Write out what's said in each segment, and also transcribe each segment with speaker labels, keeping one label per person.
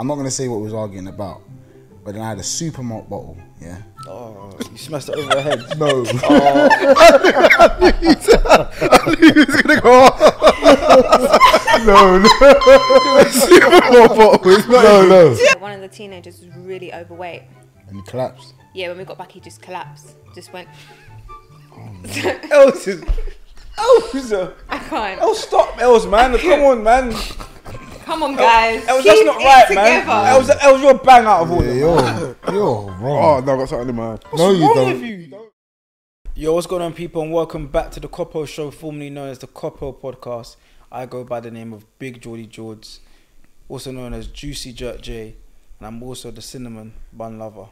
Speaker 1: I'm not gonna say what we was arguing about, but then I had a super malt bottle. Yeah.
Speaker 2: Oh, you smashed it over her head.
Speaker 1: No.
Speaker 3: He's gonna go. no, no. no, no.
Speaker 4: One of the teenagers was really overweight.
Speaker 1: and he collapsed.
Speaker 4: Yeah, when we got back, he just collapsed. Just went,
Speaker 2: Elsa. Elsa.
Speaker 4: I can't.
Speaker 2: El, stop, Els, man. Come on, man.
Speaker 4: Come on, guys.
Speaker 2: Els, Oh. that's
Speaker 4: Keep
Speaker 2: not
Speaker 4: it
Speaker 2: right, man.
Speaker 4: together.
Speaker 2: Elsa, Els, you're a bang out of all
Speaker 1: Yeah,
Speaker 2: this.
Speaker 1: you're, you're
Speaker 3: Oh,
Speaker 1: wrong.
Speaker 3: no, I got something in my hand.
Speaker 1: no, you
Speaker 2: wrong
Speaker 1: don't.
Speaker 2: with you? Yo, what's going on, people, and welcome back to the Coppo Show, formerly known as the Coppo Podcast. I go by the name of Big Geordie George, also known as Juicy Jerk J, and I'm also the Cinnamon Bun Lover.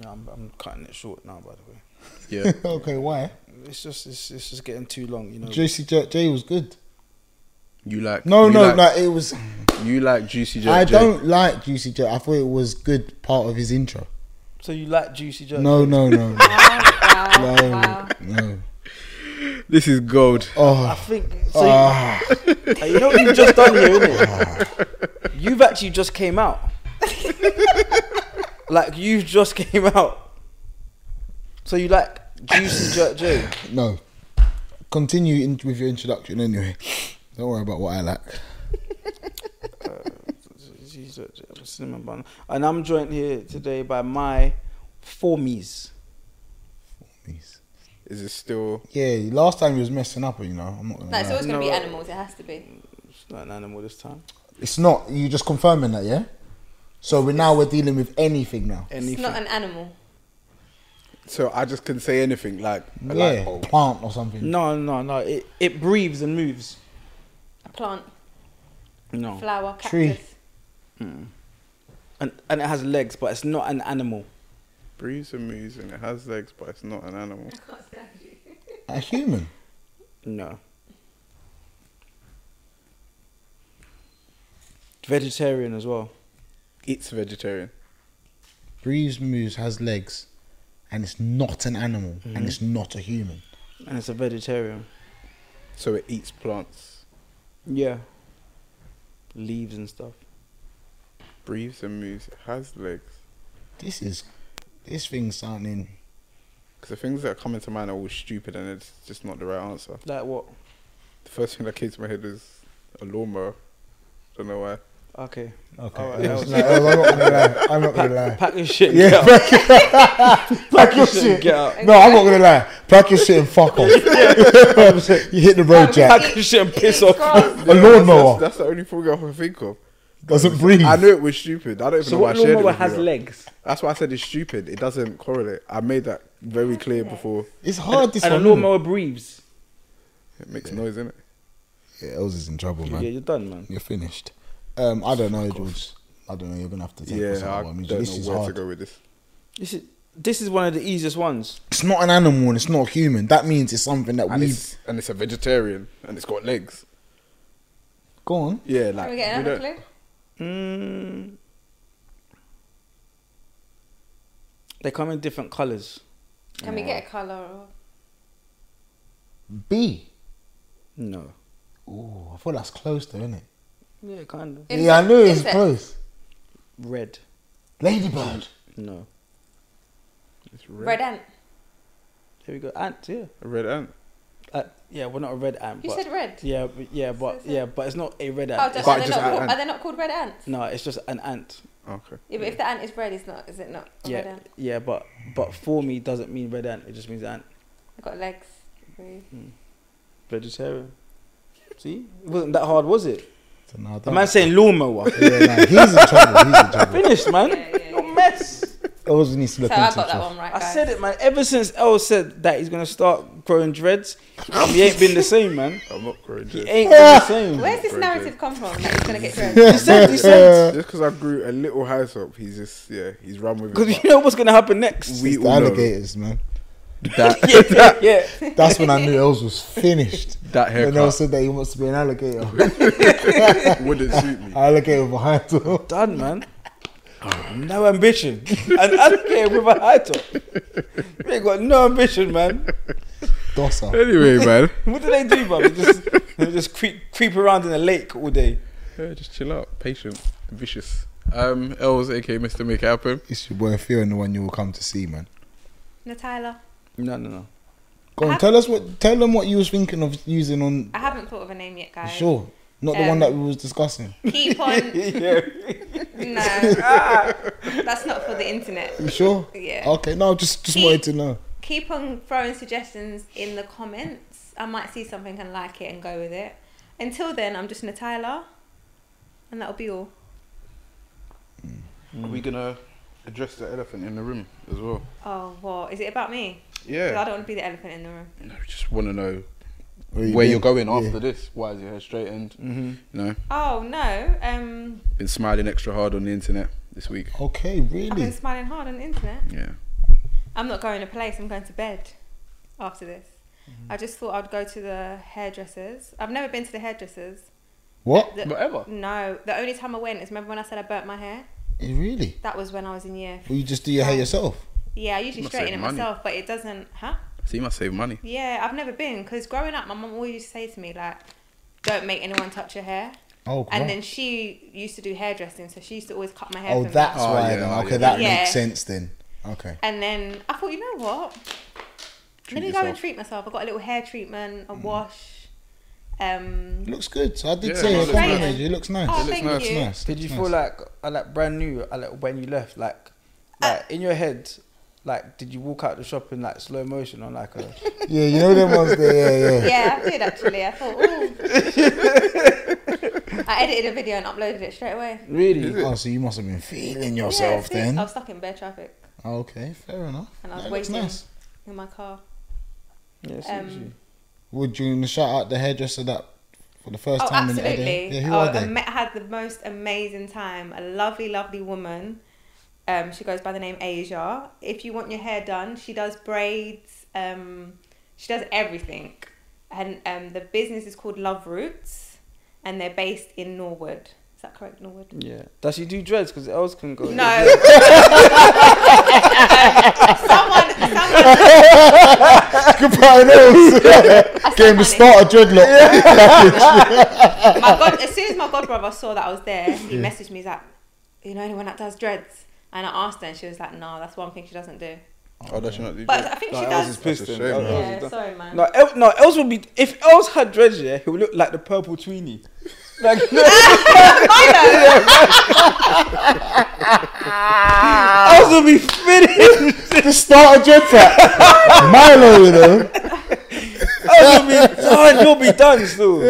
Speaker 2: Yeah, I'm, I'm cutting it short now, by the way.
Speaker 3: Yeah.
Speaker 1: okay, why?
Speaker 2: It's just it's, it's just getting too long, you know.
Speaker 1: JC J, J was good.
Speaker 3: You like.
Speaker 1: No,
Speaker 3: you
Speaker 1: no,
Speaker 3: like,
Speaker 1: no. It was.
Speaker 3: You like Juicy J.
Speaker 1: I
Speaker 3: J.
Speaker 1: don't like Juicy J. I thought it was good part of his intro.
Speaker 2: So you like Juicy Jerk?
Speaker 1: No, no, no, no,
Speaker 4: Wow, wow,
Speaker 1: no,
Speaker 4: wow.
Speaker 1: no.
Speaker 3: This is gold.
Speaker 2: I
Speaker 1: Oh, ah.
Speaker 2: think so. you, you know what you've just done here, innit? You've actually just came out. like you've just came out. So you like Juicy Jerk J?
Speaker 1: no. Continue in, with your introduction anyway. Don't worry about what I like.
Speaker 2: Jesus, it was cinnamon bun. And I'm joined here today by my formies.
Speaker 3: Is it still.
Speaker 1: Yeah, last time he was messing up, you know. I'm not gonna
Speaker 4: No, it's
Speaker 1: lie.
Speaker 4: always going to be
Speaker 2: No.
Speaker 4: animals. It has to be.
Speaker 2: It's not an animal this time.
Speaker 1: It's not. You just confirming that, yeah. So we now we're dealing with anything now.
Speaker 4: It's
Speaker 2: Anything.
Speaker 4: not an animal.
Speaker 3: So I just can say anything like a light
Speaker 1: yeah,
Speaker 3: bulb.
Speaker 1: plant or something.
Speaker 2: no, no, no. It, it breathes and moves.
Speaker 4: Plant,
Speaker 2: No.
Speaker 4: flower, cactus.
Speaker 1: Tree.
Speaker 2: And, and it has legs, but it's not an animal.
Speaker 3: Breathes and moves and it has legs, but it's not an animal.
Speaker 1: A human.
Speaker 2: No. Vegetarian as well.
Speaker 3: It's vegetarian.
Speaker 1: Breathes, moves, has legs, and it's not an animal, and it's not a human.
Speaker 2: And it's a vegetarian.
Speaker 3: So it eats plants.
Speaker 2: Yeah. Leaves and stuff.
Speaker 3: Breathes and moves. It has legs.
Speaker 1: This is this thing's sounding.
Speaker 3: Because the things that come into mind are all stupid and it's just not the right answer.
Speaker 2: Like what?
Speaker 3: The first thing that came to my head is a lawnmower. Don't know why.
Speaker 2: Okay.
Speaker 1: Okay,
Speaker 2: Alright,
Speaker 1: I
Speaker 2: that
Speaker 1: was
Speaker 2: was-
Speaker 1: like, oh, I'm not gonna lie. I'm not gonna lie.
Speaker 2: Pack your shit. and
Speaker 1: Yeah,
Speaker 2: Get out.
Speaker 1: pack, pack your shit.
Speaker 2: Get out.
Speaker 1: No, I'm not gonna lie. Pack your shit and fuck off. you hit the road, Jack.
Speaker 2: Pack your shit and piss
Speaker 4: It's
Speaker 2: off.
Speaker 4: grass.
Speaker 1: A
Speaker 3: That's- That's,
Speaker 1: lawnmower
Speaker 3: that's the only thing I can think of.
Speaker 1: doesn't breathe.
Speaker 3: I knew it was stupid. I don't even
Speaker 2: So
Speaker 3: know why I
Speaker 2: what
Speaker 3: shared it
Speaker 2: lawnmower
Speaker 3: with
Speaker 2: has
Speaker 3: you.
Speaker 2: legs?
Speaker 3: That's why I said it's stupid. It doesn't correlate. I made that very clear before.
Speaker 1: It's hard. This
Speaker 2: and
Speaker 1: one.
Speaker 2: a lawnmower breathes.
Speaker 3: It makes noise, innit?
Speaker 1: Yeah, Els is in trouble, Oh, man.
Speaker 2: Yeah, you're done, man.
Speaker 1: You're finished. Um, I don't know, George. I don't know. You're gonna have to take
Speaker 3: Yeah,
Speaker 1: us
Speaker 3: I
Speaker 1: out. I
Speaker 3: don't
Speaker 1: mean,
Speaker 3: know
Speaker 1: this is
Speaker 3: where to
Speaker 1: hard.
Speaker 3: go with this.
Speaker 2: This is this is one of the easiest ones.
Speaker 1: It's not an animal and it's not human. That means it's something that
Speaker 3: And
Speaker 1: we
Speaker 3: it's, and it's a vegetarian and it's got legs.
Speaker 1: go on.
Speaker 3: Yeah,
Speaker 4: Can
Speaker 3: like
Speaker 4: we get
Speaker 3: we
Speaker 4: another
Speaker 3: don't-
Speaker 4: clue?
Speaker 2: Mm. They come in different colours.
Speaker 4: Can we get a colour? Or...
Speaker 1: B.
Speaker 2: No.
Speaker 1: Oh, I thought that's close, though, isn't it?
Speaker 2: Yeah, kind of.
Speaker 1: yeah, I knew it was
Speaker 4: Insect.
Speaker 1: close.
Speaker 2: Red.
Speaker 1: Ladybird.
Speaker 2: No.
Speaker 3: It's
Speaker 4: Red
Speaker 3: red.
Speaker 4: ant.
Speaker 2: Here we go. Ant. Yeah.
Speaker 3: A red ant.
Speaker 2: Uh, yeah. We're not a red ant.
Speaker 4: You
Speaker 2: but,
Speaker 4: said red.
Speaker 2: Yeah. But, yeah. But yeah. But it's not a red ant.
Speaker 4: Oh,
Speaker 2: It's-
Speaker 4: just,
Speaker 3: But
Speaker 4: are, they
Speaker 3: just
Speaker 4: not
Speaker 3: an
Speaker 4: called,
Speaker 3: ant.
Speaker 4: are they not called red ants?
Speaker 2: no, it's just an ant.
Speaker 3: oh, Okay.
Speaker 4: Yeah, but if the ant is red, it's not. Is it not? a Red
Speaker 2: Yeah.
Speaker 4: ant?
Speaker 2: Yeah. But but for me doesn't mean red ant. It just means ant.
Speaker 4: I've got legs. Breathe.
Speaker 2: Vegetarian. See, it wasn't that hard, was it?
Speaker 1: So now I
Speaker 2: A
Speaker 1: don't-
Speaker 2: man saying lawnmower.
Speaker 1: Yeah, nah, he's in trouble. He's in trouble.
Speaker 2: Finished, man.
Speaker 4: Yeah, yeah,
Speaker 2: No
Speaker 4: yeah.
Speaker 2: mess.
Speaker 1: Els needs to
Speaker 4: So
Speaker 1: look
Speaker 4: I
Speaker 1: into
Speaker 4: got that
Speaker 1: himself.
Speaker 4: one right.
Speaker 2: I
Speaker 4: guys.
Speaker 2: said it, man. Ever since El said that he's gonna start growing dreads, he ain't been the same, man.
Speaker 3: I'm not growing
Speaker 2: He
Speaker 3: dreads.
Speaker 2: ain't been the same.
Speaker 4: Where's this
Speaker 3: Very
Speaker 4: narrative
Speaker 3: good.
Speaker 4: come from? That he's gonna get red.
Speaker 2: He said, he said.
Speaker 3: Just because I grew a little house up, he's just, yeah, he's run with it.
Speaker 2: Because you know what's gonna happen next.
Speaker 3: We
Speaker 1: It's the
Speaker 3: all know.
Speaker 1: alligators, man.
Speaker 2: yeah, yeah, yeah.
Speaker 1: That's when I knew Els was finished.
Speaker 3: That
Speaker 1: When Els
Speaker 3: haircut
Speaker 1: said that he wants to be an alligator,
Speaker 3: wouldn't suit me.
Speaker 1: alligator behind him.
Speaker 2: Done, man. No ambition. And I don't care with a high top. You ain't got no ambition, man.
Speaker 1: Dossa.
Speaker 3: Anyway, man.
Speaker 2: What do they do, bro? They just, they just creep, creep around in a lake all day.
Speaker 3: Yeah, just chill out. Patient. Vicious. Um, Els, aka Mr. Make It Happen.
Speaker 1: It's your boy Theo and the one you will come to see, man.
Speaker 4: Natyla.
Speaker 2: No, no, no.
Speaker 1: Go on,
Speaker 4: have-
Speaker 1: tell us what. Tell them what you was thinking of using on.
Speaker 4: I haven't thought of a name yet, guys.
Speaker 1: Sure, not the
Speaker 4: Um,
Speaker 1: one that we was discussing.
Speaker 4: Keep on.
Speaker 2: yeah.
Speaker 4: no. That's not for the internet.
Speaker 1: You sure?
Speaker 4: Yeah.
Speaker 1: Okay, no, just just
Speaker 4: Keep-
Speaker 1: wanted to know.
Speaker 4: keep on throwing suggestions in the comments. I might see something and like it and go with it. Until then, I'm just Natalia, and that'll be all.
Speaker 3: Are we gonna address the elephant in the room as well?
Speaker 4: Oh, what is it about me? 'Cause I
Speaker 3: Yeah.
Speaker 4: don't want to be the elephant in the room.
Speaker 3: No, we just want to know
Speaker 1: you
Speaker 3: where
Speaker 1: been?
Speaker 3: you're going
Speaker 1: Yeah.
Speaker 3: after this. Why is your hair straightened?
Speaker 2: Mm-hmm.
Speaker 3: You know,
Speaker 4: Oh no, um,
Speaker 3: been smiling extra hard on the internet this week.
Speaker 1: Okay,
Speaker 4: I've been
Speaker 1: really?
Speaker 4: smiling hard on the internet.
Speaker 3: Yeah.
Speaker 4: I'm not going to place. I'm going to bed after this.
Speaker 1: Mm-hmm.
Speaker 4: I just thought I'd go to the hairdressers. I've never been to the hairdressers.
Speaker 1: What?
Speaker 4: The-
Speaker 3: Whatever.
Speaker 4: No, the only time I went is remember when I said I burnt my hair.
Speaker 1: Eh, Really?
Speaker 4: That was when I was in year.
Speaker 1: Well, you just do your hair yourself.
Speaker 4: Yeah, I usually
Speaker 3: Must
Speaker 4: straighten
Speaker 3: save
Speaker 4: it
Speaker 3: money.
Speaker 4: myself, but it doesn't. Huh?
Speaker 3: So you must save money.
Speaker 4: Yeah, I've never been because growing up, my mum always used to say to me like, "Don't make anyone touch your hair."
Speaker 1: Oh,
Speaker 4: And
Speaker 1: right.
Speaker 4: then she used to do hairdressing, so she used to always cut my hair.
Speaker 1: oh,
Speaker 4: from
Speaker 1: that's
Speaker 4: that.
Speaker 3: Oh,
Speaker 1: why.
Speaker 3: yeah,
Speaker 1: then.
Speaker 3: oh,
Speaker 1: okay,
Speaker 3: yeah.
Speaker 1: that
Speaker 4: Yeah.
Speaker 1: makes sense then. Okay.
Speaker 4: And then I thought, you know what?
Speaker 3: Treat
Speaker 4: Let me go and
Speaker 3: yourself. Mm.
Speaker 4: treat myself. I got a little hair treatment, a wash. Um.
Speaker 1: It looks good. So I did
Speaker 3: Yeah,
Speaker 1: say
Speaker 3: it
Speaker 1: it.
Speaker 3: looks
Speaker 1: Looks
Speaker 4: nice.
Speaker 1: It looks nice.
Speaker 4: Oh,
Speaker 3: looks
Speaker 4: thank
Speaker 3: nice,
Speaker 4: you.
Speaker 1: nice.
Speaker 2: Did you
Speaker 1: looks
Speaker 2: feel
Speaker 1: nice.
Speaker 2: like uh, like brand new uh, like when you left like like in your head like did you walk out the shop in like slow motion on like a
Speaker 1: Yeah, you know them ones there. Yeah, yeah.
Speaker 4: Yeah, I did actually. I thought, ooh. I edited a video and uploaded it straight away.
Speaker 2: really
Speaker 1: Oh, so you must have been feeling
Speaker 4: Yeah,
Speaker 1: yourself
Speaker 4: see,
Speaker 1: then. Oh,
Speaker 4: I was stuck in bare traffic
Speaker 1: Okay, fair enough.
Speaker 4: and I was
Speaker 1: That looks
Speaker 4: waiting
Speaker 1: nice.
Speaker 4: in my car.
Speaker 2: yeah,
Speaker 4: Um,
Speaker 1: Would you wanna shout out the hairdresser that for the first
Speaker 4: Oh,
Speaker 1: time in the
Speaker 4: absolutely.
Speaker 1: day? Yeah, who
Speaker 4: oh,
Speaker 1: are
Speaker 4: I
Speaker 1: they?
Speaker 4: met, had the most amazing time. A lovely, lovely woman. Um, she goes by the name Asia. If you want your hair done, she does braids. Um, she does everything. And um, the business is called Love Roots, and they're based in Norwood. Is that correct, Norwood?
Speaker 2: yeah does she do dreads because else can go
Speaker 4: No. someone, someone.
Speaker 1: Goodbye, Nils. Game the
Speaker 4: funny.
Speaker 1: start of dreadlock.
Speaker 4: my god, as soon as my godbrother saw that I was there, he messaged me. He's like, "You know anyone that does dreads?" And I asked her, and she was like, "No, that's one thing she doesn't do."
Speaker 3: Oh, that's not.
Speaker 4: But I think
Speaker 2: no
Speaker 4: she
Speaker 2: Els is
Speaker 4: does.
Speaker 3: That's a
Speaker 2: pissed
Speaker 3: shame,
Speaker 2: then. Els is
Speaker 4: Yeah,
Speaker 2: done.
Speaker 4: sorry, man.
Speaker 2: no El- no else would be if else had dreads yeah he would look like the purple tweenie like else would be fitting
Speaker 1: the start of dreadlock. Milo, you know.
Speaker 2: else would be done you'll be done still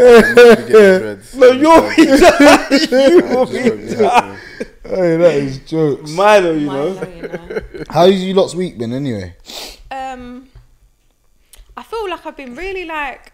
Speaker 2: no you'll be done you will be done
Speaker 1: Hey, that is jokes.
Speaker 2: Milo you
Speaker 4: Milo,
Speaker 2: know
Speaker 4: you know.
Speaker 1: How's you lot's week been anyway?
Speaker 4: um, I feel like I've been really like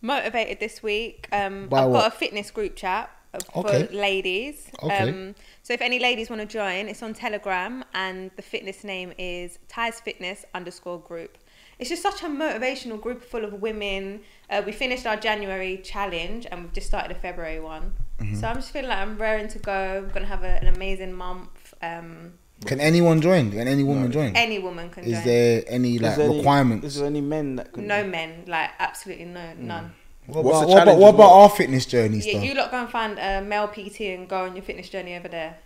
Speaker 4: motivated this week. Um,
Speaker 1: By
Speaker 4: I've
Speaker 1: what?
Speaker 4: got a fitness group chat for
Speaker 1: Okay.
Speaker 4: ladies.
Speaker 1: Okay.
Speaker 4: Um, so if any ladies want to join, it's on Telegram, and the fitness name is Ties Fitness underscore group. It's just such a motivational group full of women. Uh, we finished our January challenge and we've just started a February one.
Speaker 1: Mm-hmm.
Speaker 4: So I'm just feeling like I'm raring to go. We're gonna have a, an amazing month. Um,
Speaker 1: Can anyone join? Can any woman join?
Speaker 4: any woman can
Speaker 1: Mm. Is
Speaker 4: join.
Speaker 1: there any like
Speaker 2: Is there any- Is
Speaker 1: requirements?
Speaker 2: there any men that can?
Speaker 4: No men, like absolutely
Speaker 1: Mm.
Speaker 4: no, none.
Speaker 1: What
Speaker 3: What's
Speaker 1: about,
Speaker 3: the
Speaker 1: what about,
Speaker 3: challenge
Speaker 1: what
Speaker 3: as well?
Speaker 1: about our fitness journeys
Speaker 4: Yeah,
Speaker 1: though?
Speaker 4: you lot go and find a male PT and go on your fitness journey over there.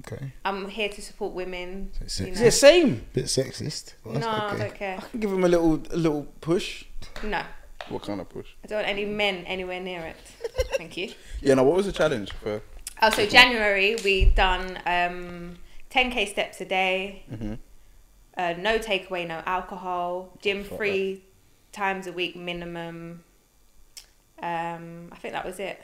Speaker 1: okay,
Speaker 4: I'm here to support women.
Speaker 1: That's
Speaker 4: You
Speaker 1: it.
Speaker 4: know.
Speaker 2: Yeah, same.
Speaker 1: bit sexist. but
Speaker 4: no,
Speaker 1: that's
Speaker 4: I
Speaker 1: okay.
Speaker 4: don't care.
Speaker 2: I can give him a little, a little push.
Speaker 4: No,
Speaker 3: What kind of push?
Speaker 4: I don't want any men anywhere near it. Thank you.
Speaker 3: Yeah, no, what was the challenge for?
Speaker 4: Oh, so January we done um, 10k steps a day,
Speaker 3: Mhm.
Speaker 4: uh, no takeaway, no alcohol, gym free times a week minimum. Um, I think that was it.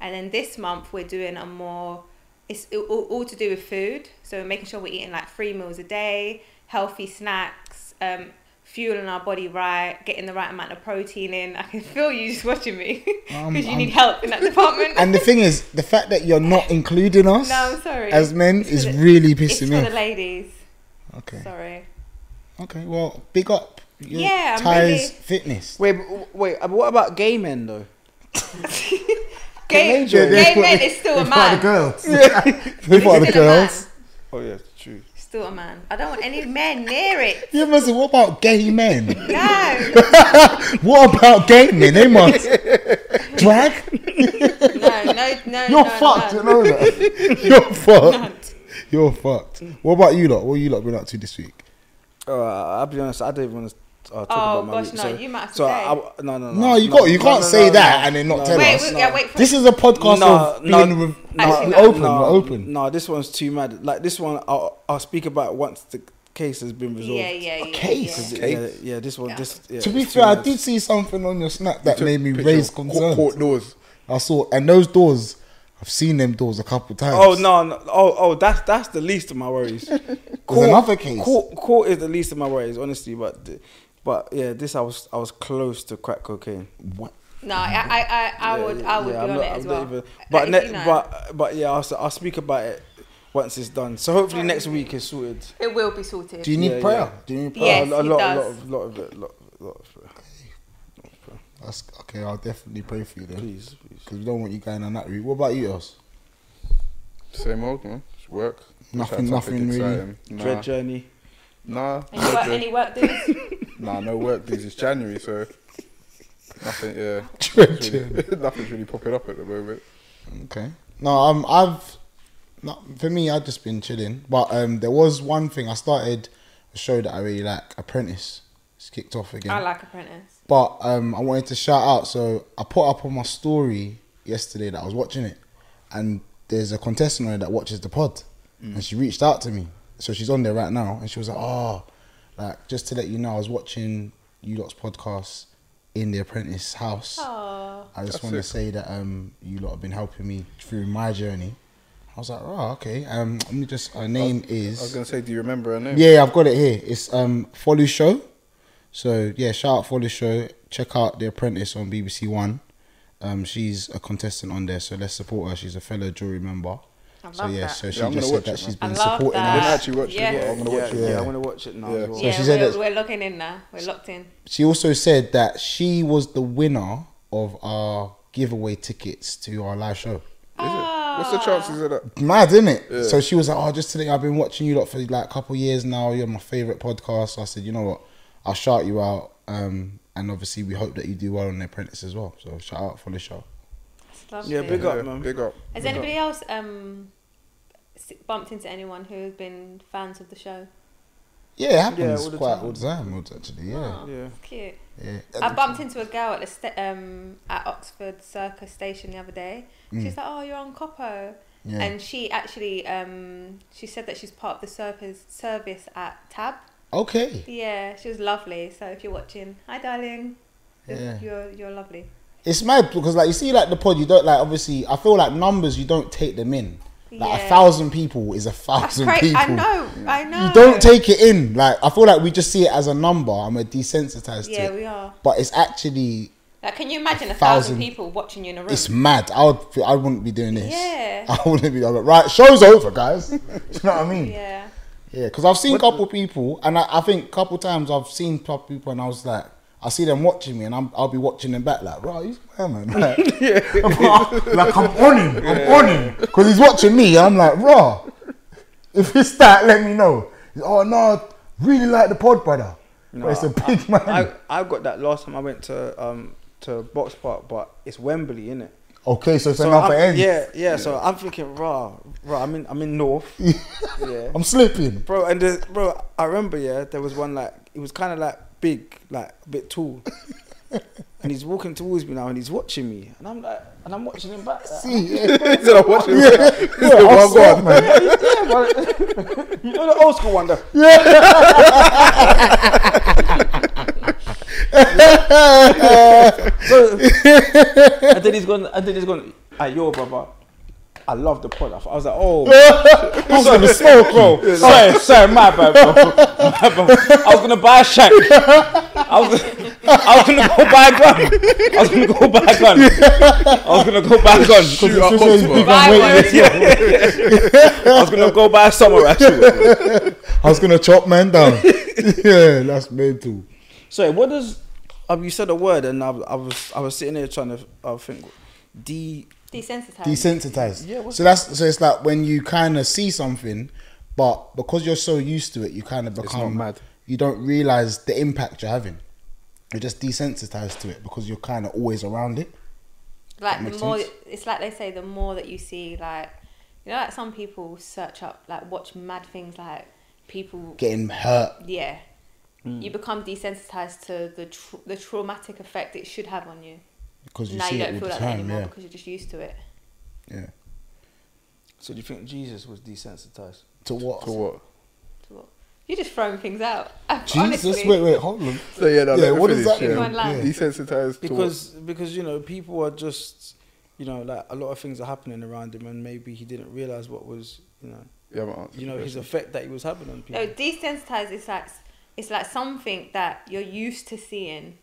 Speaker 4: And then this month we're doing a more it's all, all all to do with food, so we're making sure we're eating like three meals a day, healthy snacks, um, fueling our body right, getting the right amount of protein in. I can feel you just watching me because
Speaker 1: Um,
Speaker 4: you
Speaker 1: um,
Speaker 4: need help in that department.
Speaker 1: And the thing is, the fact that you're not including us
Speaker 4: No, I'm sorry.
Speaker 1: as men
Speaker 4: It's
Speaker 1: is
Speaker 4: for the-
Speaker 1: really
Speaker 4: it's for
Speaker 1: pissing me
Speaker 4: the
Speaker 1: off.
Speaker 4: ladies.
Speaker 1: Okay,
Speaker 4: Sorry.
Speaker 1: okay. Well, big up. your
Speaker 4: Yeah, I'm
Speaker 1: Ty's
Speaker 4: really-
Speaker 1: fitness.
Speaker 2: Wait, but- wait. uh, What about gay men though?
Speaker 4: Gay,
Speaker 2: they join?
Speaker 4: gay men is still a
Speaker 1: Part of
Speaker 4: man.
Speaker 1: the girls. They're
Speaker 4: He's
Speaker 1: part of the
Speaker 4: still a man.
Speaker 1: girls.
Speaker 3: Oh yeah, true.
Speaker 4: He's Still a man. I don't want any men near it.
Speaker 1: Yeah, man, so what about gay men?
Speaker 4: No,
Speaker 1: what about gay men? They must drag.
Speaker 4: no, no, no.
Speaker 1: You're
Speaker 4: no,
Speaker 1: fucked.
Speaker 4: No.
Speaker 1: You know that. You're fucked. You're fucked. What about you lot? What you lot been up to this week?
Speaker 2: Uh, I'll be honest. I don't even want to uh, talk
Speaker 4: Oh,
Speaker 2: about my
Speaker 4: gosh,
Speaker 2: week.
Speaker 4: no,
Speaker 2: so,
Speaker 4: you might have to
Speaker 2: so
Speaker 4: say.
Speaker 2: I, I, no, no, no.
Speaker 1: No, you got- you can't say that and then not tell
Speaker 4: Wait,
Speaker 1: us.
Speaker 4: wait, yeah, wait for
Speaker 1: This is a podcast of being re-
Speaker 4: Actually,
Speaker 1: we're
Speaker 4: no.
Speaker 1: open. we're open.
Speaker 2: No, this one's too mad. Like this one, I'll, I'll speak about once the case has been resolved.
Speaker 4: Yeah, yeah, yeah.
Speaker 1: case.
Speaker 2: 'Cause,
Speaker 4: yeah.
Speaker 2: yeah,
Speaker 3: Case?
Speaker 2: yeah, this one.
Speaker 4: Yeah.
Speaker 2: This, yeah,
Speaker 1: to be
Speaker 2: it's too
Speaker 1: fair, I
Speaker 2: mad.
Speaker 1: did see something on your snap that
Speaker 3: Took
Speaker 1: made me
Speaker 3: picture
Speaker 1: raise
Speaker 3: of court-
Speaker 1: concerns.
Speaker 3: Court doors.
Speaker 1: I saw, and those doors, I've seen them doors a couple times.
Speaker 2: Oh no, no! Oh, oh, that's that's the least of my worries.
Speaker 1: another case.
Speaker 2: Court, court is the least of my worries, honestly. But, th- but yeah, this I was I was close to crack cocaine.
Speaker 1: What?
Speaker 4: No, I, I, I, I
Speaker 2: Yeah,
Speaker 4: would,
Speaker 2: yeah,
Speaker 4: I
Speaker 2: yeah,
Speaker 4: would be
Speaker 2: I'm
Speaker 4: on
Speaker 2: not-
Speaker 4: it
Speaker 2: I'm
Speaker 4: as
Speaker 2: not
Speaker 4: well.
Speaker 2: even-
Speaker 4: Like,
Speaker 2: But
Speaker 4: you
Speaker 2: ne-
Speaker 4: know,
Speaker 2: but but yeah, I'll, s- I'll speak about it once it's done. So hopefully next week is sorted.
Speaker 4: it will be sorted.
Speaker 1: Do you need
Speaker 2: Yeah,
Speaker 1: prayer?
Speaker 2: yeah.
Speaker 1: Do you need prayer?
Speaker 4: Yes,
Speaker 2: a, a
Speaker 4: it
Speaker 2: lot,
Speaker 4: does.
Speaker 2: a lot of lot of it, lot, lot of prayer.
Speaker 1: That's, okay, I'll definitely pray for you then,
Speaker 2: Please, please.
Speaker 1: because we don't want you going on that route. What about you, else?
Speaker 3: Same old man. Just work. Wish I had
Speaker 1: Nothing,
Speaker 3: something
Speaker 1: nothing really.
Speaker 3: exciting. Nah,
Speaker 2: Dread journey.
Speaker 3: nah,
Speaker 4: Any work,
Speaker 3: no,
Speaker 4: any work dudes?
Speaker 3: nah, no work. This is January, so nothing. Yeah,
Speaker 1: Dread
Speaker 3: Nothing's really- nothing's really popping up at the moment.
Speaker 1: Okay. No, um, I've not for me. I've just been chilling, but um, there was one thing I started a show that I really like. Apprentice. It's kicked off again.
Speaker 4: I like Apprentice.
Speaker 1: But um, I wanted to shout out. So I put up on my story yesterday that I was watching it, and there's a contestant on it that watches the pod, and she reached out to me. So she's on there right now, and she was like, "Oh, like just to let you know, I was watching you lot's podcast in the Apprentice house.
Speaker 4: Oh,
Speaker 1: I just
Speaker 3: That's
Speaker 1: want to
Speaker 3: it.
Speaker 1: say that um, you lot have been helping me through my journey." I was like, "Oh, okay. Um, let me just. Her name is."
Speaker 3: I was gonna say, do you remember her name?
Speaker 1: Yeah, yeah, I've got it here. It's um Follow Show. So yeah, shout out Follow Show. Check out The Apprentice on BBC One. Um, she's a contestant on there, so let's support her. She's a fellow jury member.
Speaker 4: I love
Speaker 1: So yeah,
Speaker 4: that.
Speaker 1: so she
Speaker 3: Yeah, I'm gonna
Speaker 1: just
Speaker 3: watch
Speaker 1: said that
Speaker 3: it,
Speaker 1: she's
Speaker 4: I
Speaker 1: been
Speaker 4: love
Speaker 1: supporting
Speaker 4: that.
Speaker 3: I didn't
Speaker 1: us.
Speaker 3: actually watch
Speaker 4: Yeah.
Speaker 3: it. but I'm gonna watch
Speaker 2: yeah,
Speaker 3: it.
Speaker 2: yeah,
Speaker 1: yeah.
Speaker 2: I want to watch it now.
Speaker 3: Yeah.
Speaker 2: As well.
Speaker 1: So
Speaker 4: yeah,
Speaker 1: she said
Speaker 4: we're,
Speaker 1: that-
Speaker 4: we're looking in now. We're locked in.
Speaker 1: She also said that she was the winner of our giveaway tickets to our live show.
Speaker 3: Is it? What's the chances of that?
Speaker 1: Mad, isn't it?
Speaker 3: Yeah.
Speaker 1: So she was like, "Oh, just today I've been watching you lot for like a couple years now. You're my favorite podcast." So I said, "You know what? I'll shout you out." Um, and obviously, we hope that you do well on The Apprentice as well. So shout out for the show.
Speaker 4: It's lovely.
Speaker 2: Yeah, big up.
Speaker 3: Yeah,
Speaker 2: man.
Speaker 3: Big up.
Speaker 4: Has anybody else um s- bumped into anyone who's been fans of the show?
Speaker 1: Yeah, it happens
Speaker 2: Yeah, all the
Speaker 1: quite
Speaker 2: time.
Speaker 1: all the time, actually. Yeah,
Speaker 4: Oh,
Speaker 2: Yeah.
Speaker 4: that's cute.
Speaker 1: yeah.
Speaker 4: I bumped into a girl at the sta um at Oxford Circus station the other day. She's like, "Oh, you're on Coppo,"
Speaker 1: Mm. Yeah.
Speaker 4: and she actually um she said that she's part of the service service at Tab.
Speaker 1: okay.
Speaker 4: Yeah, she was lovely. So if you're watching, hi darling, You're-
Speaker 1: Yeah.
Speaker 4: you're you're lovely.
Speaker 1: It's mad because like you see like the pod, you don't like obviously. I feel like numbers, you don't take them in. Like
Speaker 4: Yeah.
Speaker 1: a thousand people is a
Speaker 4: That's
Speaker 1: thousand
Speaker 4: great.
Speaker 1: people.
Speaker 4: I know, I know.
Speaker 1: You don't take it in. Like I feel like we just see it as a number and we're desensitized
Speaker 4: Yeah,
Speaker 1: to it.
Speaker 4: we are.
Speaker 1: But it's actually
Speaker 4: Like, can you imagine a, thousand,
Speaker 1: thousand.
Speaker 4: people watching you in a room?
Speaker 1: it's mad. I would feel- I wouldn't be doing this.
Speaker 4: Yeah.
Speaker 1: I wouldn't be like, right, show's over, guys. Do you know what I mean?
Speaker 4: yeah.
Speaker 1: Yeah, because I've seen couple people, and I, I think couple times I've seen couple people, and I was like, I see them watching me, and I'm, I'll be watching them back, like, bro, he's my man, like, like I'm on him, I'm on him, because he's watching me, and I'm like, raw. If it's that, let me know. He's, Oh no, really like the pod, brother. But it's a big
Speaker 2: I,
Speaker 1: man.
Speaker 2: I I got that last time I went to um to Box Park, but it's Wembley, innit? it?
Speaker 1: okay, so it's another
Speaker 2: I'm,
Speaker 1: end.
Speaker 2: yeah, yeah, So I'm thinking, rah, rah. I'm in, I'm in North. yeah,
Speaker 1: I'm sleeping.
Speaker 2: bro. And the, bro, I remember. Yeah, there was one like it was kind of like big, like a bit tall. And he's walking towards me now, and he's watching me, and I'm like, and I'm watching him back. like,
Speaker 1: See, yeah, yeah,
Speaker 3: Instead of watching it,
Speaker 1: yeah, I'm slept, man.
Speaker 2: yeah, but- you know the old school one, though. So, and then he's gone, and then he's gone, hey, yo, brother, I love the pod. I was like, oh,
Speaker 1: I was gonna smoke, bro.
Speaker 2: sorry, sorry, my bad, bro. My bad. I was gonna buy a shack. I was, I was gonna go buy a gun. I was gonna go buy a gun. I was gonna go buy a gun.
Speaker 3: Shoot up
Speaker 1: Especially
Speaker 3: Oxford.
Speaker 1: big
Speaker 4: Bye,
Speaker 1: man waiting.
Speaker 2: I was gonna go buy a summer actually.
Speaker 1: I was gonna chop man down. yeah, that's mental.
Speaker 2: So what does? Um, you said a word, and I, I was I was sitting there trying to uh, think. D
Speaker 4: Desensitized.
Speaker 1: desensitized.
Speaker 2: Yeah, what's
Speaker 1: so that's so it's like when you kind of see something, But because you're so used to it, you kind of
Speaker 3: It's
Speaker 1: become
Speaker 3: not mad.
Speaker 1: You don't realize the impact you're having. You're just desensitized to it because you're kind of always around it.
Speaker 4: like the
Speaker 1: makes
Speaker 4: more
Speaker 1: sense.
Speaker 4: it's like they say the more that you see like you know like some people search up like watch mad things like people
Speaker 1: Getting hurt.
Speaker 4: yeah
Speaker 1: Mm.
Speaker 4: you become desensitized to the tr- the traumatic effect it should have on you
Speaker 1: Because you
Speaker 4: now
Speaker 1: see
Speaker 4: you
Speaker 1: it
Speaker 4: don't
Speaker 1: all
Speaker 4: feel
Speaker 1: the
Speaker 4: like that
Speaker 1: time,
Speaker 4: anymore
Speaker 1: yeah.
Speaker 4: because you're just used to it
Speaker 1: Yeah.
Speaker 2: So do you think Jesus was desensitized?
Speaker 1: To what?
Speaker 3: To what?
Speaker 4: So what- you're just throwing things out
Speaker 1: Jesus,
Speaker 4: honestly
Speaker 1: wait, wait, hold on.
Speaker 3: So yeah, no,
Speaker 1: Yeah,
Speaker 3: let me
Speaker 1: what does
Speaker 3: finish,
Speaker 1: that
Speaker 4: mean? One
Speaker 3: Yeah.
Speaker 4: line.
Speaker 3: Desensitized because
Speaker 2: Because because you know people are just you know like a lot of things are happening around him and maybe he didn't realize what was you know
Speaker 3: you haven't answered.
Speaker 2: you know
Speaker 3: the
Speaker 2: his
Speaker 3: question.
Speaker 2: effect that he was having on people.
Speaker 4: no desensitized is like it's like something that you're used to seeing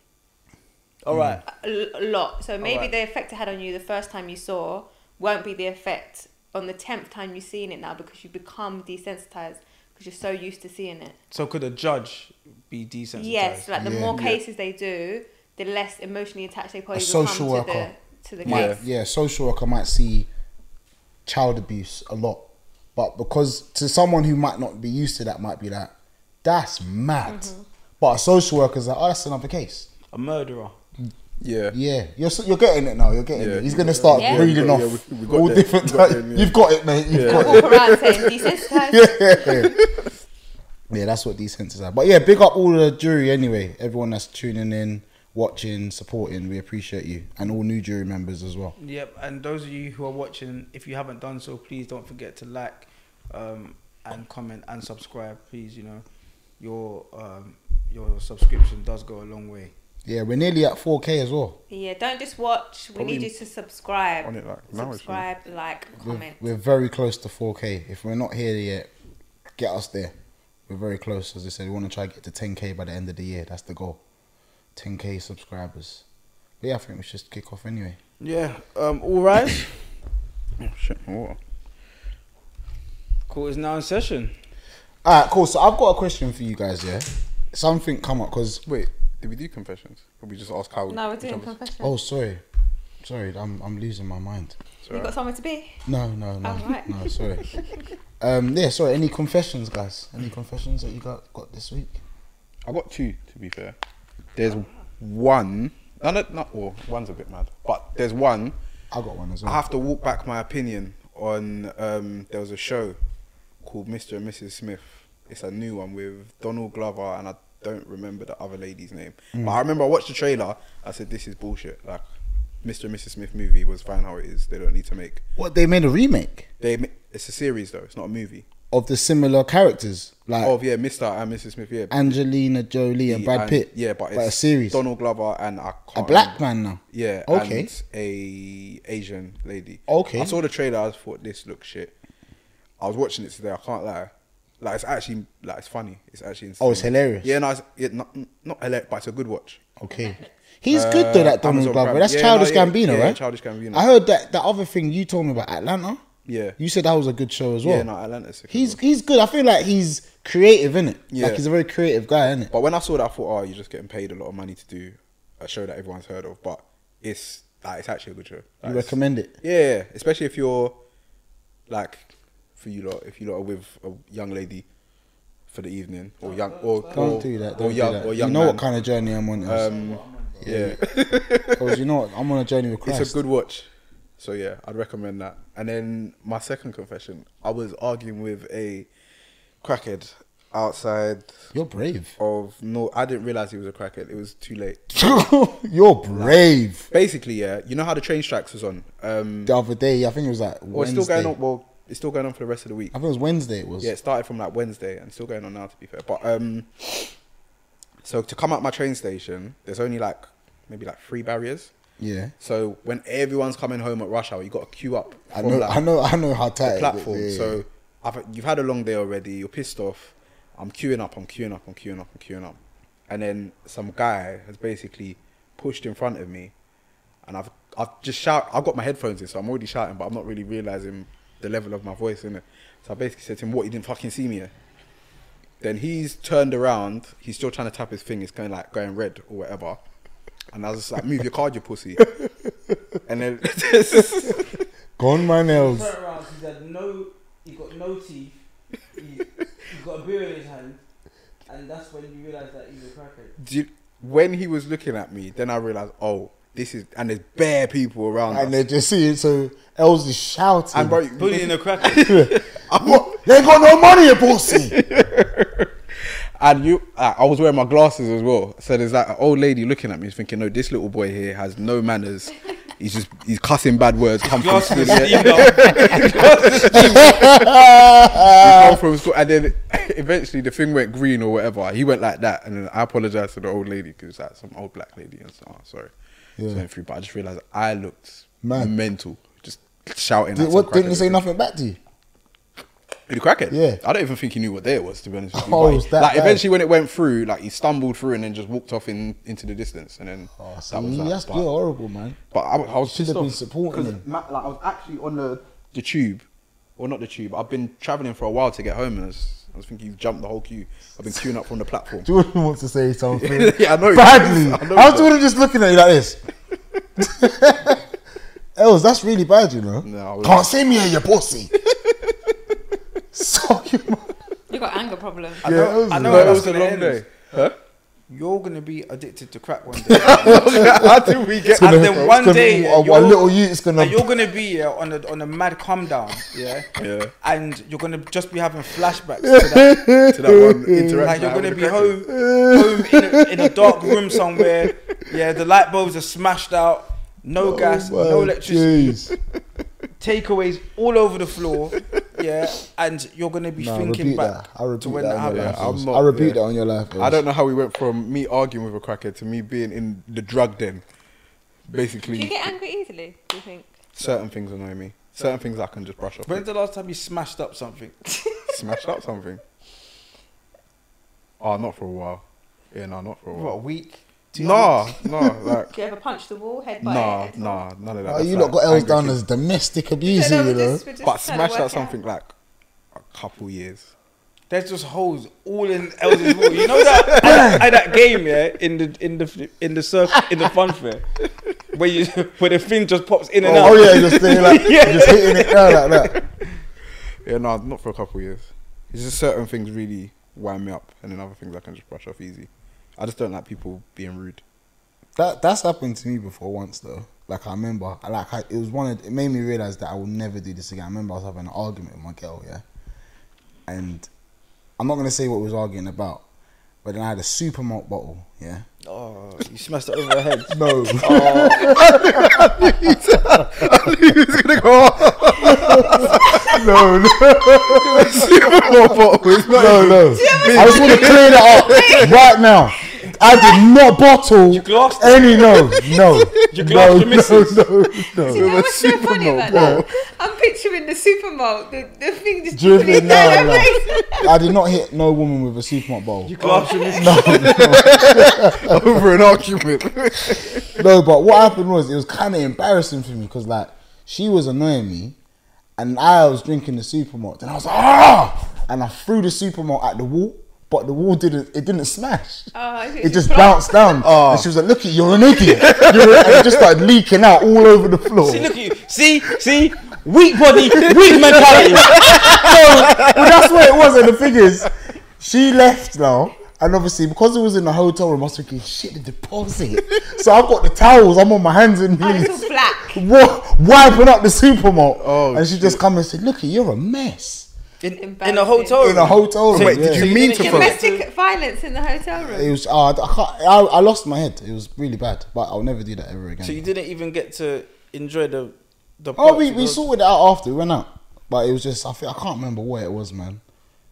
Speaker 2: All right.
Speaker 4: a a lot. So maybe
Speaker 2: Alright.
Speaker 4: the effect it had on you the first time you saw won't be the effect on the tenth time you've seen it now because you become desensitized because you're so used to seeing it.
Speaker 2: So could a judge be desensitized?
Speaker 4: Yes, like the
Speaker 1: Yeah.
Speaker 4: more
Speaker 1: Yeah.
Speaker 4: cases they do, the less emotionally attached they probably
Speaker 1: A
Speaker 4: become
Speaker 1: social
Speaker 4: to
Speaker 1: worker.
Speaker 4: the to the
Speaker 1: might,
Speaker 4: case.
Speaker 1: yeah, social worker might see child abuse a lot, but because to someone who might not be used to that, might be like, that's mad. But a social worker's like, oh, that's another case.
Speaker 2: a murderer.
Speaker 3: yeah.
Speaker 1: Yeah, you're so- you're getting it now. You're getting
Speaker 3: Yeah,
Speaker 1: it. He's
Speaker 3: you
Speaker 1: gonna
Speaker 3: got-
Speaker 1: start
Speaker 4: yeah,
Speaker 1: reading
Speaker 3: we got-
Speaker 1: off
Speaker 3: yeah, we- we got
Speaker 1: all
Speaker 3: there,
Speaker 1: different.
Speaker 3: we got
Speaker 1: types.
Speaker 3: there, yeah.
Speaker 1: You've got it, mate. You've
Speaker 3: Yeah.
Speaker 1: got it.
Speaker 4: Walk around saying desensitized.
Speaker 1: yeah. yeah, that's what these sentences are. But yeah, big up all the jury anyway. Everyone that's tuning in, watching, supporting, we appreciate you, and all new jury members as well.
Speaker 2: Yep. And those of you who are watching, if you haven't done so, please don't forget to like, um, and comment and subscribe. Please, you know, your um, your subscription does go a long way.
Speaker 1: Yeah, we're nearly at 4K as well.
Speaker 4: Yeah, don't just watch. We
Speaker 3: Probably
Speaker 4: need you to subscribe.
Speaker 3: on it like now, actually.
Speaker 4: subscribe, like,
Speaker 1: We're,
Speaker 4: comment.
Speaker 1: we're very close to 4K. If we're not here yet, get us there. We're very close, as I said. We want to try to get to 10K by the end of the year. That's the goal. 10K subscribers. But yeah, I think we should kick off anyway.
Speaker 2: Yeah. Um. All rise.
Speaker 3: Oh shit! What?
Speaker 2: Court is now in session.
Speaker 1: All right, cool. So I've got a question for you guys. Yeah, something come up because
Speaker 3: Wait, did we do confessions? Or we just ask how?
Speaker 4: No, we're
Speaker 3: each
Speaker 4: doing
Speaker 3: other's-
Speaker 4: confession.
Speaker 1: oh, sorry, sorry, I'm I'm losing my mind.
Speaker 3: It's
Speaker 4: You
Speaker 3: alright.
Speaker 4: got somewhere to be?
Speaker 1: No, no, no,
Speaker 4: Oh, right.
Speaker 1: no. Sorry. Um, yeah, sorry. Any confessions, guys? Any confessions that you got got this week?
Speaker 3: I got two, to be fair. There's one. No, no, not all. One's a bit mad, but there's one.
Speaker 1: I got one as
Speaker 3: I
Speaker 1: well.
Speaker 3: have to walk back my opinion on. Um, there was a show called Mr. and Mrs. Smith. It's a new one with Donald Glover, and I don't remember the other lady's name. But I remember I watched the trailer. I said, "This is bullshit." Like, Mr. and Mrs. Smith movie was fine how it is. They don't need to make.
Speaker 1: What they made a remake
Speaker 3: They. ma- It's a series though. It's not a movie.
Speaker 1: of the similar characters, like
Speaker 3: Oh yeah, Mr. and Mrs. Smith. Yeah.
Speaker 1: Angelina Jolie and Brad
Speaker 3: and-
Speaker 1: Pitt.
Speaker 3: Yeah, but it's
Speaker 1: a series.
Speaker 3: Donald Glover and I
Speaker 1: a
Speaker 3: can't
Speaker 1: black
Speaker 3: remember-
Speaker 1: man now.
Speaker 3: Yeah.
Speaker 1: Okay.
Speaker 3: And a Asian lady.
Speaker 1: Okay.
Speaker 3: I saw the trailer. I thought this looks shit. I was watching it today. I can't lie. Like it's actually like it's funny. It's actually insane.
Speaker 1: Oh, it's hilarious.
Speaker 3: Yeah, no, it's, yeah, not not hilarious, but it's a good watch.
Speaker 1: Okay. He's good though, that Donald
Speaker 3: Uh, Amazon
Speaker 1: Glover.
Speaker 3: Prime.
Speaker 1: That's
Speaker 3: Yeah,
Speaker 1: Childish
Speaker 3: no, yeah,
Speaker 1: Gambino,
Speaker 3: yeah,
Speaker 1: right?
Speaker 3: Childish Gambino.
Speaker 1: I heard that that other thing you told me about Atlanta.
Speaker 3: Yeah.
Speaker 1: You said that was a good show as well.
Speaker 3: Yeah, no, Atlanta's sick as
Speaker 1: He's he's good. I feel like he's creative, innit? it?
Speaker 3: Yeah.
Speaker 1: Like he's a very creative guy, innit?
Speaker 3: But when I saw that, I thought, oh, you're just getting paid a lot of money to do a show that everyone's heard of. But it's like it's actually a good show. Like,
Speaker 1: You
Speaker 3: it's-
Speaker 1: recommend it?
Speaker 3: Yeah, especially if you're like for you lot, if you lot are with a young lady for the evening or young or
Speaker 1: Don't
Speaker 3: or,
Speaker 1: do that.
Speaker 3: or
Speaker 1: Don't
Speaker 3: young
Speaker 1: do that.
Speaker 3: or young
Speaker 1: you know
Speaker 3: man.
Speaker 1: what kind of journey I'm on.
Speaker 3: Um, yeah,
Speaker 1: Because you know what? I'm on a journey with Christ.
Speaker 3: it's a good watch. So yeah, I'd recommend that. And then my second confession, I was arguing with a crackhead outside
Speaker 1: You're brave.
Speaker 3: of no. I didn't realize he was a crackhead. It was too late. Oh.
Speaker 1: You're brave.
Speaker 3: Basically, yeah, you know how the train strikes was on. Um,
Speaker 1: The other day, I think it was like
Speaker 3: well, it's
Speaker 1: Wednesday.
Speaker 3: still going on. Well, it's still going on for the rest of the week.
Speaker 1: I think it was Wednesday. It was.
Speaker 3: Yeah, it started from like Wednesday and still going on now to be fair. But um so to come out my train station, there's only like maybe like three barriers.
Speaker 1: Yeah.
Speaker 3: So when everyone's coming home at rush hour, you gotta queue up
Speaker 1: I
Speaker 3: from,
Speaker 1: know.
Speaker 3: like,
Speaker 1: I know. I know how tight.
Speaker 3: the
Speaker 1: it-
Speaker 3: platform.
Speaker 1: yeah, yeah.
Speaker 3: So I've, you've had a long day already, you're pissed off. I'm queuing up, I'm queuing up, I'm queuing up, I'm queuing up. And then some guy has basically pushed in front of me and I've I've just shout I've got my headphones in, so I'm already shouting, but I'm not really realising the level of my voice in it. So I basically said to him, What you didn't fucking see me here? Then he's turned around. He's still trying to tap his thing. It's going like going red or whatever. And I was just like, move your card, you pussy. and then
Speaker 1: gone my nails.
Speaker 2: around. He's had no. He got no teeth. He He's got a beer in his hand, and that's when you realise that he's a crackhead.
Speaker 3: Do you- when he was looking at me, then I realized, oh, this is and there's bare people around.
Speaker 1: and
Speaker 3: And,
Speaker 1: they just see it. So Els is shouting.
Speaker 3: and bro,
Speaker 2: Bullying a crackhead.
Speaker 3: I'm not-
Speaker 1: What? They ain't got no money, you pussy.
Speaker 3: and you, uh, I I was wearing my glasses as well. So there's like an old lady looking at me, thinking, no, this little boy here has no manners. He's just he's cussing bad words. Come from
Speaker 2: Glass
Speaker 3: school,
Speaker 2: was
Speaker 3: yeah.
Speaker 2: steamed up.
Speaker 3: He come from school, and then eventually the thing went green or whatever. He went like that, and then I apologized to the old lady because that's some old black lady and so on. Sorry,
Speaker 1: Yeah.
Speaker 3: yeah. went through, but I just realized I looked
Speaker 1: Mad.
Speaker 3: mental, just shouting.
Speaker 1: Did,
Speaker 3: at
Speaker 1: what, didn't he
Speaker 3: you
Speaker 1: say nothing back to you?
Speaker 3: The crackhead.
Speaker 1: Yeah.
Speaker 3: I don't even think he knew what day it was to be honest with you.
Speaker 1: Oh,
Speaker 3: but
Speaker 1: it was
Speaker 3: he-
Speaker 1: that
Speaker 3: like
Speaker 1: bad.
Speaker 3: eventually when it went through, like he stumbled through and then just walked off in into the distance, and then
Speaker 1: Oh,
Speaker 3: that was
Speaker 1: see,
Speaker 3: that.
Speaker 1: that's
Speaker 3: but,
Speaker 1: you're horrible, man.
Speaker 3: but I, I was
Speaker 1: Should
Speaker 3: pissed
Speaker 1: have been
Speaker 3: off
Speaker 1: supporting
Speaker 3: 'cause
Speaker 1: him.
Speaker 3: ma- like I was actually on the the tube, or not the tube. I've been traveling for a while to get home, and I was, I was thinking you've jumped the whole queue. I've been queuing up from the platform.
Speaker 1: Jordan wants to say something.
Speaker 3: Yeah, I know.
Speaker 1: Badly.
Speaker 3: I know.
Speaker 1: How's Jordan just looking at you like this? Els, that's really bad, you know.
Speaker 3: No, I was-
Speaker 1: Can't see me here, you pussy. Suck your mouth.
Speaker 4: You got anger problems.
Speaker 1: Yeah, Els
Speaker 2: I
Speaker 1: is bad.
Speaker 2: know
Speaker 3: No, it
Speaker 2: how
Speaker 3: was
Speaker 2: that's
Speaker 3: a
Speaker 2: gonna
Speaker 3: long
Speaker 2: end.
Speaker 1: eh?
Speaker 3: day. Huh?
Speaker 2: You're gonna be addicted to crack one day.
Speaker 3: How did we get?
Speaker 1: It's gonna-
Speaker 2: and then one
Speaker 1: it's gonna-
Speaker 2: day,
Speaker 1: a, a
Speaker 2: you're-
Speaker 1: little you, it's gonna.
Speaker 2: And you're gonna be yeah, on a on a mad calm down, yeah,
Speaker 3: Yeah.
Speaker 2: and you're gonna just be having flashbacks. To that.
Speaker 3: to that one interaction.
Speaker 2: Like
Speaker 3: I
Speaker 2: you're
Speaker 3: had
Speaker 2: gonna
Speaker 3: with
Speaker 2: be
Speaker 3: the
Speaker 2: home, home in a, in a dark room somewhere. Yeah, the light bulbs are smashed out, no
Speaker 1: Oh
Speaker 2: gas,
Speaker 1: my
Speaker 2: no electricity,
Speaker 1: days.
Speaker 2: takeaways all over the floor. Yeah, and you're gonna be
Speaker 1: Nah,
Speaker 2: thinking
Speaker 1: repeat
Speaker 2: back
Speaker 1: that. I
Speaker 2: to
Speaker 1: repeat
Speaker 2: when
Speaker 1: that.
Speaker 2: that
Speaker 1: on your life,
Speaker 2: happened.
Speaker 3: Yeah, I'm
Speaker 1: Els.
Speaker 3: not-
Speaker 1: I repeat
Speaker 3: yeah.
Speaker 1: that on your life.
Speaker 3: I
Speaker 1: Els.
Speaker 3: don't know how we went from me arguing with a crackhead to me being in the drug
Speaker 4: Do
Speaker 3: den.
Speaker 4: you
Speaker 3: Basically,
Speaker 4: get angry easily? Do you think?
Speaker 3: certain things annoy me. Certain things I can just brush off.
Speaker 2: When's the last time you smashed up something?
Speaker 3: Smashed up something. Oh, not for a while. Yeah, no, not for a
Speaker 2: What a
Speaker 3: while.
Speaker 2: week? Two
Speaker 3: Nah, nah, like,
Speaker 4: Do you ever punch the wall head by
Speaker 3: nah,
Speaker 4: head?
Speaker 3: nah, none of that.
Speaker 1: Oh,
Speaker 3: That's
Speaker 1: you lot
Speaker 3: like
Speaker 1: got Els
Speaker 3: angry
Speaker 1: down
Speaker 3: kid.
Speaker 1: as domestic abuser, you know.
Speaker 3: But smashed out something like a couple years.
Speaker 2: There's just holes all in Elder's wall. You know that at, that- at that game, yeah, in the in the in the surf in the fun fair, where you where the thing just pops in and
Speaker 1: Oh,
Speaker 2: out.
Speaker 1: yeah, you're just doing like,
Speaker 2: Yeah.
Speaker 1: just hitting it down like that.
Speaker 3: Yeah, no, not for a couple of years. It's just certain things really wind me up, and then other things I can just brush off easy. I just don't like people being rude.
Speaker 1: That that's happened to me before once though. Like I remember, I- like I, it was one. Of, it made me realize that I will never do this again. I remember I was having an argument with my girl, yeah, and I'm not gonna say what we was arguing about, but then I had a super malt bottle, yeah.
Speaker 2: Oh, you smashed it over her head.
Speaker 1: No,
Speaker 3: He's gonna go. off.
Speaker 1: no, no, no, no. I just want to clear that up right now. I did not bottle
Speaker 2: You glassed it.
Speaker 1: any. No, no,
Speaker 2: You glassed
Speaker 1: no,
Speaker 2: your missus.
Speaker 1: no, no,
Speaker 4: Do you
Speaker 1: no.
Speaker 4: know what's so
Speaker 3: super
Speaker 4: funny about
Speaker 3: malt.
Speaker 4: that? I'm picturing the super malt, the, the thing just
Speaker 1: Driven
Speaker 4: down
Speaker 1: down,
Speaker 4: her face.
Speaker 1: like, I did not hit no woman with a super malt bottle.
Speaker 2: You glassed your missus.
Speaker 3: over an argument.
Speaker 1: no, but what happened was it was kind of embarrassing for me because like she was annoying me, and I was drinking the supermalt, and I was like, ah, and I threw the supermalt at the wall, but the wall didn't. It didn't smash.
Speaker 4: Oh, I see.
Speaker 1: It just bounced down, and she was like, "Look, at you, you're an idiot!" You're an- and it just started leaking out all over the floor.
Speaker 2: See, look at you. See, see, weak body, weak mentality.
Speaker 1: well, that's what it was. And the thing is, she left now. And obviously, because it was in the hotel room, I was thinking, shit, the deposit. so I've got the towels. I'm on my hands and
Speaker 4: Oh,
Speaker 1: knees.
Speaker 4: it's all black.
Speaker 1: wa- wiping up the supermarket.
Speaker 3: Oh,
Speaker 1: and she just come and said, "Look, you're a mess."
Speaker 2: In, in a hotel room.
Speaker 1: In a hotel room.
Speaker 3: Wait, did
Speaker 1: yeah.
Speaker 3: you mean to throw it?
Speaker 4: Domestic violence in the hotel room.
Speaker 1: It was. Uh, I, can't, I, I lost my head. It was really bad. But I'll never do that ever again.
Speaker 2: So you didn't even get to enjoy the the.
Speaker 1: oh,
Speaker 2: parts
Speaker 1: we,
Speaker 2: of
Speaker 1: we
Speaker 2: the-
Speaker 1: sorted it out after we went out. But it was just. I think, I can't remember what it was, man.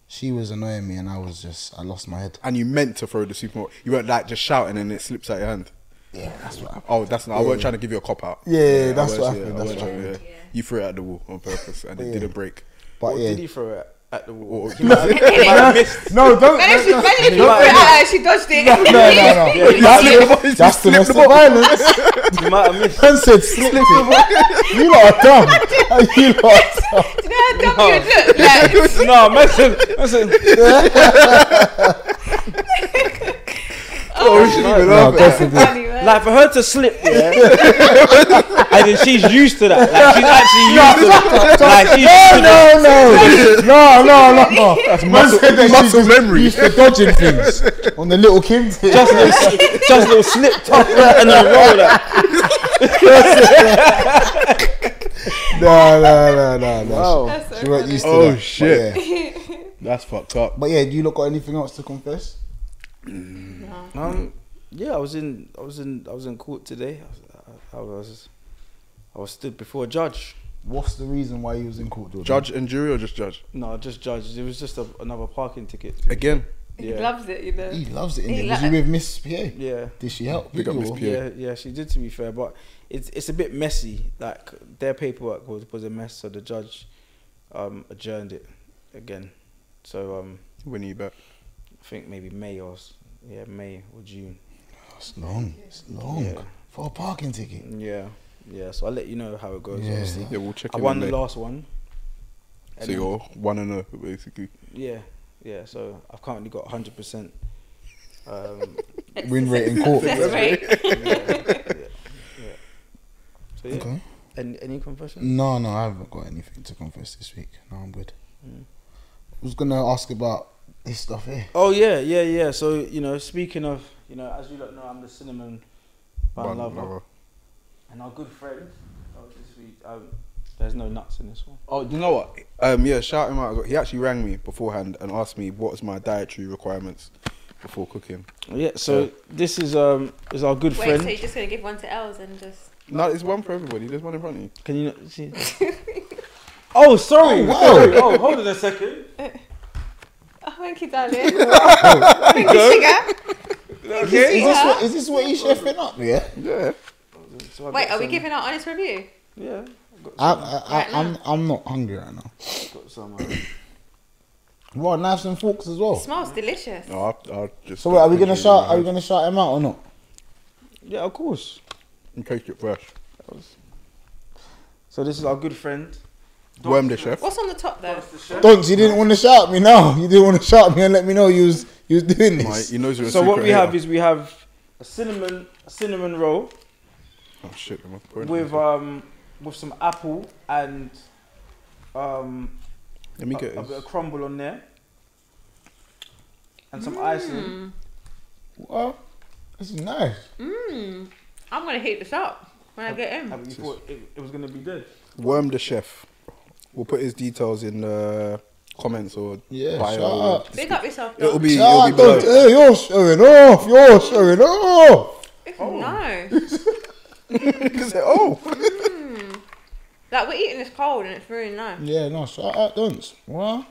Speaker 1: She was annoying me, and I was just. I lost my head.
Speaker 3: and you meant to throw the supermarket. You weren't like just shouting and it slips out your hand.
Speaker 1: Yeah, that's what. happened.
Speaker 3: Oh, that's not. I weren't trying to give you a cop out.
Speaker 1: Yeah,
Speaker 3: I
Speaker 1: that's
Speaker 3: weren't-
Speaker 1: what
Speaker 3: yeah,
Speaker 1: happened,
Speaker 3: I
Speaker 1: that's
Speaker 3: weren't
Speaker 1: what
Speaker 3: trying to-
Speaker 4: happened.
Speaker 3: yeah. You threw it at the wall on purpose and it
Speaker 1: Yeah.
Speaker 3: didn't break.
Speaker 1: But
Speaker 2: Or
Speaker 1: yeah.
Speaker 2: did he throw it at the wall?
Speaker 3: Or-
Speaker 2: He might have- he might have missed.
Speaker 1: No, don't.
Speaker 4: But then she,
Speaker 1: no,
Speaker 4: but then she,
Speaker 2: no, no.
Speaker 4: threw it at her, she dodged it.
Speaker 1: no, no, no.
Speaker 2: Yeah, he
Speaker 1: That's, that's domestic violence.
Speaker 2: He might have missed.
Speaker 1: Man said, slip it. You lot are dumb. You lot are dumb.
Speaker 4: Do you know how dumb you look? Like,
Speaker 2: no, listen, listen.
Speaker 3: Oh, we shouldn't
Speaker 2: no,
Speaker 3: even
Speaker 1: No,
Speaker 3: laugh
Speaker 1: God
Speaker 3: at
Speaker 1: forbid.
Speaker 4: funny, man.
Speaker 2: Like for her to slip, yeah, and then she's used to that. Like she's actually used to that. Like she's used to
Speaker 1: No,
Speaker 2: that.
Speaker 1: no, no, no, no, no. That's
Speaker 3: muscle- muscle memory.
Speaker 1: Used to dodging things on the little kids.
Speaker 2: Just little, sli- just little slip top and then roll that.
Speaker 1: No, no, no, no, no.
Speaker 4: That's so
Speaker 1: She weren't
Speaker 4: funny.
Speaker 1: used to
Speaker 3: Oh,
Speaker 1: that. But
Speaker 3: shit.
Speaker 1: yeah.
Speaker 3: That's fucked up.
Speaker 1: But yeah, you look got anything else to confess?
Speaker 2: Um, yeah, I was in, I was in, I was in court today. I was, I was, I was stood before a judge.
Speaker 1: What's the reason why he was in court, Jordan?
Speaker 3: Judge and jury or just judge?
Speaker 2: No, just judge. It was just a, another parking ticket.
Speaker 3: Again.
Speaker 4: He
Speaker 2: Yeah.
Speaker 4: loves it, you know.
Speaker 1: He loves it.
Speaker 4: He
Speaker 1: In
Speaker 4: lo-
Speaker 1: Was you with Miss Pierre?
Speaker 2: Yeah.
Speaker 1: Did she help?
Speaker 3: Big up
Speaker 1: you
Speaker 3: Miss
Speaker 1: or-
Speaker 3: Pierre.
Speaker 2: Yeah, yeah, she did. To be fair, but it's it's a bit messy. Like their paperwork was, was a mess, so the judge um, adjourned it again. So um,
Speaker 3: When are you back?
Speaker 2: I think maybe May or s- yeah May or June.
Speaker 1: It's long. It's long
Speaker 2: Yeah.
Speaker 1: for a parking ticket.
Speaker 2: Yeah, yeah. So I'll let you know how it goes.
Speaker 1: Yeah.
Speaker 2: Obviously,
Speaker 3: Yeah, we'll check
Speaker 2: I
Speaker 3: in
Speaker 2: won
Speaker 3: in
Speaker 2: the
Speaker 3: May.
Speaker 2: last one.
Speaker 3: So
Speaker 2: And then-
Speaker 3: you're one and a basically.
Speaker 2: yeah, yeah. So I've currently got hundred percent. Um,
Speaker 1: Win rate in court.
Speaker 4: That's right.
Speaker 2: yeah, yeah, yeah. So yeah.
Speaker 1: Okay.
Speaker 2: Any any confession?
Speaker 1: No, no, I haven't got anything to confess this week. No, I'm good.
Speaker 2: Mm.
Speaker 1: I was gonna ask about this stuff here.
Speaker 2: Oh yeah, yeah, yeah. So you know, speaking of, you know, as you lot know, I'm the cinnamon bun
Speaker 3: One oh.
Speaker 2: lover,
Speaker 3: lover.
Speaker 2: and our good friend. Oh, this week, um, there's no nuts in this one.
Speaker 3: Oh, you know what? Um, yeah, shout him out. He actually rang me beforehand and asked me what's my dietary requirements before cooking.
Speaker 2: Oh, Yeah. So this is um is our good
Speaker 4: Wait,
Speaker 2: friend.
Speaker 4: so you're just gonna give one to Els and just
Speaker 3: No, it's one for everybody. There's one in front of you.
Speaker 2: Can you not see? oh, sorry.
Speaker 1: Oh,
Speaker 2: Oh,
Speaker 1: wow.
Speaker 2: sorry. oh, hold on a second.
Speaker 4: Oh thank you, darling. Thank you, sugar.
Speaker 1: Is, is this what, is this what he's chefing up? Yeah.
Speaker 3: Yeah.
Speaker 2: So I
Speaker 4: Wait,
Speaker 2: got
Speaker 4: are we
Speaker 2: some-
Speaker 4: giving our honest review?
Speaker 2: Yeah. I've got
Speaker 1: I,
Speaker 2: some.
Speaker 1: I, I,
Speaker 4: Right
Speaker 1: I'm I'm not hungry right now.
Speaker 2: got some uh,
Speaker 1: Well, knives and forks as
Speaker 3: Oh.
Speaker 1: well.
Speaker 4: smells delicious.
Speaker 3: No, I'll, I'll just.
Speaker 1: So wait, are we gonna
Speaker 3: Cook it
Speaker 1: shout?
Speaker 3: in
Speaker 1: Are we
Speaker 3: my
Speaker 1: gonna shout him out or not?
Speaker 2: yeah, of course.
Speaker 3: house And cook it fresh.
Speaker 2: So this is our good friend.
Speaker 3: Worm the chef.
Speaker 4: What's on the top though?
Speaker 2: That's the chef.
Speaker 1: Donks, you didn't want to shout me. No, you didn't want to shout me and let me know you was you was doing
Speaker 3: My-
Speaker 1: this.
Speaker 3: he knows you're a
Speaker 2: So what
Speaker 3: secret
Speaker 2: we have
Speaker 3: hater.
Speaker 2: is we have a cinnamon a cinnamon roll.
Speaker 3: Oh shit! I'm not pouring it.
Speaker 2: with um with some apple and um
Speaker 3: Let me
Speaker 2: a,
Speaker 3: get
Speaker 2: a bit
Speaker 3: his.
Speaker 2: of crumble on there and some icing.
Speaker 4: Mm.
Speaker 1: Well, this is nice.
Speaker 4: Mm. I'm gonna heat this up when I get
Speaker 2: I
Speaker 4: in.
Speaker 2: mean, you thought it, it was gonna be dead.
Speaker 3: Worm the chef. We'll put his details in the comments or
Speaker 1: Yeah,
Speaker 3: bio.
Speaker 1: shout out.
Speaker 4: Big up yourself,
Speaker 3: It'll
Speaker 4: dog.
Speaker 3: be. It'll
Speaker 1: Ah,
Speaker 3: be
Speaker 1: don't,
Speaker 3: below.
Speaker 1: hey, you're showing off. You're showing off.
Speaker 4: No.
Speaker 3: oh.
Speaker 4: Mmm. Like we're eating this cold and it's really nice.
Speaker 1: Yeah, no, shout out, Donks. What?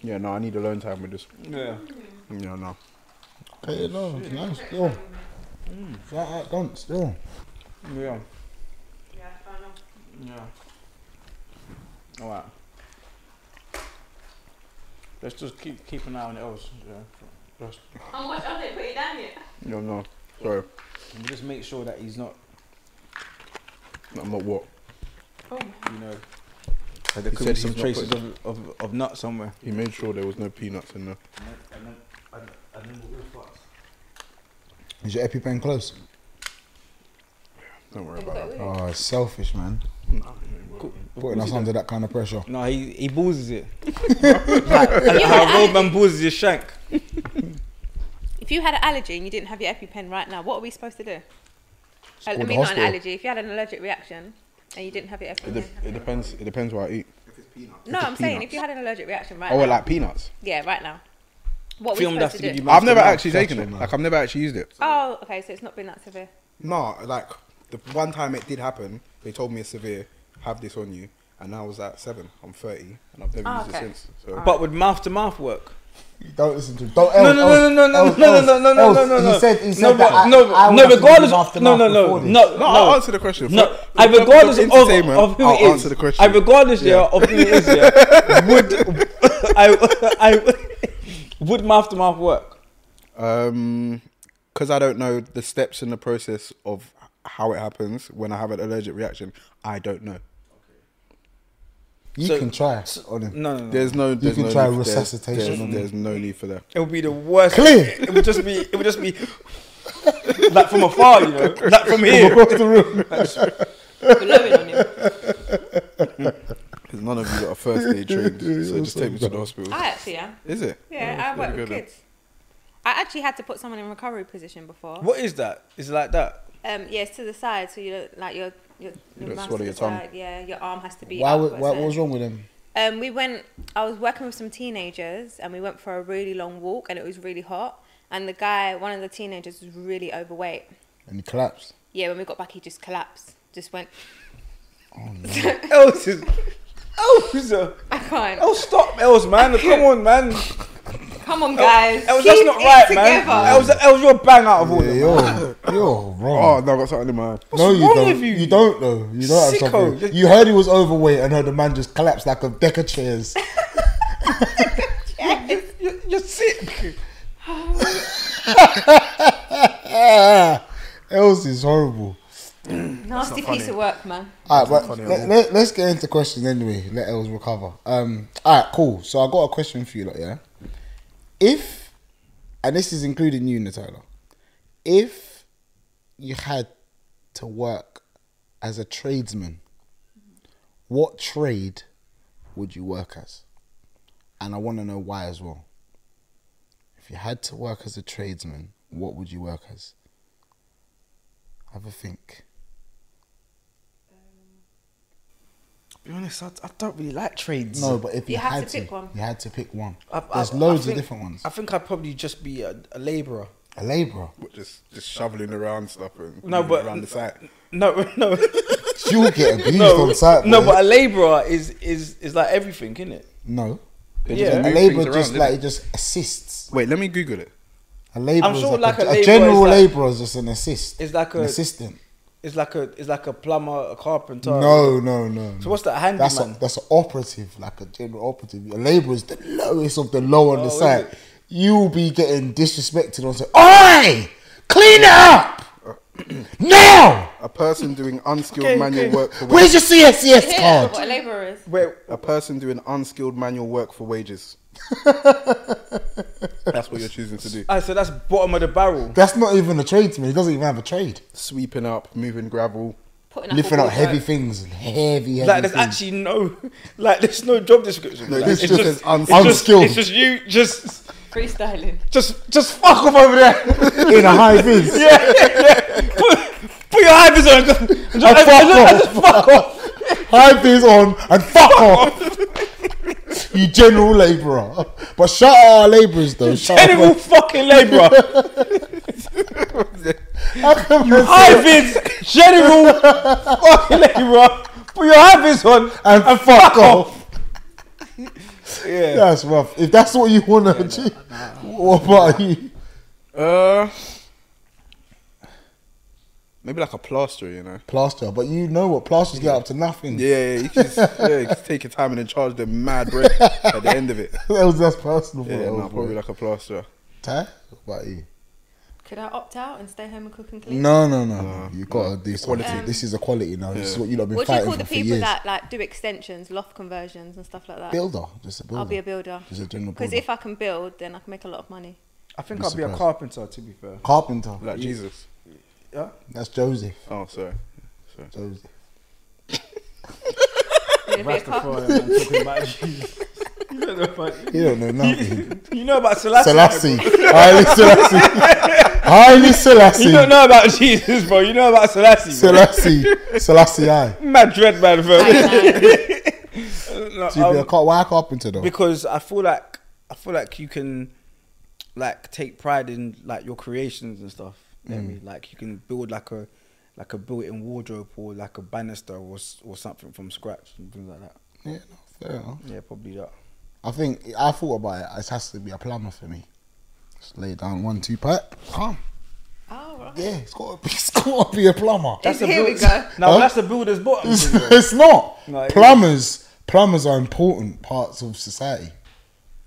Speaker 3: Yeah. No, I need alone time with this.
Speaker 2: Yeah.
Speaker 3: Yeah. No.
Speaker 1: Hey, no, it's nice. Yo.
Speaker 2: Mm.
Speaker 1: Shout out, Donks. Yo.
Speaker 2: Yeah.
Speaker 4: Yeah,
Speaker 2: Yeah. All right. Let's just keep keep an eye on it else. Yeah. Just,
Speaker 4: How much of it put it down yet?
Speaker 3: No. No. Sorry.
Speaker 2: and just make sure that he's not,
Speaker 3: I'm not what.
Speaker 4: Oh,
Speaker 2: you know. There
Speaker 3: He
Speaker 2: could be
Speaker 3: said
Speaker 2: some
Speaker 3: he's not
Speaker 2: traces of, of, of nuts somewhere.
Speaker 3: He made sure there was no peanuts in there.
Speaker 2: And then, and then, and and then we'll go fast.
Speaker 1: Is your EpiPen close?
Speaker 3: Don't worry
Speaker 4: I've
Speaker 3: about
Speaker 4: got
Speaker 3: it.
Speaker 4: it.
Speaker 1: Oh, it's selfish, man.
Speaker 2: Cool.
Speaker 1: Putting us under that kind of pressure.
Speaker 2: No, he he boozes it. like, like how a roadman boozes his shank.
Speaker 4: If you had an allergy and you didn't have your EpiPen right now, what are we supposed to do? I
Speaker 1: called the
Speaker 4: mean, not an
Speaker 1: hospital.
Speaker 4: allergy. If you had an allergic reaction and you didn't have your
Speaker 3: It,
Speaker 4: EpiPen.
Speaker 3: de- it depends. It depends what I eat.
Speaker 4: no, I'm saying if
Speaker 3: peanuts.
Speaker 4: you had an allergic reaction right
Speaker 3: Oh, well,
Speaker 4: now.
Speaker 3: like peanuts.
Speaker 4: Yeah, right now. What are we
Speaker 2: Film
Speaker 4: supposed
Speaker 2: that's
Speaker 4: to
Speaker 2: to
Speaker 4: do?
Speaker 2: give you.
Speaker 3: I've never
Speaker 2: mouth to
Speaker 3: actually
Speaker 1: that's
Speaker 3: taken
Speaker 1: what
Speaker 3: it.
Speaker 1: mine-
Speaker 3: Like I've never actually used it.
Speaker 4: Oh, okay, so it's not been that severe.
Speaker 3: No, like the one time it did happen, they told me it's severe. Have this on you, and I was at seven. I'm thirty, and I've never
Speaker 4: Ah,
Speaker 3: used
Speaker 4: okay.
Speaker 3: it since. So.
Speaker 2: mouth. But would mouth to mouth work?
Speaker 1: Don't listen to him. Don't
Speaker 2: No, no, no, no, no,
Speaker 1: oh,
Speaker 2: no, no, no, no, no, no, no, no.
Speaker 1: He said, he said
Speaker 2: no,
Speaker 1: that I,
Speaker 2: no,
Speaker 1: I would
Speaker 2: no,
Speaker 1: have to do
Speaker 2: regardless.
Speaker 1: mouth to
Speaker 2: No,
Speaker 1: mouth
Speaker 2: no, no,
Speaker 1: before this.
Speaker 2: no,
Speaker 3: no, I'll
Speaker 2: no.
Speaker 3: answer the question.
Speaker 2: No,
Speaker 3: For-
Speaker 2: I
Speaker 3: for- for
Speaker 2: regardless of,
Speaker 3: entertainment,
Speaker 2: of who
Speaker 3: I'll
Speaker 2: it is,
Speaker 3: answer the question.
Speaker 2: I regardless yeah. of who it is, yeah, would I, I would mouth to mouth work?
Speaker 3: Um, because I don't know the steps in the process of how it happens when I have an allergic reaction. I don't know.
Speaker 1: You
Speaker 2: So-
Speaker 1: can try on him.
Speaker 2: No, no, no.
Speaker 3: There's no. There's
Speaker 1: can
Speaker 3: no
Speaker 1: try
Speaker 3: need- there's-
Speaker 1: resuscitation
Speaker 3: There's,
Speaker 1: on
Speaker 3: there's no need for that.
Speaker 2: it would be the worst.
Speaker 1: Clear.
Speaker 2: It would just be. It would just be. like from afar, you know, like from here.
Speaker 1: Across the room.
Speaker 4: Blowing on him.
Speaker 3: Because none of you got a first aid trained, so just take me to the hospital.
Speaker 4: I actually am.
Speaker 3: Is it?
Speaker 4: Yeah, I work with kids. I actually had to put someone in recovery position before.
Speaker 2: What is that? Is it like that?
Speaker 4: Um, yes, to the side, so you don't, like your your your
Speaker 3: don't
Speaker 4: mouth's
Speaker 3: swallow
Speaker 4: to
Speaker 3: your
Speaker 4: the
Speaker 3: tongue.
Speaker 4: side. Yeah, your arm has to be.
Speaker 1: Why, wa-
Speaker 4: upwards,
Speaker 1: why, what
Speaker 4: eh?
Speaker 1: was wrong with him?
Speaker 4: Um, we went. I was working with some teenagers, and we went for a really long walk, and it was really hot. And the guy, one of the teenagers, was really overweight.
Speaker 1: And he collapsed.
Speaker 4: Yeah, when we got back, he just collapsed. Just went.
Speaker 2: Els is. Els, uh,
Speaker 4: I can't.
Speaker 2: Els, stop, Els, man. Come on, man.
Speaker 4: Come on, guys.
Speaker 2: Els,
Speaker 4: Keep
Speaker 2: oh, that's not
Speaker 4: it
Speaker 2: right, man.
Speaker 4: together.
Speaker 2: Els, Els, you're bang out of order.
Speaker 1: Yeah, you're, you're
Speaker 3: Oh,
Speaker 1: wrong.
Speaker 3: no, I got something in my eye.
Speaker 1: no,
Speaker 2: Oh, what's
Speaker 1: you
Speaker 2: wrong
Speaker 1: don't.
Speaker 2: with you?
Speaker 1: you? don't though. You don't
Speaker 2: Sicko.
Speaker 1: have something.
Speaker 2: Just-
Speaker 1: You heard he was overweight and heard the man just collapsed like a deck of chairs.
Speaker 2: You, you, you're sick.
Speaker 1: Else is horrible.
Speaker 4: Nasty piece of work, man.
Speaker 1: All right, but let, let, let's get into questions anyway. Let Els recover. Um, all right, cool. So I got a question for you, lot. Yeah, if and this is including you, Natalia, if you had to work as a tradesman, what trade would you work as? And I want to know why as well. If you had to work as a tradesman, what would you work as? Have a think.
Speaker 2: be honest, I, I don't really like trades.
Speaker 1: No, but if you,
Speaker 4: You have to
Speaker 1: had to,
Speaker 4: pick one.
Speaker 1: you had to pick one.
Speaker 2: I- I-
Speaker 1: There's
Speaker 2: I
Speaker 1: loads
Speaker 2: think-
Speaker 1: of different ones.
Speaker 2: I think I'd probably just be a, a labourer.
Speaker 1: A labourer.
Speaker 3: Just, just shoveling around stuff and
Speaker 2: No, but
Speaker 3: around the site.
Speaker 2: No, no,
Speaker 1: You'll get abused
Speaker 2: no,
Speaker 1: on site.
Speaker 2: no.
Speaker 1: boy.
Speaker 2: But a labourer is is is like everything, isn't it?
Speaker 1: no.
Speaker 3: They
Speaker 2: Yeah.
Speaker 3: just
Speaker 1: A
Speaker 3: move
Speaker 1: labourer
Speaker 3: things
Speaker 1: just
Speaker 3: around,
Speaker 1: like
Speaker 3: innit?
Speaker 1: it just assists.
Speaker 3: Wait, let me Google it.
Speaker 1: A labourer. is
Speaker 2: sure
Speaker 1: like,
Speaker 2: like a
Speaker 1: a,
Speaker 2: labourer
Speaker 1: a
Speaker 2: is
Speaker 1: general
Speaker 2: like-
Speaker 1: labourer is just an assist.
Speaker 2: It's like
Speaker 1: an
Speaker 2: a-
Speaker 1: assistant.
Speaker 2: It's like a it's like a plumber, a carpenter.
Speaker 1: No, no, no.
Speaker 2: So what's that, a handyman?
Speaker 1: That's a, that's an operative, like a general operative. A labourer is the lowest of the low on
Speaker 2: Oh,
Speaker 1: the
Speaker 2: is
Speaker 1: site.
Speaker 2: it?
Speaker 1: You'll be getting disrespected on site. Oi! Clean it up! now!
Speaker 3: A person doing unskilled
Speaker 2: Okay,
Speaker 3: manual
Speaker 2: okay.
Speaker 3: work for wages.
Speaker 1: Where's your CSCS
Speaker 4: Yeah,
Speaker 1: card?
Speaker 4: what a labourer is.
Speaker 2: Where
Speaker 3: A person doing unskilled manual work for wages. That's what you're choosing to do.
Speaker 2: ah, so that's bottom of the barrel.
Speaker 1: That's not even a tradesman. He doesn't even have a trade.
Speaker 3: Sweeping up, moving gravel.
Speaker 4: Putting up
Speaker 1: Lifting
Speaker 4: all
Speaker 1: out
Speaker 4: the
Speaker 1: heavy
Speaker 4: work.
Speaker 1: things, heavy, heavy
Speaker 2: Like there's
Speaker 1: things.
Speaker 2: actually no like there's no job description.
Speaker 3: No,
Speaker 2: Like,
Speaker 3: this
Speaker 2: it's
Speaker 3: just
Speaker 2: just
Speaker 3: says uns-
Speaker 2: it's just-
Speaker 1: unskilled.
Speaker 2: It's just you just
Speaker 4: Freestyling.
Speaker 2: just just fuck off over there.
Speaker 1: in a high vis.
Speaker 2: yeah, yeah. Put, put your high vis on. and Just, and
Speaker 1: And
Speaker 2: just, and just- and just
Speaker 1: fuck off, fuck off. High vis on and fuck off. you general labourer, but shout out our labourers though. Shout out
Speaker 2: General fucking labourer. high vis. General fucking labourer. Put your high vis on.
Speaker 1: and, fuck, off.
Speaker 2: Yeah.
Speaker 1: That's rough. If that's what you want to achieve, what about you?
Speaker 3: Uh, maybe like a plaster, you know.
Speaker 1: Plaster, but you know what plasters get up to nothing.
Speaker 3: Yeah, yeah, you can just, yeah, you can take your time and then charge them mad bread at the end of it.
Speaker 1: that was that's personal. for
Speaker 3: Yeah,
Speaker 1: us,
Speaker 3: no,
Speaker 1: boy.
Speaker 3: probably like a plaster.
Speaker 1: Ty, what about you?
Speaker 4: Could I opt out and stay home and cook and clean?
Speaker 1: No, no, no, no. You gotta do something.
Speaker 3: Quality.
Speaker 1: This is a quality now. This is what you lot been
Speaker 4: What do you
Speaker 1: fighting
Speaker 4: call
Speaker 1: for
Speaker 4: the
Speaker 1: for
Speaker 4: people
Speaker 1: years.
Speaker 4: that like do extensions, loft conversions, and stuff like that?
Speaker 1: builder, just a builder.
Speaker 4: I'll be a builder.
Speaker 1: Just a general
Speaker 4: Because
Speaker 1: builder.
Speaker 4: if I can build, then I can make a lot of money.
Speaker 2: I think
Speaker 1: Be
Speaker 2: I'll be a
Speaker 1: surprised.
Speaker 2: carpenter. To be fair.
Speaker 1: Carpenter.
Speaker 3: Like Jesus.
Speaker 2: Yeah.
Speaker 1: That's Joseph.
Speaker 3: Oh, sorry. sorry.
Speaker 1: Joseph.
Speaker 4: You're gonna be a carpenter.
Speaker 1: You don't know nothing.
Speaker 2: You know about Selassie.
Speaker 1: Selassie. Highly Selassie. Highly
Speaker 2: You don't
Speaker 1: Selassie.
Speaker 2: know about Jesus, bro. You know about Selassie. Bro.
Speaker 1: Selassie. Selassie I.
Speaker 2: Mad dread man, bro. No,
Speaker 1: So you be a
Speaker 2: um,
Speaker 1: car- why a carpenter though?
Speaker 2: because I feel like I feel like you can like take pride in like your creations and stuff. you know what I
Speaker 1: Mm.
Speaker 2: mean? Like you can build like a like a built-in wardrobe or like a banister or s- or something from scratch and things like that.
Speaker 1: Yeah, no, fair enough.
Speaker 2: Yeah, probably that.
Speaker 1: I think I thought about it. It has to be a plumber for me. Just lay down one, two pipe. Come.
Speaker 4: Oh, right.
Speaker 1: Yeah, it's gotta be it's gotta be a plumber.
Speaker 4: That's Here we go.
Speaker 2: Now
Speaker 1: Huh?
Speaker 2: that's the builder's bottom.
Speaker 1: It's,
Speaker 2: thing, bro.
Speaker 1: it's not.
Speaker 2: No, it is.
Speaker 1: plumbers plumbers are important parts of society.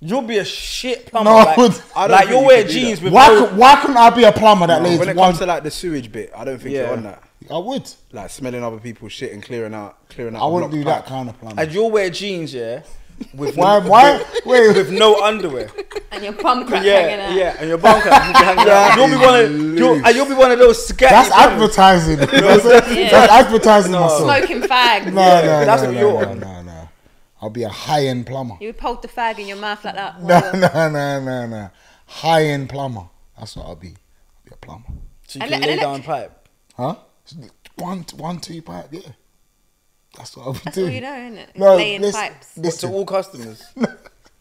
Speaker 2: You'll be a shit plumber.
Speaker 1: No, I
Speaker 2: like,
Speaker 1: wouldn't.
Speaker 3: I don't
Speaker 2: like
Speaker 3: think
Speaker 2: you'll
Speaker 3: you
Speaker 2: wear
Speaker 3: could do
Speaker 2: jeans with
Speaker 1: Why,
Speaker 2: no-
Speaker 1: could, why couldn't I be a plumber that lays
Speaker 3: When it
Speaker 1: one?
Speaker 3: comes to like the sewage bit, I don't think
Speaker 2: Yeah.
Speaker 3: you're on that.
Speaker 1: I would.
Speaker 3: Like smelling other people's shit and clearing out, clearing out.
Speaker 1: I wouldn't do that
Speaker 3: Kind
Speaker 1: kind of plumbing.
Speaker 2: and you'll wear jeans, yeah, with
Speaker 1: Why?
Speaker 2: no,
Speaker 1: Why? Wait,
Speaker 2: with no underwear.
Speaker 4: and your bum crack hanging
Speaker 2: yeah,
Speaker 4: out.
Speaker 2: yeah, and your bunker. yeah.
Speaker 1: out.
Speaker 2: You'll be one of you'll, and you'll be one of those scatty.
Speaker 1: That's
Speaker 2: brothers.
Speaker 1: advertising. That's,
Speaker 4: Yeah.
Speaker 1: that's advertising
Speaker 2: No.
Speaker 1: myself.
Speaker 4: Smoking fag.
Speaker 1: No,
Speaker 2: Yeah,
Speaker 1: no,
Speaker 2: that's
Speaker 1: no,
Speaker 2: what
Speaker 1: no,
Speaker 2: you're
Speaker 1: no,
Speaker 2: on.
Speaker 1: no, no. I'll be a high-end plumber.
Speaker 4: You would hold the fag in your mouth like that.
Speaker 1: No, no, no, no, no. High-end plumber. That's what I'll be. I'll be a plumber.
Speaker 2: So you
Speaker 4: Ele-
Speaker 2: can lay
Speaker 4: ele-
Speaker 2: down pipe.
Speaker 1: Huh? One, one, two pipe. Yeah. That's what I'll be
Speaker 4: That's
Speaker 1: doing.
Speaker 4: all you know, isn't it?
Speaker 1: No,
Speaker 4: Laying
Speaker 1: listen,
Speaker 4: pipes.
Speaker 2: To
Speaker 1: listen.
Speaker 2: all customers.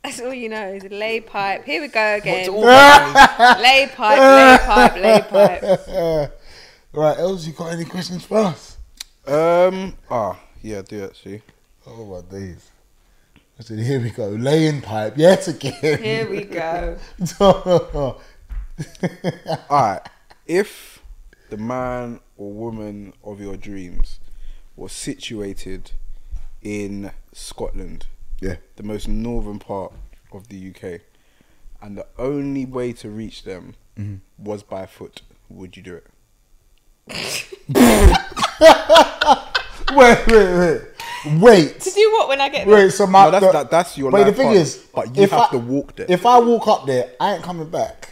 Speaker 4: That's all you know is lay pipe. Here we go
Speaker 2: What,
Speaker 4: again.
Speaker 2: to all customers.
Speaker 4: lay pipe, lay pipe, lay pipe.
Speaker 1: right, Els, you got any questions for us?
Speaker 3: Um. Ah. Yeah. I do actually.
Speaker 1: Oh my days. I said, here we go, laying pipe yet again.
Speaker 4: Here we go.
Speaker 1: go.
Speaker 3: All right. If the man or woman of your dreams was situated in Scotland,
Speaker 1: yeah.
Speaker 3: the most northern part of the UK, and the only way to reach them
Speaker 1: Mm-hmm.
Speaker 3: was by foot, would you do it?
Speaker 1: Wait, wait, wait. Wait.
Speaker 4: To do what when I get there?
Speaker 1: Wait, so my
Speaker 3: No, that's-
Speaker 1: the-
Speaker 3: that- that's your
Speaker 1: Wait, the
Speaker 3: life
Speaker 1: thing
Speaker 3: path,
Speaker 1: is,
Speaker 3: but you
Speaker 1: if
Speaker 3: have
Speaker 1: I-
Speaker 3: to walk there.
Speaker 1: If I walk up there, I ain't coming back.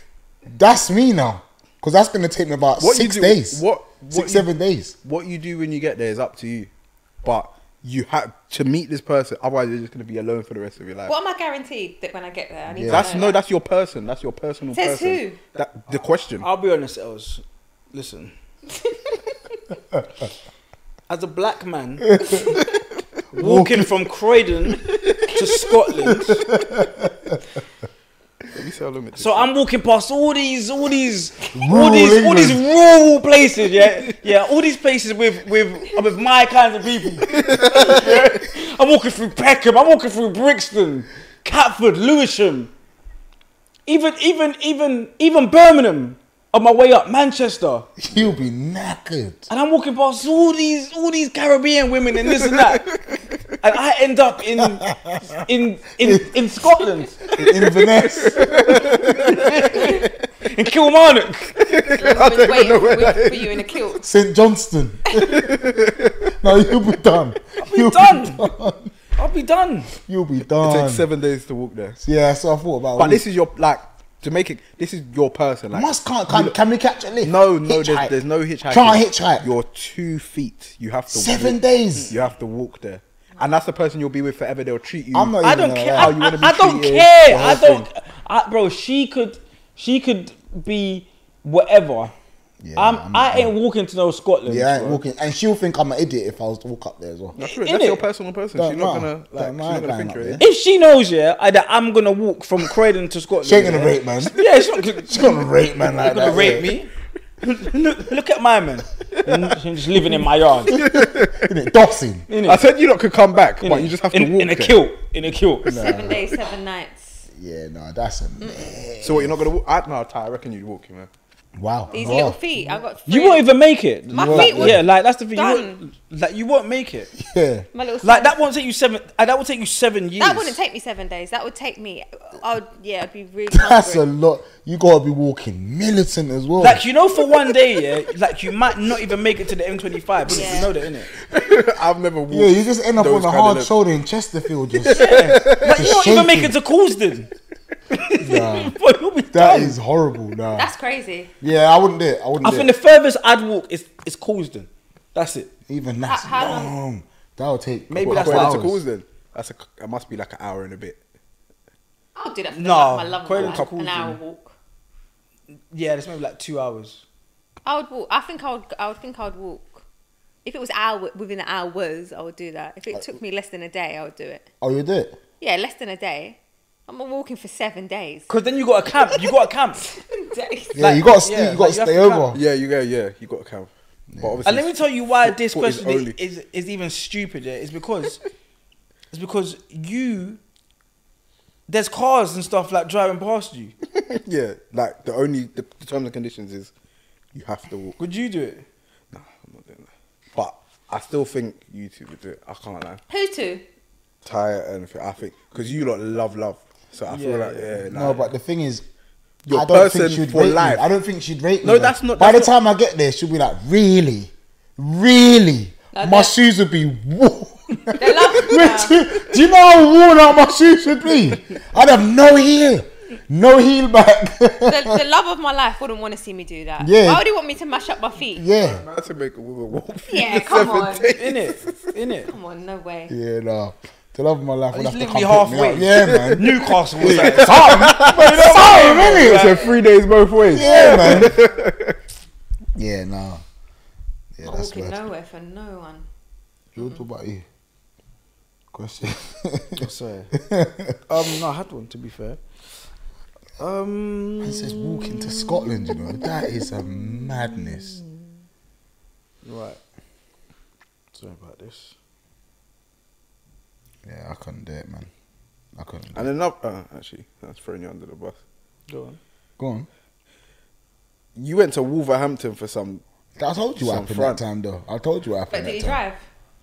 Speaker 1: That's me now, because that's gonna take me about
Speaker 3: What you
Speaker 1: six
Speaker 3: do-
Speaker 1: days.
Speaker 3: what- what
Speaker 1: six
Speaker 3: you-
Speaker 1: seven days?
Speaker 3: What you do when you get there is up to you, but you have to meet this person. Otherwise, you're just going to be alone for the rest of your life.
Speaker 4: What am I guaranteed that when I get there? I need to
Speaker 3: That's
Speaker 4: know
Speaker 3: no,
Speaker 4: that.
Speaker 3: that's your person. That's your personal
Speaker 4: Says
Speaker 3: person.
Speaker 4: who? Uh,
Speaker 3: That the question.
Speaker 2: I'll be honest, Els. Listen. As a black man walking from Croydon to Scotland,
Speaker 3: Let me see how long it
Speaker 2: so
Speaker 4: uh,
Speaker 3: takes.
Speaker 2: I'm walking past all these, all these, all
Speaker 1: Rural
Speaker 2: these, all these
Speaker 1: England.
Speaker 2: rural places. Yeah, yeah, all these places with with with my kinds of people. Yeah. I'm walking through Peckham. I'm walking through Brixton, Catford, Lewisham, even even even even Birmingham on my way up Manchester.
Speaker 1: You'll be knackered.
Speaker 2: And I'm walking past all these all these Caribbean women and this and that. and I end up in in in, in Scotland,
Speaker 1: In Inverness,
Speaker 2: in Kilmarnock.
Speaker 4: I've been waiting for, for you in a kilt.
Speaker 1: St Johnston. no, you'll be done.
Speaker 2: I'll be done. I'll be done.
Speaker 1: You'll be
Speaker 3: it
Speaker 1: done.
Speaker 3: takes seven days to walk there.
Speaker 1: Yeah, so I thought about.
Speaker 3: But
Speaker 1: it.
Speaker 3: this is your like to make it. This is your person. Like
Speaker 1: must can't can, can we catch a lift?
Speaker 3: no, no.
Speaker 1: Hitchhike.
Speaker 3: There's, there's no hitchhiking.
Speaker 1: Try and hitchhike.
Speaker 3: You're two feet. You have to
Speaker 1: Seven
Speaker 3: walk.
Speaker 1: days.
Speaker 3: You have to walk there, and that's the person you'll be with forever. They'll treat you.
Speaker 1: I'm not
Speaker 2: I
Speaker 1: even
Speaker 2: don't
Speaker 1: gonna
Speaker 2: care.
Speaker 1: lie.
Speaker 2: I,
Speaker 3: How you wanna be
Speaker 2: I- I don't
Speaker 3: treated,
Speaker 2: care.
Speaker 3: your
Speaker 2: I
Speaker 3: whole
Speaker 2: don't. I, bro, she could she could be whatever.
Speaker 1: Yeah,
Speaker 2: I'm,
Speaker 1: I'm-
Speaker 2: I ain't walking to no Scotland.
Speaker 1: Yeah, I ain't
Speaker 2: bro.
Speaker 1: walking, and she'll think I'm an idiot if I was to walk up there as well.
Speaker 3: That's, true.
Speaker 2: In
Speaker 3: that's
Speaker 2: it.
Speaker 3: your personal person.
Speaker 1: Don't
Speaker 3: She's not
Speaker 1: know.
Speaker 3: gonna like.
Speaker 1: Don't
Speaker 3: She's
Speaker 1: know,
Speaker 3: not gonna
Speaker 1: I ain't
Speaker 3: think you're.
Speaker 1: lying up
Speaker 3: it.
Speaker 2: If she knows, yeah, I, that I'm gonna walk from Croydon to Scotland.
Speaker 1: She ain't gonna
Speaker 2: yeah.
Speaker 1: rape man. She
Speaker 2: Yeah, she's not gonna-
Speaker 1: gonna rape man like
Speaker 2: You're gonna
Speaker 1: that.
Speaker 2: rape me? look, look at my man. He's just living in my yard. innit?
Speaker 1: Isn't it? Doxing.
Speaker 3: I said you lot could come back, but
Speaker 2: Innit?
Speaker 3: you just have to
Speaker 2: in,
Speaker 3: walk
Speaker 2: in a
Speaker 3: there.
Speaker 2: kilt. In a kilt.
Speaker 4: Seven days, seven nights.
Speaker 1: Yeah, no, that's a man.
Speaker 3: So what? You're not gonna walk? I, no, Ty, I reckon you'd walk, you know.
Speaker 1: Wow.
Speaker 4: These
Speaker 1: Oh.
Speaker 4: little feet. I've got three.
Speaker 2: You won't even make it.
Speaker 4: My
Speaker 2: like,
Speaker 4: feet were
Speaker 2: yeah, like that's the thing. You
Speaker 4: done.
Speaker 2: won't, like you won't make it.
Speaker 1: Yeah.
Speaker 4: my little
Speaker 2: Like that won't take you seven. Uh, that will take you seven years.
Speaker 4: That wouldn't take me seven days. That would take me. I would, yeah, I'd be really.
Speaker 1: That's a
Speaker 4: hungry.
Speaker 1: lot. You gotta be walking militant as well.
Speaker 2: Like you know, for one day, yeah, like you might not even make it to the M25. But
Speaker 4: Yeah.
Speaker 2: you know that, innit?
Speaker 3: I've never walked.
Speaker 1: yeah, you just end up
Speaker 3: those
Speaker 1: on a
Speaker 3: kinda
Speaker 1: hard
Speaker 3: looks.
Speaker 1: shoulder in Chesterfield. Just
Speaker 2: Like you don't
Speaker 1: Just
Speaker 2: even make it
Speaker 1: shaking.
Speaker 2: to Coulsden.
Speaker 1: nah,
Speaker 2: Boy, you'll be
Speaker 1: that
Speaker 2: done.
Speaker 1: is horrible. Nah.
Speaker 4: That's crazy.
Speaker 1: yeah, I wouldn't do it. I wouldn't
Speaker 2: I
Speaker 1: do
Speaker 2: think
Speaker 1: it.
Speaker 2: the furthest I'd walk is is Coulsden. That's it.
Speaker 1: Even that's
Speaker 4: How- how long-
Speaker 1: long. That would take
Speaker 2: Maybe
Speaker 1: a
Speaker 2: that's
Speaker 1: couple
Speaker 2: why
Speaker 3: That's
Speaker 2: it's
Speaker 3: a
Speaker 1: hours.
Speaker 3: calls then. That's a. It must be like an hour and a bit.
Speaker 4: I'll do that for
Speaker 2: No,
Speaker 4: no, my love.
Speaker 2: Croydon
Speaker 4: life.
Speaker 2: to Coulsden.
Speaker 4: An hour walk.
Speaker 2: Yeah, it's maybe like two hours.
Speaker 4: I would walk. I think I would. I would think I would walk. If it was hour within hours, I would do that. If it took me less than a day, I would do it.
Speaker 1: Oh, you did. it?
Speaker 4: Yeah, less than a day. I'm not walking for seven days.
Speaker 2: Cause then you got a camp. You got a camp.
Speaker 4: days.
Speaker 1: Yeah,
Speaker 2: Like,
Speaker 1: you gotta stay.
Speaker 2: yeah,
Speaker 1: you gotta
Speaker 2: like, you have
Speaker 1: stay
Speaker 2: to come.
Speaker 1: over.
Speaker 3: Yeah, you go. Yeah, you got to count. But obviously,
Speaker 2: And let me tell you why this
Speaker 3: foot is
Speaker 2: question is,
Speaker 3: only.
Speaker 2: is, is even stupid. Yeah, it's because it's because you there's cars and stuff like driving past you.
Speaker 3: yeah, like the only the, the terms and conditions is you have to walk.
Speaker 2: Would you do it?
Speaker 3: Nah, I'm not doing that. But I still think you two would do it. I can't lie.
Speaker 4: Who to?
Speaker 3: Ty and Fi- I think because you lot love love, so I feel
Speaker 2: Yeah,
Speaker 3: like
Speaker 2: yeah.
Speaker 3: yeah. Like,
Speaker 1: No, but the thing is,
Speaker 3: Your
Speaker 1: I don't think
Speaker 3: person
Speaker 1: she'd
Speaker 3: for
Speaker 1: rate
Speaker 3: life.
Speaker 1: Me. I don't think she'd rate me.
Speaker 3: No,
Speaker 1: though.
Speaker 3: that's not-
Speaker 1: By the
Speaker 3: that's
Speaker 1: time I get there, she'll be like, really, really,
Speaker 4: Like
Speaker 1: my
Speaker 4: that.
Speaker 1: shoes would be worn.
Speaker 4: They love
Speaker 1: do you know how worn out my shoes would be? I'd have no hair. no heel back.
Speaker 4: the, the love of my life wouldn't want to see me do that.
Speaker 1: Yeah.
Speaker 4: Why would he want me to mash up my feet?
Speaker 1: yeah,
Speaker 3: to make a woman walk for
Speaker 4: Yeah, come on.
Speaker 2: in it, in it.
Speaker 4: Come on, no way.
Speaker 1: yeah, no. The love of my life. would
Speaker 2: He's
Speaker 1: have to
Speaker 2: literally
Speaker 1: come pick me
Speaker 2: halfway.
Speaker 1: up. Yeah, man.
Speaker 2: Newcastle was like,
Speaker 1: Sorry, really.
Speaker 3: So three days both ways.
Speaker 1: Yeah, man. yeah, no. Yeah,
Speaker 4: Not
Speaker 1: that's
Speaker 4: walking
Speaker 1: bad.
Speaker 4: nowhere for no one.
Speaker 1: You talk about you. Question.
Speaker 2: sorry. Um, no, I had one to be fair. Um,
Speaker 1: This is walking to Scotland, you know. That is a madness.
Speaker 2: right. Sorry about this.
Speaker 1: Yeah, I couldn't do it, man. I couldn't. do it.
Speaker 3: And another, uh, actually, that's throwing you under the bus.
Speaker 2: Go on.
Speaker 1: Go on.
Speaker 3: You went to Wolverhampton for some.
Speaker 1: I told you
Speaker 3: It's
Speaker 1: what
Speaker 3: on
Speaker 1: happened
Speaker 3: front.
Speaker 1: that time, though. I told you what
Speaker 4: But
Speaker 1: happened
Speaker 4: did
Speaker 1: that
Speaker 4: he
Speaker 1: time.
Speaker 4: drive?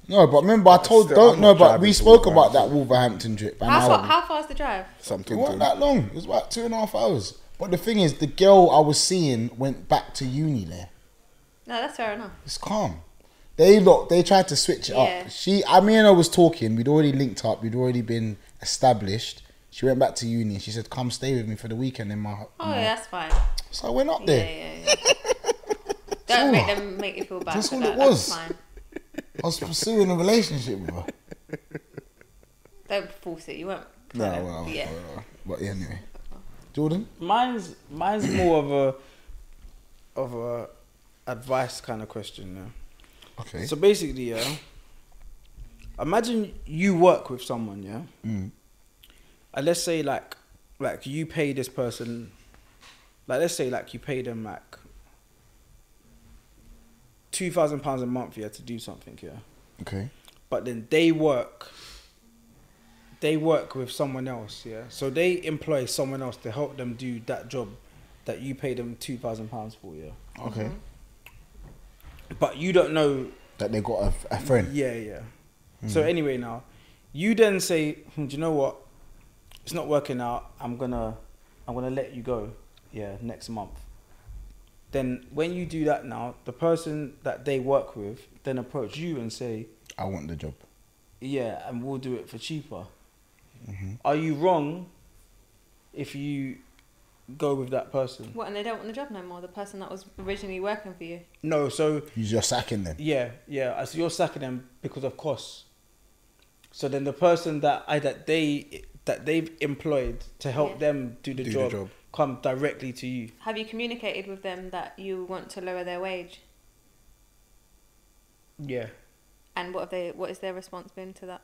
Speaker 1: No, but remember, I told.
Speaker 3: Still,
Speaker 1: don't
Speaker 3: I'm
Speaker 1: know,
Speaker 3: not
Speaker 1: but
Speaker 3: driving
Speaker 1: we
Speaker 3: to
Speaker 1: spoke about that
Speaker 3: Wolverhampton.
Speaker 1: Wolverhampton trip. and
Speaker 4: How
Speaker 1: how-
Speaker 4: far, how far's the drive?
Speaker 3: Some
Speaker 1: It wasn't
Speaker 3: tum-tum.
Speaker 1: that long. It was about two and a half hours. But the thing is, the girl I was seeing went back to uni there.
Speaker 4: No, that's fair enough.
Speaker 1: It's calm. They look. They tried to switch it
Speaker 4: Yeah.
Speaker 1: up. She, I mean, I was talking. We'd already linked up. We'd already been established. She went back to uni. She said, "Come stay with me for the weekend in my."
Speaker 4: Oh,
Speaker 1: my-
Speaker 4: yeah, that's fine.
Speaker 1: So I went up
Speaker 4: Yeah,
Speaker 1: there.
Speaker 4: yeah, yeah. Don't make them make you feel bad.
Speaker 1: That's
Speaker 4: for
Speaker 1: all
Speaker 4: that.
Speaker 1: it was.
Speaker 4: That's fine.
Speaker 1: I was pursuing a relationship with her.
Speaker 4: Don't force it. You won't.
Speaker 1: No,
Speaker 4: don't-
Speaker 1: well,
Speaker 4: yeah.
Speaker 1: well, but yeah, anyway, Jordan.
Speaker 2: Mine's mine's more of a of a advice kind of question. Yeah?
Speaker 1: Okay.
Speaker 2: So basically, yeah. Imagine you work with someone, yeah.
Speaker 1: Mm.
Speaker 2: And let's say like like you pay this person, like let's say like you pay them like two thousand pounds a month, yeah, to do something, yeah.
Speaker 1: Okay.
Speaker 2: But then they work. They work with someone else, yeah. So they employ someone else to help them do that job that you pay them two thousand pounds for, yeah.
Speaker 1: Okay.
Speaker 2: But you don't know
Speaker 1: Mm-hmm. That they got a, a friend.
Speaker 2: Yeah, yeah. So anyway, now you then say, hmm, "Do you know what? It's not working out. I'm gonna, I'm gonna let you go. Yeah, next month." Then when you do that now, the person that they work with then approach you and say,
Speaker 1: I want the job.
Speaker 2: "Yeah, and we'll do it for cheaper." Are you wrong if you go with that person?
Speaker 4: What, and they don't want the job no more? The person that was originally working for you?
Speaker 2: No. So
Speaker 1: You're just sacking them.
Speaker 2: Yeah, yeah. uh, So you're sacking them because of costs. So then the person that I that they that they've employed to help
Speaker 4: Yeah.
Speaker 2: them do the,
Speaker 3: Do the
Speaker 2: job,
Speaker 3: job.
Speaker 2: come directly to you.
Speaker 4: Have you communicated with them that you want to lower their wage?
Speaker 2: Yeah.
Speaker 4: And what have they? What is their response been to that?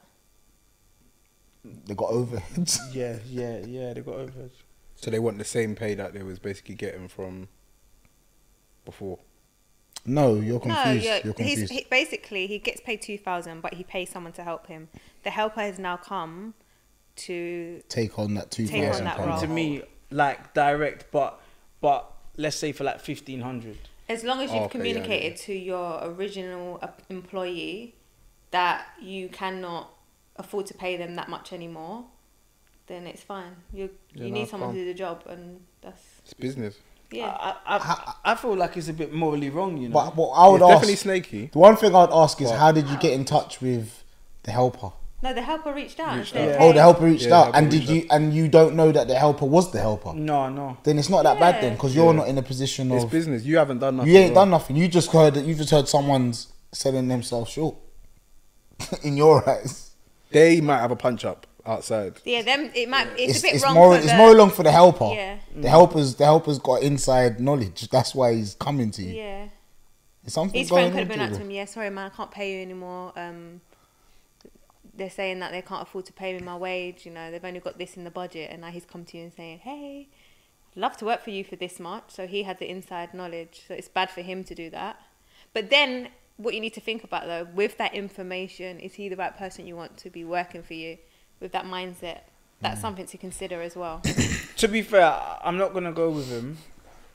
Speaker 1: They got overheads.
Speaker 2: Yeah, yeah, yeah. They got over.
Speaker 3: So they want the same pay that they was basically getting from before.
Speaker 1: No, you're confused.
Speaker 4: yeah,
Speaker 1: you're confused.
Speaker 4: He's, he, basically, he gets paid two thousand, but he pays someone to help him. The helper has now come to.
Speaker 1: take on that two
Speaker 4: Take on
Speaker 1: thousand
Speaker 4: that
Speaker 1: pounds.
Speaker 2: To
Speaker 4: role.
Speaker 2: me, like direct, but but let's say for like fifteen hundred.
Speaker 4: As long as you've
Speaker 3: Oh, okay, yeah, yeah,
Speaker 4: communicated to your original uh, employee that you cannot afford to pay them that much anymore, then it's fine. You
Speaker 3: Yeah,
Speaker 4: you
Speaker 3: no,
Speaker 4: need someone
Speaker 3: fine.
Speaker 4: to do the job, and that's
Speaker 3: It's business.
Speaker 1: Uh,
Speaker 4: yeah.
Speaker 2: I, I, I, I feel like it's a bit morally wrong, you know.
Speaker 1: But what I would
Speaker 3: it's
Speaker 1: ask,
Speaker 3: definitely snaky.
Speaker 1: the one thing I'd ask is, how did you get in touch with the helper?
Speaker 4: no, the helper reached out. and
Speaker 3: Reached
Speaker 4: said,
Speaker 2: out.
Speaker 1: Oh, the helper reached
Speaker 3: Yeah,
Speaker 1: out,
Speaker 3: the
Speaker 1: and
Speaker 3: helper
Speaker 1: did you and you don't know that the helper was the helper?
Speaker 2: no, no.
Speaker 1: Then it's not that bad then,
Speaker 4: Mm. Yeah.
Speaker 1: because you're
Speaker 3: Yeah.
Speaker 1: not in a position
Speaker 3: It's
Speaker 1: of
Speaker 3: business. You haven't done nothing.
Speaker 1: you ain't
Speaker 3: wrong.
Speaker 1: done nothing. You just heard that you just heard someone's selling themselves short. in your eyes,
Speaker 3: They might have a punch up outside.
Speaker 4: Yeah, them. It might. It's,
Speaker 1: it's
Speaker 4: a bit
Speaker 1: it's
Speaker 4: wrong.
Speaker 1: more
Speaker 4: for
Speaker 1: it's
Speaker 4: the-
Speaker 1: more long for the helper.
Speaker 4: Yeah.
Speaker 1: The helpers the helper's got inside knowledge. That's why he's coming to you.
Speaker 4: Yeah.
Speaker 1: It's something
Speaker 4: His
Speaker 1: going
Speaker 4: friend could have
Speaker 1: on
Speaker 4: been
Speaker 1: to
Speaker 4: like
Speaker 1: you.
Speaker 4: to him, yeah, sorry, man, I can't pay you anymore. Um, they're saying that they can't afford to pay me my wage. You know, they've only got this in the budget. And now he's come to you and saying, hey, I'd love to work for you for this much. So he had the inside knowledge. So it's bad for him to do that. But then what you need to think about, though, with that information, is he the right person you want to be working for you with that mindset?
Speaker 2: Mm.
Speaker 4: That's something to consider as well.
Speaker 2: To be fair, I- I'm not gonna go with him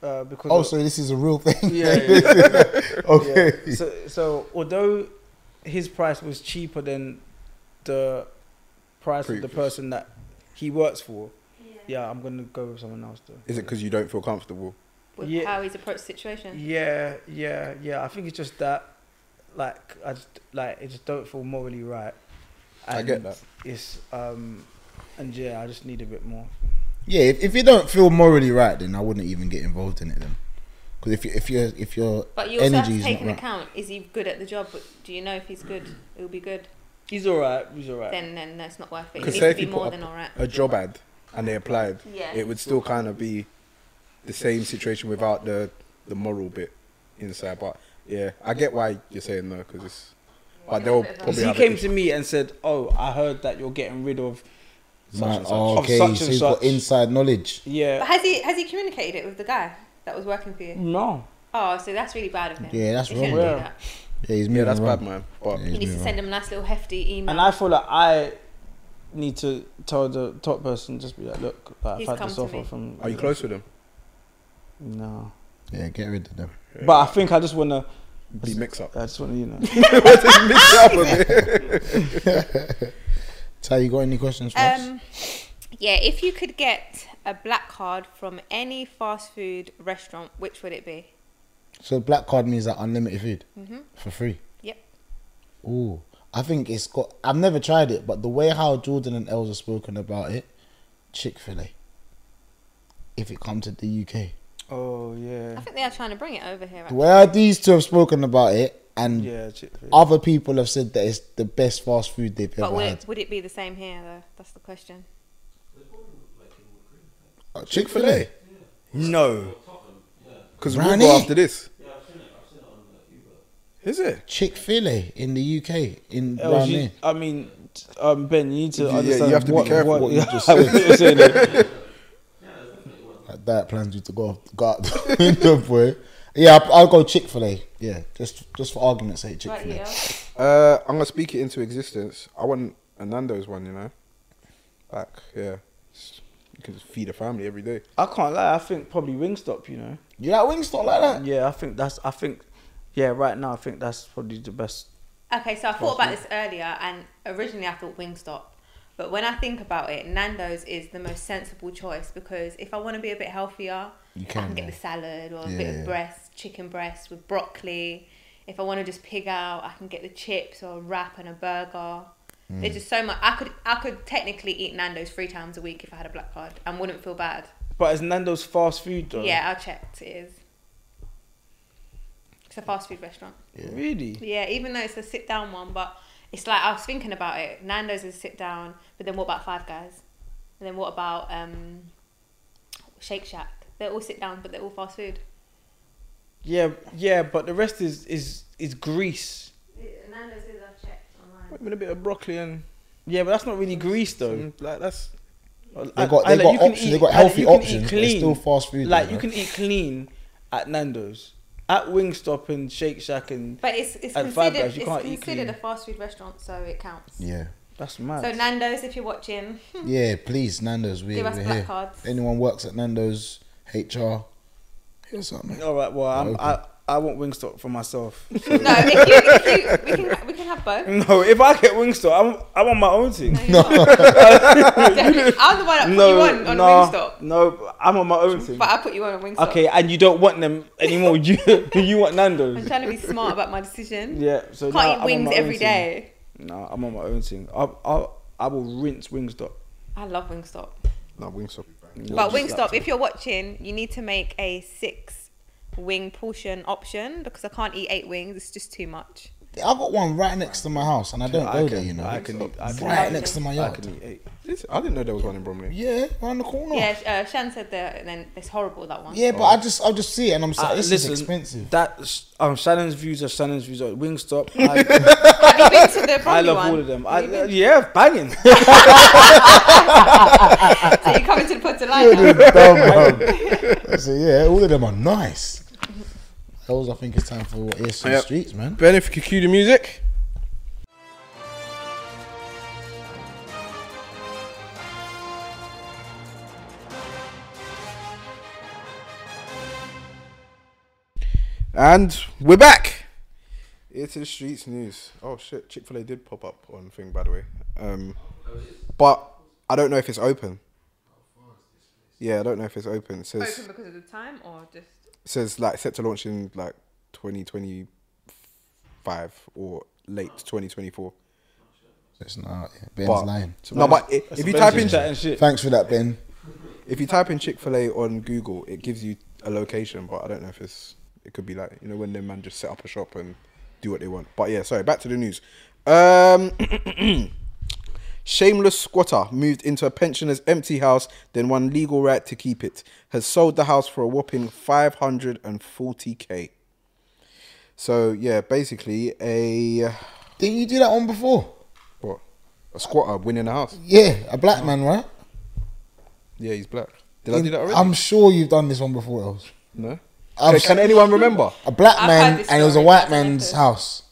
Speaker 2: uh, because
Speaker 1: Oh, so this is a real thing.
Speaker 2: yeah, yeah, yeah.
Speaker 1: okay.
Speaker 2: Yeah. So, so although his price was cheaper than the price of
Speaker 3: Previous.
Speaker 2: the person that he works for, yeah, I'm gonna go with someone else though.
Speaker 3: Is it because you don't feel comfortable?
Speaker 4: With
Speaker 2: Yeah.
Speaker 4: how he's approached the situation.
Speaker 2: Yeah, yeah, yeah. I think it's just that, like, I just like it just don't feel morally right.
Speaker 3: I get that.
Speaker 2: It's um, and yeah, I just need a bit more.
Speaker 1: Yeah, if, if you don't feel morally right, then I wouldn't even get involved in it then. Because if you if you if your
Speaker 4: But you also have
Speaker 1: energy
Speaker 4: to
Speaker 1: is
Speaker 4: take
Speaker 1: not
Speaker 4: into
Speaker 1: right,
Speaker 4: account: is he good at the job? Do you know if he's good? It'll be good.
Speaker 2: He's all right. He's all right.
Speaker 4: Then, then that's not worth it. It
Speaker 3: Because
Speaker 4: needs
Speaker 3: say
Speaker 4: to
Speaker 3: if
Speaker 4: be
Speaker 3: you
Speaker 4: more
Speaker 3: put
Speaker 4: than all right.
Speaker 3: a job ad and they applied,
Speaker 4: Yeah.
Speaker 3: it would still kind of be the same situation without the the moral bit inside. But yeah, I get why you're saying no because it's. But they'll
Speaker 2: Because
Speaker 3: probably
Speaker 2: he
Speaker 3: have
Speaker 2: came
Speaker 3: it.
Speaker 2: to me and said, "Oh, I heard that you're getting rid of such
Speaker 1: man,
Speaker 2: and such.
Speaker 1: oh, okay,
Speaker 2: of such
Speaker 1: so
Speaker 2: and
Speaker 1: you've got
Speaker 2: such."
Speaker 1: inside knowledge.
Speaker 2: yeah.
Speaker 4: But has he has he communicated it with the guy that was working for you?
Speaker 2: No.
Speaker 4: Oh, so that's really bad of him.
Speaker 1: Yeah, that's
Speaker 4: He
Speaker 1: wrong.
Speaker 4: shouldn't
Speaker 2: Mm. Yeah.
Speaker 4: do that.
Speaker 1: Yeah, he's
Speaker 3: yeah,
Speaker 1: moving
Speaker 3: that's
Speaker 1: around.
Speaker 3: bad, man. But
Speaker 1: Yeah,
Speaker 4: He
Speaker 1: he's
Speaker 4: needs to
Speaker 1: moving
Speaker 4: send him a nice little hefty email.
Speaker 2: And I feel like I need to tell the top person, just be like, "Look, like, I've
Speaker 4: He's
Speaker 2: had
Speaker 4: come
Speaker 2: this
Speaker 4: to
Speaker 2: offer
Speaker 4: me.
Speaker 2: from."
Speaker 3: are you close with them?
Speaker 2: No.
Speaker 1: around. Yeah, get rid of them.
Speaker 2: But I think I just wanna.
Speaker 3: Be mix up.
Speaker 2: I just wanna, you know.
Speaker 3: What's this mix up with it?
Speaker 1: Ty, you got any questions for us?
Speaker 4: Um, yeah, if you could get a black card from any fast food restaurant, which would it be?
Speaker 1: So black card means like unlimited food for free.
Speaker 4: Mm-hmm. Yep.
Speaker 1: Ooh, I think it's got. I've never tried it, but the way how Jordan and Els have spoken about it, Chick Fil A. If it comes to the UK,
Speaker 2: oh
Speaker 4: I
Speaker 2: yeah.
Speaker 4: think they are trying to bring it over here.
Speaker 1: the
Speaker 4: Actually.
Speaker 1: way how these two have spoken about it, and
Speaker 2: Yeah. Chick-fil-A.
Speaker 4: Oh,
Speaker 1: other people have said that it's the best fast food they've
Speaker 4: But
Speaker 1: ever
Speaker 4: would
Speaker 1: had.
Speaker 4: it, would it be the same here though? That's the question.
Speaker 1: Chick Fil A.
Speaker 2: No.
Speaker 3: Because we'll
Speaker 1: Ronnie.
Speaker 3: go after this. Is it?
Speaker 1: Chick Fil A in the UK in
Speaker 2: Oh,
Speaker 1: round
Speaker 2: you-
Speaker 1: here.
Speaker 2: I mean, t- um, Ben, you need to
Speaker 3: Yeah, you
Speaker 2: understand
Speaker 3: have to be
Speaker 2: what,
Speaker 3: careful
Speaker 2: what,
Speaker 3: what you just
Speaker 2: what you're saying there.
Speaker 1: Like that plans you to go off, go out the window, boy. Yeah, I'll, I'll go Chick Fil A. Yeah, just just for argument's sake, Chick
Speaker 4: Right,
Speaker 1: Fil A.
Speaker 4: yeah.
Speaker 3: Uh, I'm gonna speak it into existence. I want a Nando's one, you know. Back, yeah. You can just feed a family every day.
Speaker 2: I can't lie. I think probably Wingstop. You know.
Speaker 1: You like Wingstop like that?
Speaker 2: Yeah, I think that's. I think. Yeah, right now I think that's probably the best.
Speaker 4: Okay, so I thought about this earlier, and originally I thought Wingstop, but when I think about it, Nando's is the most sensible choice because if I want to be a bit healthier,
Speaker 1: You
Speaker 4: I
Speaker 1: can,
Speaker 4: can get
Speaker 1: yeah.
Speaker 4: the salad or a
Speaker 1: Yeah,
Speaker 4: bit
Speaker 1: yeah.
Speaker 4: of breast, chicken breast with broccoli. If I want to just pig out, I can get the chips or a wrap and a burger. There's
Speaker 1: Hmm.
Speaker 4: just so much. I could I could technically eat Nando's three times a week if I had a black card and wouldn't feel bad.
Speaker 2: But is Nando's fast food though?
Speaker 4: Yeah, I checked. It is. It's a fast food restaurant.
Speaker 2: Really?
Speaker 4: Yeah, even though it's a sit down one, but it's like I was thinking about it. Nando's is a sit down, but then what about Five Guys? And then what about um, Shake Shack? They're all sit down, but they're all fast food.
Speaker 2: Yeah, yeah. But the rest is is is grease.
Speaker 4: Nando's is I've checked online.
Speaker 3: With a bit of broccoli and
Speaker 2: Yeah, but that's not really grease though.
Speaker 3: some, Mm, like that's.
Speaker 1: They got they
Speaker 2: Like,
Speaker 1: got
Speaker 2: you can
Speaker 1: options. They
Speaker 2: eat-
Speaker 1: got
Speaker 2: like, you
Speaker 1: healthy
Speaker 2: can eat
Speaker 1: options. but It's
Speaker 2: clean.
Speaker 1: still fast food.
Speaker 2: Like
Speaker 1: though,
Speaker 2: you
Speaker 1: right?
Speaker 2: can eat clean at Nando's, at Wingstop and Shake Shack, and
Speaker 4: But it's it's
Speaker 2: And Five
Speaker 4: considered,
Speaker 2: Guys, you
Speaker 4: it's
Speaker 2: can't eat
Speaker 4: considered a
Speaker 2: clean.
Speaker 4: fast food restaurant, so it counts.
Speaker 1: Yeah,
Speaker 2: that's mad.
Speaker 4: So Nando's, if you're watching,
Speaker 1: yeah. Please, Nando's. We,
Speaker 4: Give us
Speaker 1: we're
Speaker 4: black
Speaker 1: here.
Speaker 4: cards.
Speaker 1: Anyone works at Nando's HR? Here's something.
Speaker 2: all right. Well, I'm,
Speaker 1: Okay.
Speaker 2: I I want Wingstop for myself.
Speaker 4: no, if you, if you we can we can have both.
Speaker 2: No, if I get Wingstop, I'm, I want my own thing.
Speaker 4: No, you can't. Definitely. I'm the one that put you on on
Speaker 2: no,
Speaker 4: Wingstop,
Speaker 2: no, I'm on my own thing.
Speaker 4: but I put you on on Wingstop.
Speaker 2: Okay, and you don't want them anymore. You you want
Speaker 4: I'm
Speaker 2: Nando's?
Speaker 4: trying to be smart about my decision.
Speaker 2: Yeah. So now
Speaker 4: Can't
Speaker 2: I'm
Speaker 4: eat
Speaker 2: on
Speaker 4: wings
Speaker 2: my own
Speaker 4: every
Speaker 2: thing.
Speaker 4: day.
Speaker 2: No, I'm on my own thing. I I I will rinse Wingstop.
Speaker 4: I love Wingstop.
Speaker 3: No, Wingstop.
Speaker 4: But
Speaker 2: just
Speaker 4: Wingstop, if you're watching, you need to make a six wing portion option because I can't eat eight wings. It's just too much.
Speaker 1: I got one right next to my house, and I don't
Speaker 2: I
Speaker 1: go
Speaker 2: can-
Speaker 1: there. You know,
Speaker 2: I can eat- I can
Speaker 1: right
Speaker 4: eat-
Speaker 1: next to my
Speaker 2: I
Speaker 1: yard.
Speaker 2: can eat eight.
Speaker 3: This, I didn't know there was one in Bromley.
Speaker 1: Yeah, around the corner. Yeah,
Speaker 4: Yeah, uh, Shan said that, and then it's horrible that one.
Speaker 1: but I just I just see it, and I'm just like,
Speaker 2: Uh,
Speaker 1: this
Speaker 2: listen,
Speaker 1: is expensive.
Speaker 2: That um, Shannon's views are Shannon's views are Wingstop. I,
Speaker 4: Have you been to the
Speaker 2: I
Speaker 4: Bromley
Speaker 2: love
Speaker 4: one?
Speaker 2: all of them. I, uh,
Speaker 4: Have you been?
Speaker 2: yeah, banging.
Speaker 3: uh,
Speaker 4: So you're coming to the Port Delight now?
Speaker 1: Dumb, man. um, so yeah, all of them are nice. Those, I think it's time for what is some
Speaker 3: Yep.
Speaker 1: streets, man.
Speaker 3: Ben, if you could cue the music. And we're back. Here to the streets news. Oh shit, Chick Fil A did pop up on thing by the way, um, but I don't know if it's open. Yeah, I don't know if it's open. It says
Speaker 4: Open because of the time, or just
Speaker 3: says like set to launch in like 2025 or late 2024.
Speaker 1: It's not. Yeah, Ben's
Speaker 3: But
Speaker 1: lying.
Speaker 3: no, but i- if you type in
Speaker 2: that and shit.
Speaker 1: Thanks for that, Ben.
Speaker 3: If you type in Chick Fil A on Google, it gives you a location, but I don't know if it's. It could be like you know when them man just set up a shop and do what they want. But yeah, sorry. Back to the news. Um, shameless squatter moved into a pensioner's empty house, then won legal right to keep it. Has sold the house for a whopping five hundred and forty k. So yeah, basically a
Speaker 1: Didn't you do that one before?
Speaker 3: what a squatter winning a house.
Speaker 1: Yeah, a black man, right?
Speaker 3: Yeah, he's black. Did I do that already?
Speaker 1: I'm sure you've done this one before, else.
Speaker 3: no.
Speaker 1: I'm
Speaker 3: Can, can anyone remember?
Speaker 1: a black
Speaker 4: I've heard
Speaker 1: man
Speaker 4: this
Speaker 1: and it was a
Speaker 4: story.
Speaker 1: white
Speaker 4: I've heard
Speaker 1: man's
Speaker 4: this.
Speaker 1: house,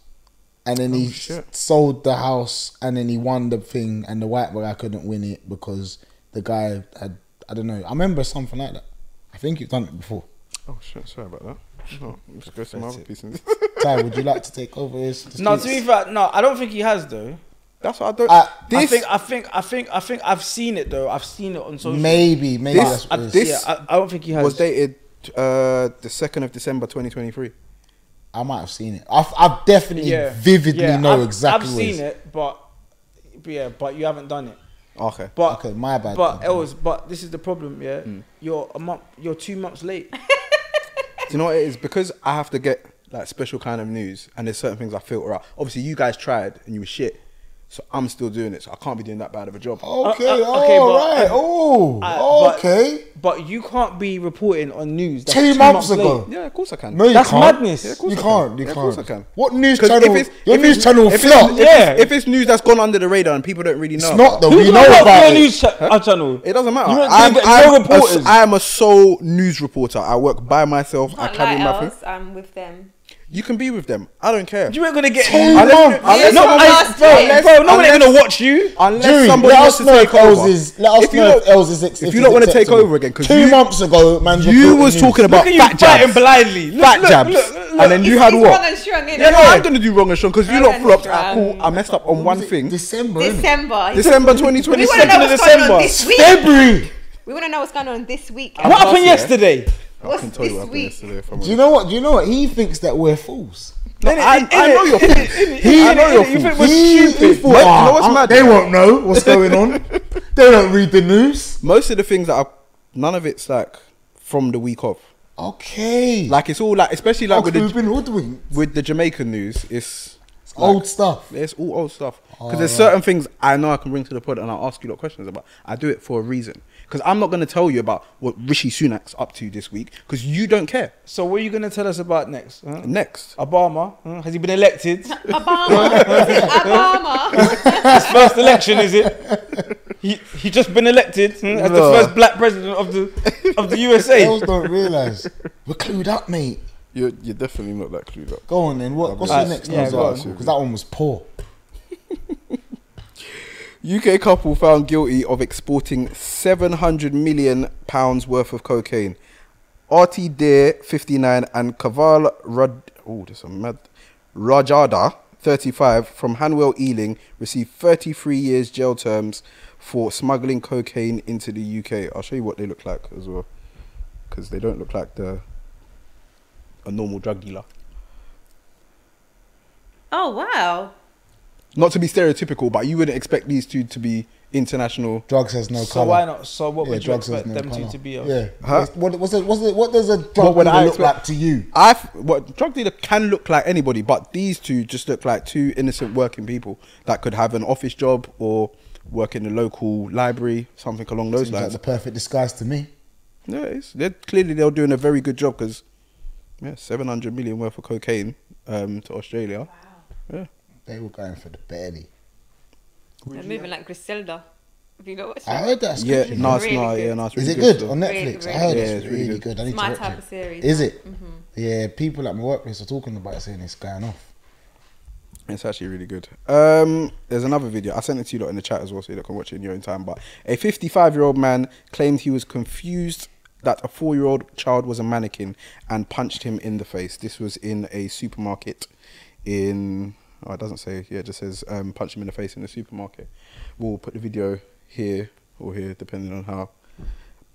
Speaker 1: and then he
Speaker 3: Oh, shit.
Speaker 1: sold the house and then he won the thing, and the white guy couldn't win it because the guy had I don't know. I remember something like that. I think you've done it before.
Speaker 3: Oh shit! Sorry about that. No, let's go to my other piece.
Speaker 1: Ty, would you like to take over? This, this
Speaker 2: No, to be fair, no, I don't think he has though.
Speaker 3: That's what I don't.
Speaker 1: Uh,
Speaker 2: I
Speaker 3: this
Speaker 2: think, I think, I think, I think I've seen it though. I've seen it on social.
Speaker 1: maybe, maybe
Speaker 3: This- uh,
Speaker 1: that's what
Speaker 2: I,
Speaker 1: it is.
Speaker 3: this-
Speaker 2: yeah, I, I don't think he has.
Speaker 3: was dated uh, the second of December, twenty twenty three.
Speaker 1: I might have seen it. I've, I've definitely vividly
Speaker 2: yeah,
Speaker 1: know
Speaker 2: I've,
Speaker 1: exactly.
Speaker 2: I've
Speaker 1: what it
Speaker 2: seen
Speaker 1: is.
Speaker 2: it, but but yeah, but you haven't done it.
Speaker 3: Okay.
Speaker 2: But
Speaker 1: Okay, my bad.
Speaker 2: but
Speaker 1: then.
Speaker 2: Els, but this is the problem. Yeah,
Speaker 1: Hmm.
Speaker 2: you're a month, you're two months late.
Speaker 3: Do you know what it is? Because I have to get like special kind of news, and there's certain things I filter out. Obviously, you guys tried and you were shit, so I'm still doing it. So I can't be doing that bad of a job.
Speaker 1: Okay.
Speaker 2: Uh, uh, okay,
Speaker 1: okay, all
Speaker 2: but-
Speaker 1: right. Oh,
Speaker 2: Uh, but-
Speaker 1: okay.
Speaker 2: But you can't be reporting on news that's
Speaker 1: Two months ago.
Speaker 2: late.
Speaker 3: Yeah, of course I can.
Speaker 1: No, you
Speaker 2: That's
Speaker 1: can't.
Speaker 2: madness.
Speaker 3: Yeah, of
Speaker 1: You
Speaker 3: course I
Speaker 1: can't. You
Speaker 3: Yeah,
Speaker 1: can't.
Speaker 3: Of course I can.
Speaker 1: What news
Speaker 3: 'Cause
Speaker 1: channel? your news channel
Speaker 3: if
Speaker 1: flop.
Speaker 3: It's,
Speaker 2: Yeah.
Speaker 3: If it's news that's gone under the radar and people don't really know,
Speaker 1: It's not
Speaker 3: about,
Speaker 1: though.
Speaker 2: Who's
Speaker 1: We know
Speaker 2: gonna watch
Speaker 1: about
Speaker 2: your
Speaker 1: it.
Speaker 2: news cha- uh, channel?
Speaker 3: It doesn't matter.
Speaker 2: You don't
Speaker 3: I'm,
Speaker 2: get no
Speaker 3: I'm,
Speaker 2: reporters.
Speaker 3: A, s- I am a sole news reporter. I work by myself. I
Speaker 4: Not
Speaker 3: carry
Speaker 4: like
Speaker 3: my thing.
Speaker 4: else, I'm um, with them.
Speaker 3: You can be with them. I don't care.
Speaker 2: You ain't gonna get.
Speaker 1: months.
Speaker 3: unless,
Speaker 4: It's not
Speaker 2: I-
Speaker 4: last
Speaker 2: bro,
Speaker 4: week.
Speaker 2: bro, no one ain't
Speaker 3: unless-
Speaker 2: gonna watch you.
Speaker 3: unless
Speaker 1: Jury,
Speaker 3: somebody
Speaker 1: let
Speaker 3: wants
Speaker 1: us
Speaker 3: to
Speaker 1: know
Speaker 3: take
Speaker 1: if Els
Speaker 3: over.
Speaker 1: is- let us
Speaker 3: If you
Speaker 1: know if
Speaker 3: don't-
Speaker 1: Els is ex-
Speaker 3: If
Speaker 1: if
Speaker 3: you
Speaker 1: he's
Speaker 3: don't want to take
Speaker 1: acceptable.
Speaker 3: over again, because
Speaker 1: Two
Speaker 3: you,
Speaker 1: months ago, man,
Speaker 3: you was talking about
Speaker 2: Look at you
Speaker 3: fat
Speaker 2: fighting
Speaker 3: jabs,
Speaker 2: blindly. Look,
Speaker 3: fat
Speaker 2: look,
Speaker 3: jabs,
Speaker 2: look, look.
Speaker 3: and then you had
Speaker 4: He's gone
Speaker 3: what?
Speaker 4: and shrunk, innit?
Speaker 3: Yeah, no, I'm gonna do wrong and Sean because you
Speaker 4: Wrong
Speaker 3: lot
Speaker 4: and
Speaker 3: flopped. Ah,
Speaker 4: wrong.
Speaker 3: cool, I messed up on one thing.
Speaker 1: December. innit?
Speaker 4: December.
Speaker 3: December 2020.
Speaker 4: We want to know
Speaker 2: of
Speaker 4: what's going
Speaker 2: December.
Speaker 4: on this week.
Speaker 1: February.
Speaker 4: We want to know what's going on this week.
Speaker 2: What happened
Speaker 3: Last
Speaker 2: yesterday?
Speaker 3: I
Speaker 4: What's
Speaker 3: can tell you
Speaker 4: this
Speaker 3: what happened
Speaker 4: week?
Speaker 3: yesterday. if I'm
Speaker 1: Do you know what? Do you know what? He thinks that we're fools.
Speaker 3: honest. I, I know you're.
Speaker 1: He,
Speaker 3: I know you're
Speaker 2: You think
Speaker 3: fools.
Speaker 2: we're
Speaker 1: he, he
Speaker 2: stupid?
Speaker 1: thought,
Speaker 3: Mate, you
Speaker 1: "Ah,
Speaker 3: know what's
Speaker 1: ah,
Speaker 3: mad,
Speaker 1: they
Speaker 3: yeah?"
Speaker 1: won't know what's going on. they don't read the news.
Speaker 3: Most of the things that I, none of it's like from the week of.
Speaker 1: Okay.
Speaker 3: Like it's all like, especially like
Speaker 1: okay, we've
Speaker 3: with the
Speaker 1: been hoodwinked.
Speaker 3: with the Jamaican news. It's like-
Speaker 1: Old stuff.
Speaker 3: It's all old stuff. Because
Speaker 1: Oh,
Speaker 3: there's
Speaker 1: right.
Speaker 3: certain things I know I can bring to the pod and I'll ask you lot questions about. I do it for a reason. Because I'm not going to tell you about what Rishi Sunak's up to this week because you don't care.
Speaker 2: So what are you gonna tell us about next? huh?
Speaker 3: Next.
Speaker 2: Obama huh? has he been elected?
Speaker 4: Obama. Is it Obama.
Speaker 2: His first election is it? He he just been elected hmm, as
Speaker 3: No.
Speaker 2: the first black president of the of the USA.
Speaker 1: Girls don't realise. We're clued up, mate.
Speaker 3: You're, you're definitely not that clued up.
Speaker 1: Go on then. What, what's the
Speaker 2: Alright,
Speaker 1: next
Speaker 2: yeah,
Speaker 1: news
Speaker 2: go on.
Speaker 1: article? Because that one was poor.
Speaker 3: UK couple found guilty of exporting 700 million pounds worth of cocaine. Artie Deer, 59, and Kaval Rod- Ooh, that's a mad- Rajada, 35, from Hanwell Ealing, received 33 years jail terms for smuggling cocaine into the UK. I'll show you what they look like as well, because they don't look like the a normal drug dealer.
Speaker 4: Oh wow.
Speaker 3: Not to be stereotypical, but you wouldn't expect these two to be international.
Speaker 1: Drugs has no
Speaker 2: so
Speaker 1: colour.
Speaker 2: why not? So what
Speaker 1: Yeah,
Speaker 2: would you
Speaker 1: drugs has
Speaker 2: expect
Speaker 1: no
Speaker 2: them two
Speaker 1: colour.
Speaker 2: to be? Of?
Speaker 1: Yeah.
Speaker 3: Huh?
Speaker 1: It's- What, what's it, what's it, what does a
Speaker 3: What
Speaker 1: drug
Speaker 3: would
Speaker 1: dealer
Speaker 3: I
Speaker 1: look
Speaker 3: expect?
Speaker 1: like to you?
Speaker 3: I what drug dealer can look like anybody, but these two just look like two innocent working people that could have an office job or work in the local library, something along those
Speaker 1: Seems like
Speaker 3: lines.
Speaker 1: the perfect disguise to me.
Speaker 3: yeah, it's, they're clearly they're doing a very good job because yeah, seven hundred million worth of cocaine um, to Australia. Yeah,
Speaker 1: They were going for the belly.
Speaker 4: They're moving like Griselda. Have you not watched
Speaker 1: I
Speaker 4: that?
Speaker 1: heard that.
Speaker 3: yeah,
Speaker 1: scripture.
Speaker 3: nice,
Speaker 4: Really
Speaker 3: nah,
Speaker 4: good.
Speaker 3: yeah, nice.
Speaker 1: Is it good
Speaker 3: stuff.
Speaker 1: on
Speaker 4: Really,
Speaker 1: Netflix?
Speaker 4: really
Speaker 1: I heard it's
Speaker 3: good. Yeah, it's really
Speaker 1: really
Speaker 3: good.
Speaker 1: good. I need
Speaker 4: It's my
Speaker 1: to watch
Speaker 4: type
Speaker 1: it.
Speaker 4: of series. Mm-hmm.
Speaker 1: Is it? Yeah, people at my workplace are talking about it, saying it's going off.
Speaker 3: It's actually really good. Um, there's another video. I sent it to you lot in the chat as well, so you lot can watch it in your own time. But a 55 year old man claimed he was confused that a four year old child was a mannequin and punched him in the face. This was in a supermarket in. Oh, it doesn't say. Yeah, it just says um, punch him in the face in the supermarket. We'll put the video here or here, depending on how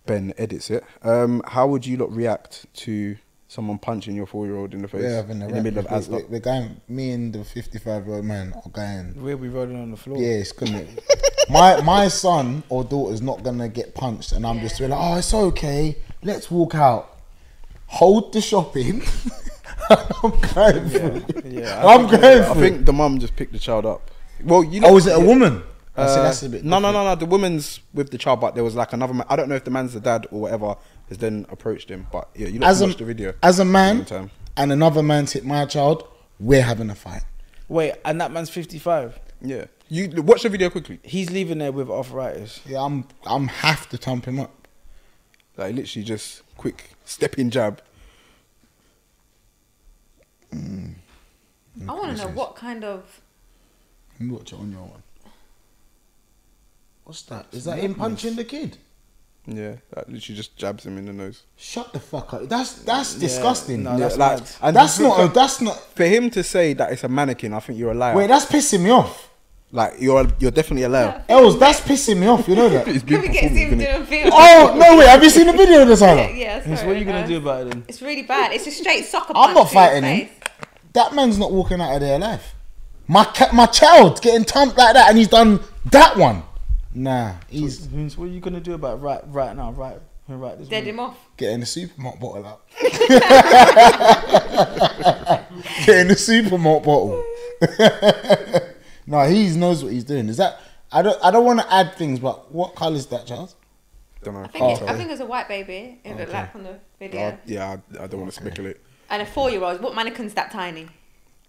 Speaker 3: Ben edits it. Um, how would you lot react to someone punching your four year old in the face
Speaker 1: We're
Speaker 3: in
Speaker 1: having a
Speaker 3: the middle of
Speaker 1: rant. we,
Speaker 3: Asda.
Speaker 1: we, are going. Me and the fifty-five-year-old man are going.
Speaker 2: We'll be rolling on the floor.
Speaker 1: Yeah, it's gonna. my my son or daughter's not gonna get punched, and I'm just like, oh, it's okay. Let's walk out. Hold the shopping. I'm going for it.
Speaker 2: yeah, I
Speaker 1: I'm going
Speaker 3: I
Speaker 1: for it.
Speaker 3: think the mum just picked the child up. Well, you know,
Speaker 1: Oh, is it a woman? I said
Speaker 3: Uh,
Speaker 1: that's a bit.
Speaker 3: no, no, no, no. The woman's with the child, but there was like another man. I don't know if the man's the dad or whatever has then approached him. But yeah, you
Speaker 1: As
Speaker 3: lot
Speaker 1: a,
Speaker 3: watched the video.
Speaker 1: as a man,
Speaker 3: Sometime.
Speaker 1: and another man's hit my child, we're having a fight.
Speaker 2: Wait, and that man's 55.
Speaker 3: yeah, you watch the video quickly.
Speaker 2: He's leaving there with arthritis.
Speaker 1: Yeah, I'm I'm have to thump him up.
Speaker 3: Like literally, just quick stepping jab.
Speaker 4: I want to know what kind of.
Speaker 1: Let me watch it on your one. What's that? Is that him punching the kid?
Speaker 3: Yeah, like literally just jabs him in the nose.
Speaker 1: Shut the fuck up. That's that's disgusting.
Speaker 2: no, that's
Speaker 1: that's
Speaker 2: mad.
Speaker 1: that's
Speaker 3: for-
Speaker 1: not. A, that's not.
Speaker 3: for him to say that it's a mannequin. I think you're a liar.
Speaker 1: Wait, that's pissing me off.
Speaker 3: like you're you're definitely a liar.
Speaker 1: Els, that's pissing me off. You know that.
Speaker 3: It's
Speaker 4: Can we get
Speaker 3: performance,
Speaker 4: Zoom
Speaker 3: isn't it?
Speaker 4: doing film?
Speaker 1: oh no! Wait, have you seen the video of this?
Speaker 4: yeah,
Speaker 1: Either?
Speaker 4: yeah, sorry,
Speaker 2: So what are you going
Speaker 4: guys.
Speaker 2: to do about it then?
Speaker 4: It's really bad. It's a straight soccer.
Speaker 1: I'm
Speaker 4: punch
Speaker 1: not
Speaker 4: to
Speaker 1: fighting
Speaker 4: your
Speaker 1: him.
Speaker 4: face.
Speaker 1: That man's not walking out of there alive. My ca- my child getting thumped like that, and he's done that one. Nah, he's
Speaker 2: So what are you going to do about it right, right now? Right, right this
Speaker 4: Dead
Speaker 2: minute?
Speaker 4: him off.
Speaker 1: getting the supermalt bottle out. getting the supermalt bottle. no, he knows what he's doing. Is that I don't I don't want to add things, but what colour is that, Charles?
Speaker 3: Don't know.
Speaker 4: I
Speaker 1: Oh,
Speaker 4: think it, I think it was a white baby. It looked like from the video.
Speaker 3: Uh, yeah, I, I don't want to speculate.
Speaker 4: And a four-year-old. What mannequin's that tiny?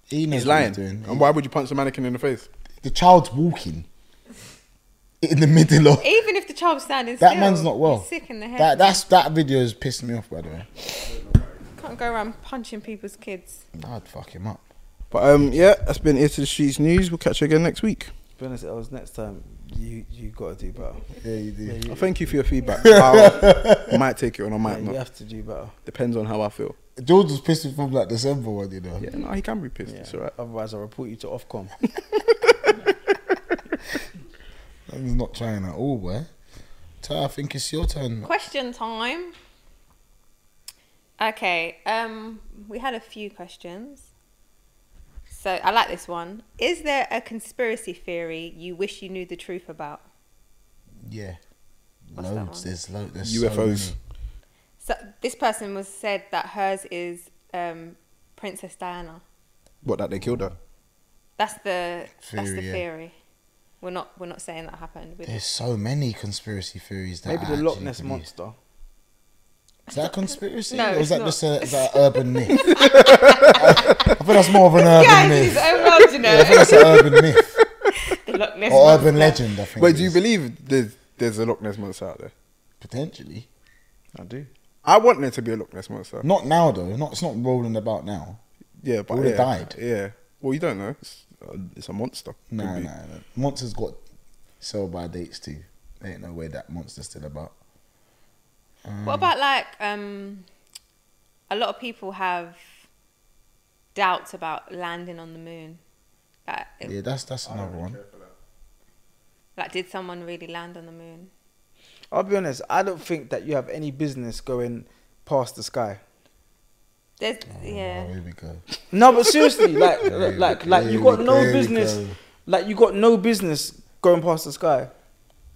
Speaker 1: He knows
Speaker 3: He's
Speaker 1: what
Speaker 3: lying.
Speaker 1: he's doing.
Speaker 3: And why would you punch the mannequin in the face?
Speaker 1: the child's walking in the middle of
Speaker 4: Even if the child's standing
Speaker 1: that
Speaker 4: still,
Speaker 1: man's not well.
Speaker 4: he's Sick in the head.
Speaker 1: That that's that video is pissing me off by the way.
Speaker 4: Can't go around punching people's kids.
Speaker 1: I'd fuck him up.
Speaker 3: But um, yeah, that's been it to the streets news. We'll catch you again next week.
Speaker 2: To be honest, Els, next time, you you got to do better.
Speaker 1: Yeah, you do.
Speaker 3: I thank you for your feedback. I might take it and I
Speaker 2: Yeah,
Speaker 3: might
Speaker 2: you
Speaker 3: not.
Speaker 2: have to do better.
Speaker 3: Depends on how I feel.
Speaker 1: George was pissed off like December one, you know.
Speaker 3: Yeah, no, he can be pissed.
Speaker 2: Yeah.
Speaker 3: It's alright.
Speaker 2: Otherwise, I'll report you to Ofcom.
Speaker 1: He's not trying at all, boy. Ty, I think it's your turn.
Speaker 4: Question time. Okay, um, we had a few questions. So I like this one. Is there a conspiracy theory you wish you knew the truth about?
Speaker 1: Yeah.
Speaker 4: What's that
Speaker 1: loads.
Speaker 4: one?
Speaker 1: There's loads. There's so
Speaker 3: UFOs.
Speaker 1: many.
Speaker 4: So this person was said that hers is um, Princess Diana.
Speaker 3: What that they killed her?
Speaker 4: That's the that's the
Speaker 1: Theory, yeah.
Speaker 4: theory. We're not we're not saying that happened. We're
Speaker 1: There's so many conspiracy theories. That
Speaker 2: Maybe
Speaker 1: I
Speaker 2: the Loch
Speaker 1: actually
Speaker 2: Ness
Speaker 1: believe.
Speaker 2: monster.
Speaker 1: Is that a conspiracy?
Speaker 4: No,
Speaker 1: or
Speaker 4: it's
Speaker 1: is that
Speaker 4: not.
Speaker 1: just a, is that an urban myth? I think that's more of an urban
Speaker 4: Guys,
Speaker 1: myth.
Speaker 4: he's overwhelmed, you
Speaker 1: I think
Speaker 4: know.
Speaker 1: that's an urban myth
Speaker 4: The Loch Ness
Speaker 1: or
Speaker 4: Monster.
Speaker 1: urban legend. I think.
Speaker 3: Wait, do you
Speaker 1: it is.
Speaker 3: believe there's there's a Loch Ness monster out there?
Speaker 1: potentially?
Speaker 2: I do.
Speaker 3: I want there to be a Loch Ness monster.
Speaker 1: Not now though. Not it's not rolling about now.
Speaker 3: Yeah, but
Speaker 1: Would it
Speaker 3: yeah,
Speaker 1: died?
Speaker 3: Yeah. Well, you don't know. It's, uh, it's a monster.
Speaker 1: No,
Speaker 3: Could
Speaker 1: no,
Speaker 3: be.
Speaker 1: no. Monster's got sell by dates too. There ain't no way that monster's still about.
Speaker 4: What about like um, a lot of people have doubts about landing on the moon. Like, it-
Speaker 1: Yeah, that's that's another one.
Speaker 4: like, did someone really land on the moon?
Speaker 2: I'll be honest, I don't think that you have any business going past the sky.
Speaker 4: There's
Speaker 1: Oh,
Speaker 4: yeah.
Speaker 1: here we go.
Speaker 2: No, but seriously, like,
Speaker 1: There we-
Speaker 2: like, like
Speaker 1: there
Speaker 2: you
Speaker 1: we-
Speaker 2: got no
Speaker 1: there we
Speaker 2: business,
Speaker 1: go.
Speaker 2: like you got no business going past the sky.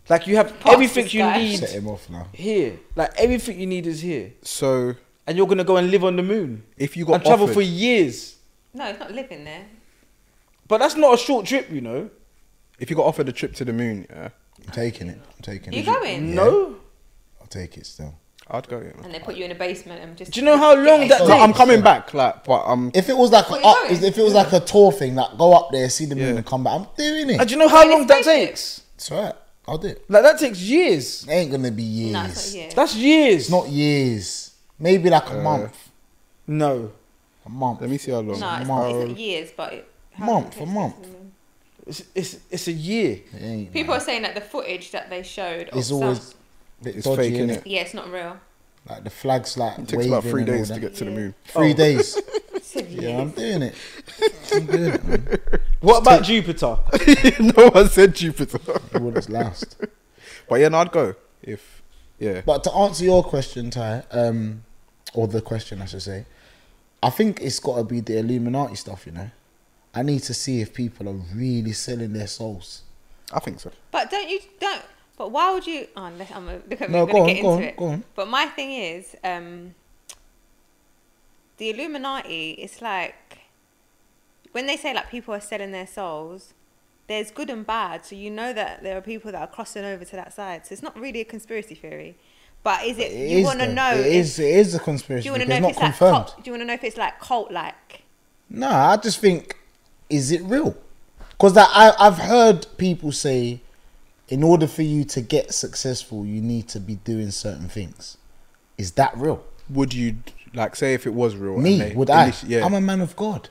Speaker 2: Like you have
Speaker 4: the
Speaker 2: everything you
Speaker 4: sky.
Speaker 2: need
Speaker 1: Set him off now.
Speaker 2: here. Like everything you need is here,
Speaker 3: So
Speaker 2: and you're gonna go and live on the moon
Speaker 3: if you got
Speaker 2: and travel
Speaker 3: offered-
Speaker 2: for years.
Speaker 4: No, it's not living there.
Speaker 2: But that's not a short trip, you know.
Speaker 3: if you got offered a trip to the moon, yeah,
Speaker 1: I'm taking it. I'm taking
Speaker 4: You
Speaker 1: it.
Speaker 4: going?
Speaker 1: Yeah,
Speaker 2: No.
Speaker 1: I'll take it still.
Speaker 3: I'd go. Yeah.
Speaker 4: And they put you in a basement and just.
Speaker 2: Do you know how long that
Speaker 3: No,
Speaker 2: takes?
Speaker 3: I'm coming back, like, but I'm
Speaker 1: If it was like
Speaker 4: Where
Speaker 1: a
Speaker 4: you
Speaker 1: up,
Speaker 4: going?
Speaker 1: if it was like a tour thing, like go up there, see the moon,
Speaker 3: Yeah.
Speaker 1: and come back. I'm doing
Speaker 2: And
Speaker 1: it.
Speaker 2: do you know how long
Speaker 4: Well, it's
Speaker 2: that
Speaker 4: basic.
Speaker 2: takes?
Speaker 1: That's right. I'll do it.
Speaker 2: Like that takes years.
Speaker 1: It ain't gonna be years.
Speaker 4: No, it's not yeah.
Speaker 2: That's years.
Speaker 1: It's not years. Maybe like a month.
Speaker 2: No.
Speaker 1: A month.
Speaker 3: Uh, Let me see how long.
Speaker 4: No, it's, not, it's not years, but. It, how long
Speaker 1: Month,
Speaker 4: it
Speaker 1: a
Speaker 4: takes
Speaker 1: month.
Speaker 4: to get to the moon.
Speaker 2: It's it's, it's a year.
Speaker 1: It ain't,
Speaker 4: People
Speaker 1: man.
Speaker 4: are saying that the footage that they showed. of
Speaker 1: It's always
Speaker 4: some-
Speaker 1: bit
Speaker 3: It's
Speaker 1: dodgy,
Speaker 3: fake,
Speaker 1: innit?
Speaker 3: innit?
Speaker 4: Yeah, it's not real.
Speaker 1: Like the flags, like
Speaker 3: It takes about
Speaker 1: waving
Speaker 3: three
Speaker 1: and all
Speaker 3: days to
Speaker 1: that.
Speaker 3: get to the moon.
Speaker 1: Three days.
Speaker 4: It's a year.
Speaker 1: Yeah, I'm doing it. I'm doing it, man.
Speaker 2: What about Jupiter?
Speaker 3: no one said Jupiter.
Speaker 1: It would have last.
Speaker 3: but yeah, no, I'd go if yeah.
Speaker 1: But to answer your question, Ty, um, or the question, I should say, I think it's got to be the Illuminati stuff, you know. I need to see if people are really selling their souls.
Speaker 3: I think so.
Speaker 4: But don't you don't? But why would you? Oh, unless I'm a, look at me.
Speaker 1: No,
Speaker 4: I'm
Speaker 1: go
Speaker 4: gonna
Speaker 1: on,
Speaker 4: get
Speaker 1: go
Speaker 4: into
Speaker 1: on,
Speaker 4: it.
Speaker 1: go on.
Speaker 4: But my thing is, um, the Illuminati. It's like when they say like people are selling their souls. There's good and bad, so you know that there are people that are crossing over to that side. So it's not really a conspiracy theory, but is it?
Speaker 1: It
Speaker 4: you
Speaker 1: is,
Speaker 4: want to
Speaker 1: though.
Speaker 4: know?
Speaker 1: It
Speaker 4: if-
Speaker 1: is. It is a
Speaker 4: Do
Speaker 1: conspiracy.
Speaker 4: you
Speaker 1: because
Speaker 4: want
Speaker 1: It's
Speaker 4: to know if
Speaker 1: not
Speaker 4: it's like?
Speaker 1: confirmed.
Speaker 4: Cult, do you want to know if it's like cult like?
Speaker 1: No, I just think, is it real? Because that I, I've heard people say, in order for you to get successful, you need to be doing certain things. Is that real?
Speaker 3: Would you like say if it was real? and
Speaker 1: Me,
Speaker 3: they
Speaker 1: would I?
Speaker 3: initi- Yeah.
Speaker 1: I'm a man of God.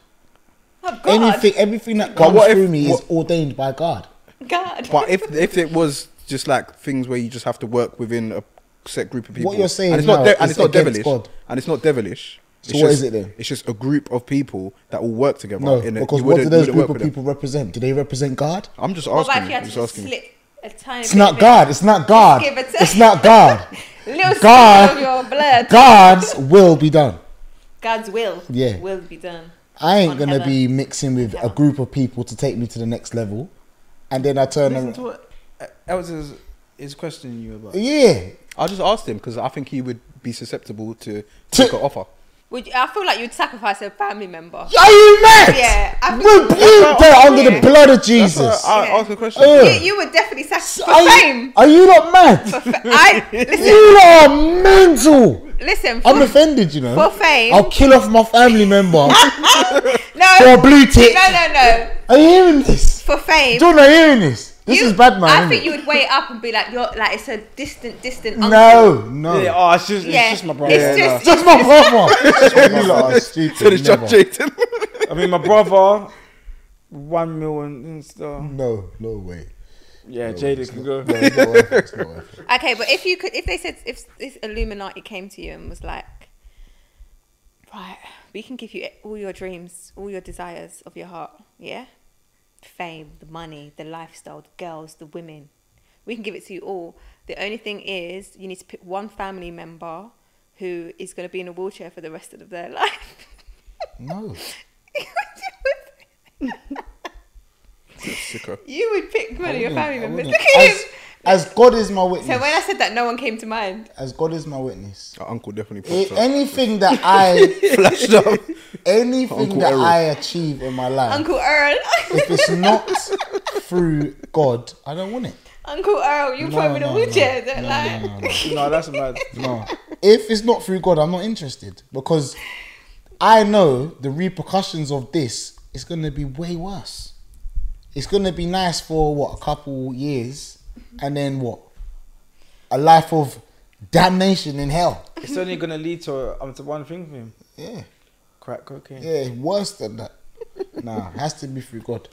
Speaker 4: Oh God,
Speaker 1: Anything, everything that
Speaker 3: But
Speaker 1: comes
Speaker 3: what if-
Speaker 1: through me is
Speaker 3: what-
Speaker 1: ordained by God.
Speaker 4: God.
Speaker 3: but if if it was just like things where you just have to work within a set group of people,
Speaker 1: you're saying
Speaker 3: and it's
Speaker 1: now
Speaker 3: not de-
Speaker 1: is
Speaker 3: and it's not
Speaker 1: against
Speaker 3: devilish,
Speaker 1: God.
Speaker 3: and it's not devilish.
Speaker 1: So
Speaker 3: it's
Speaker 1: what
Speaker 3: just,
Speaker 1: is it then?
Speaker 3: It's just a group of people that all work together.
Speaker 1: No,
Speaker 3: in a,
Speaker 1: because
Speaker 3: you
Speaker 1: what do
Speaker 3: wouldn't-
Speaker 1: those
Speaker 3: you
Speaker 1: group
Speaker 3: wouldn't
Speaker 1: of
Speaker 3: work with
Speaker 1: people represent? Do they represent God?
Speaker 3: them. I'm just
Speaker 4: What about
Speaker 3: asking.
Speaker 4: if
Speaker 3: you,
Speaker 4: you had
Speaker 3: I'm
Speaker 4: to
Speaker 3: just
Speaker 4: just
Speaker 3: asking. you.
Speaker 4: slip a tiny
Speaker 1: It's
Speaker 4: bit
Speaker 1: not
Speaker 4: of
Speaker 1: God. It's not God.
Speaker 4: give it to-
Speaker 1: It's not God.
Speaker 4: Little
Speaker 1: God.
Speaker 4: God. of your blood.
Speaker 1: God's will be done.
Speaker 4: God's will.
Speaker 1: Yeah.
Speaker 4: Will be done.
Speaker 1: I ain't
Speaker 4: On
Speaker 1: gonna
Speaker 4: heaven.
Speaker 1: be mixing with a
Speaker 4: Heaven.
Speaker 1: group of people to take me to the next level, and then I turn
Speaker 2: Listen
Speaker 1: around.
Speaker 2: to what uh, Elvis is, is questioning you about.
Speaker 1: Yeah,
Speaker 3: I just asked him because I think he would be susceptible to
Speaker 1: To-
Speaker 3: take an offer.
Speaker 4: Would you, I feel like you'd sacrifice a family member.
Speaker 1: are you mad?
Speaker 4: Yeah, I think-
Speaker 1: we're
Speaker 4: That's
Speaker 1: there
Speaker 4: what-
Speaker 1: under the
Speaker 4: yeah.
Speaker 1: blood of
Speaker 3: That's why
Speaker 1: Jesus.
Speaker 3: I
Speaker 4: Yeah.
Speaker 3: asked the question.
Speaker 1: Ugh.
Speaker 4: You, you would definitely sacrifice
Speaker 1: Are
Speaker 4: for
Speaker 1: you,
Speaker 4: fame.
Speaker 1: are you not mad?
Speaker 4: For fa- I listen.
Speaker 1: You lot are mental.
Speaker 4: listen for,
Speaker 1: I'm offended, you know.
Speaker 4: for fame.
Speaker 1: I'll kill off my family member
Speaker 4: no.
Speaker 1: for a
Speaker 4: No.
Speaker 1: blue tick.
Speaker 4: No. No.
Speaker 1: Are you hearing this?
Speaker 4: For fame.
Speaker 1: John, are you hearing this? This
Speaker 4: you-
Speaker 1: is bad, man.
Speaker 4: I
Speaker 1: innit?
Speaker 4: think you would wake up and be like, "You're like it's a distant, distant." Uncle.
Speaker 1: no, no.
Speaker 2: Yeah, oh, it's just,
Speaker 4: Yeah.
Speaker 2: it's just my brother.
Speaker 4: It's just-
Speaker 1: That's my brother. you lot are stupid.
Speaker 3: To the judge,
Speaker 1: never.
Speaker 3: Jaden.
Speaker 2: I mean, my brother, one million and stuff.
Speaker 1: No, no way.
Speaker 2: Yeah, Jada can go.
Speaker 1: No, it's not worth it. It's not worth it.
Speaker 4: Okay, but if you could, if they said, if this Illuminati came to you and was like, right, we can give you all your dreams, all your desires of your heart, yeah? Fame, the money, the lifestyle, the girls, the women. We can give it to you all. The only thing is, you need to pick one family member who is going to be in a wheelchair for the rest of their life.
Speaker 1: No.
Speaker 3: Sicko.
Speaker 4: you would pick one of your
Speaker 1: I wouldn't,
Speaker 4: family
Speaker 1: I wouldn't.
Speaker 4: members. Look at him.
Speaker 1: As, as God is my witness.
Speaker 4: So when I said that, no one came to mind.
Speaker 1: as God is my witness.
Speaker 3: Our uncle definitely
Speaker 1: i-
Speaker 3: popped up.
Speaker 1: Anything that I,
Speaker 3: Flashed up.
Speaker 1: anything
Speaker 3: Uncle
Speaker 1: that
Speaker 3: Errol.
Speaker 1: I achieve in my life,
Speaker 4: Uncle Earl.
Speaker 1: Ah. if it's not through God, I don't want it.
Speaker 4: Uncle Earl, you
Speaker 1: No,
Speaker 4: put him in
Speaker 1: no,
Speaker 4: a wheelchair.
Speaker 1: no.
Speaker 4: don't
Speaker 1: No,
Speaker 4: lie.
Speaker 1: no, no,
Speaker 2: No, that's mad.
Speaker 1: No. If it's not through God, I'm not interested because I know the repercussions of this is going to be way worse. It's going to be nice for what a couple years, and then what a life of damnation in hell.
Speaker 2: It's only gonna lead to um, to one thing for him:
Speaker 1: Yeah,
Speaker 2: crack cocaine.
Speaker 1: yeah, worse than that. Nah, has to be through God.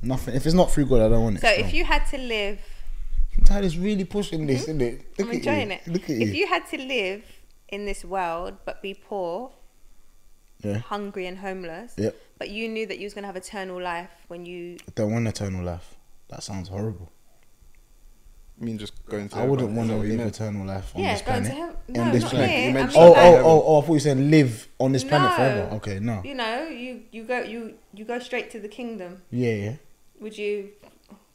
Speaker 1: Nothing. If it's not through God, I don't want it.
Speaker 4: So if
Speaker 1: No.
Speaker 4: you had to live,
Speaker 1: Dad is really pushing this, isn't it? Look
Speaker 4: Mm-hmm. I'm
Speaker 1: at
Speaker 4: enjoying
Speaker 1: you.
Speaker 4: it.
Speaker 1: Look at
Speaker 4: if
Speaker 1: you.
Speaker 4: you. had to live in this world but be poor,
Speaker 1: Yeah.
Speaker 4: hungry and homeless,
Speaker 1: Yep.
Speaker 4: but you knew that you was gonna have eternal life when you
Speaker 1: I don't want eternal life. That sounds horrible.
Speaker 3: I mean, just going to.
Speaker 1: I wouldn't
Speaker 3: heaven.
Speaker 1: want to
Speaker 3: Is that what you
Speaker 1: live
Speaker 3: meant?
Speaker 1: eternal life on
Speaker 4: yeah
Speaker 1: this
Speaker 4: go to
Speaker 1: planet.
Speaker 4: heaven.
Speaker 1: on
Speaker 4: No,
Speaker 1: this
Speaker 4: not
Speaker 1: planet.
Speaker 4: here. I mean,
Speaker 3: mentioned-
Speaker 1: Oh,
Speaker 4: like,
Speaker 1: oh, oh, oh! I thought you said live on this planet
Speaker 4: No.
Speaker 1: forever. Okay, no.
Speaker 4: You know, you you go you you go straight to the kingdom.
Speaker 1: Yeah, yeah.
Speaker 4: Would you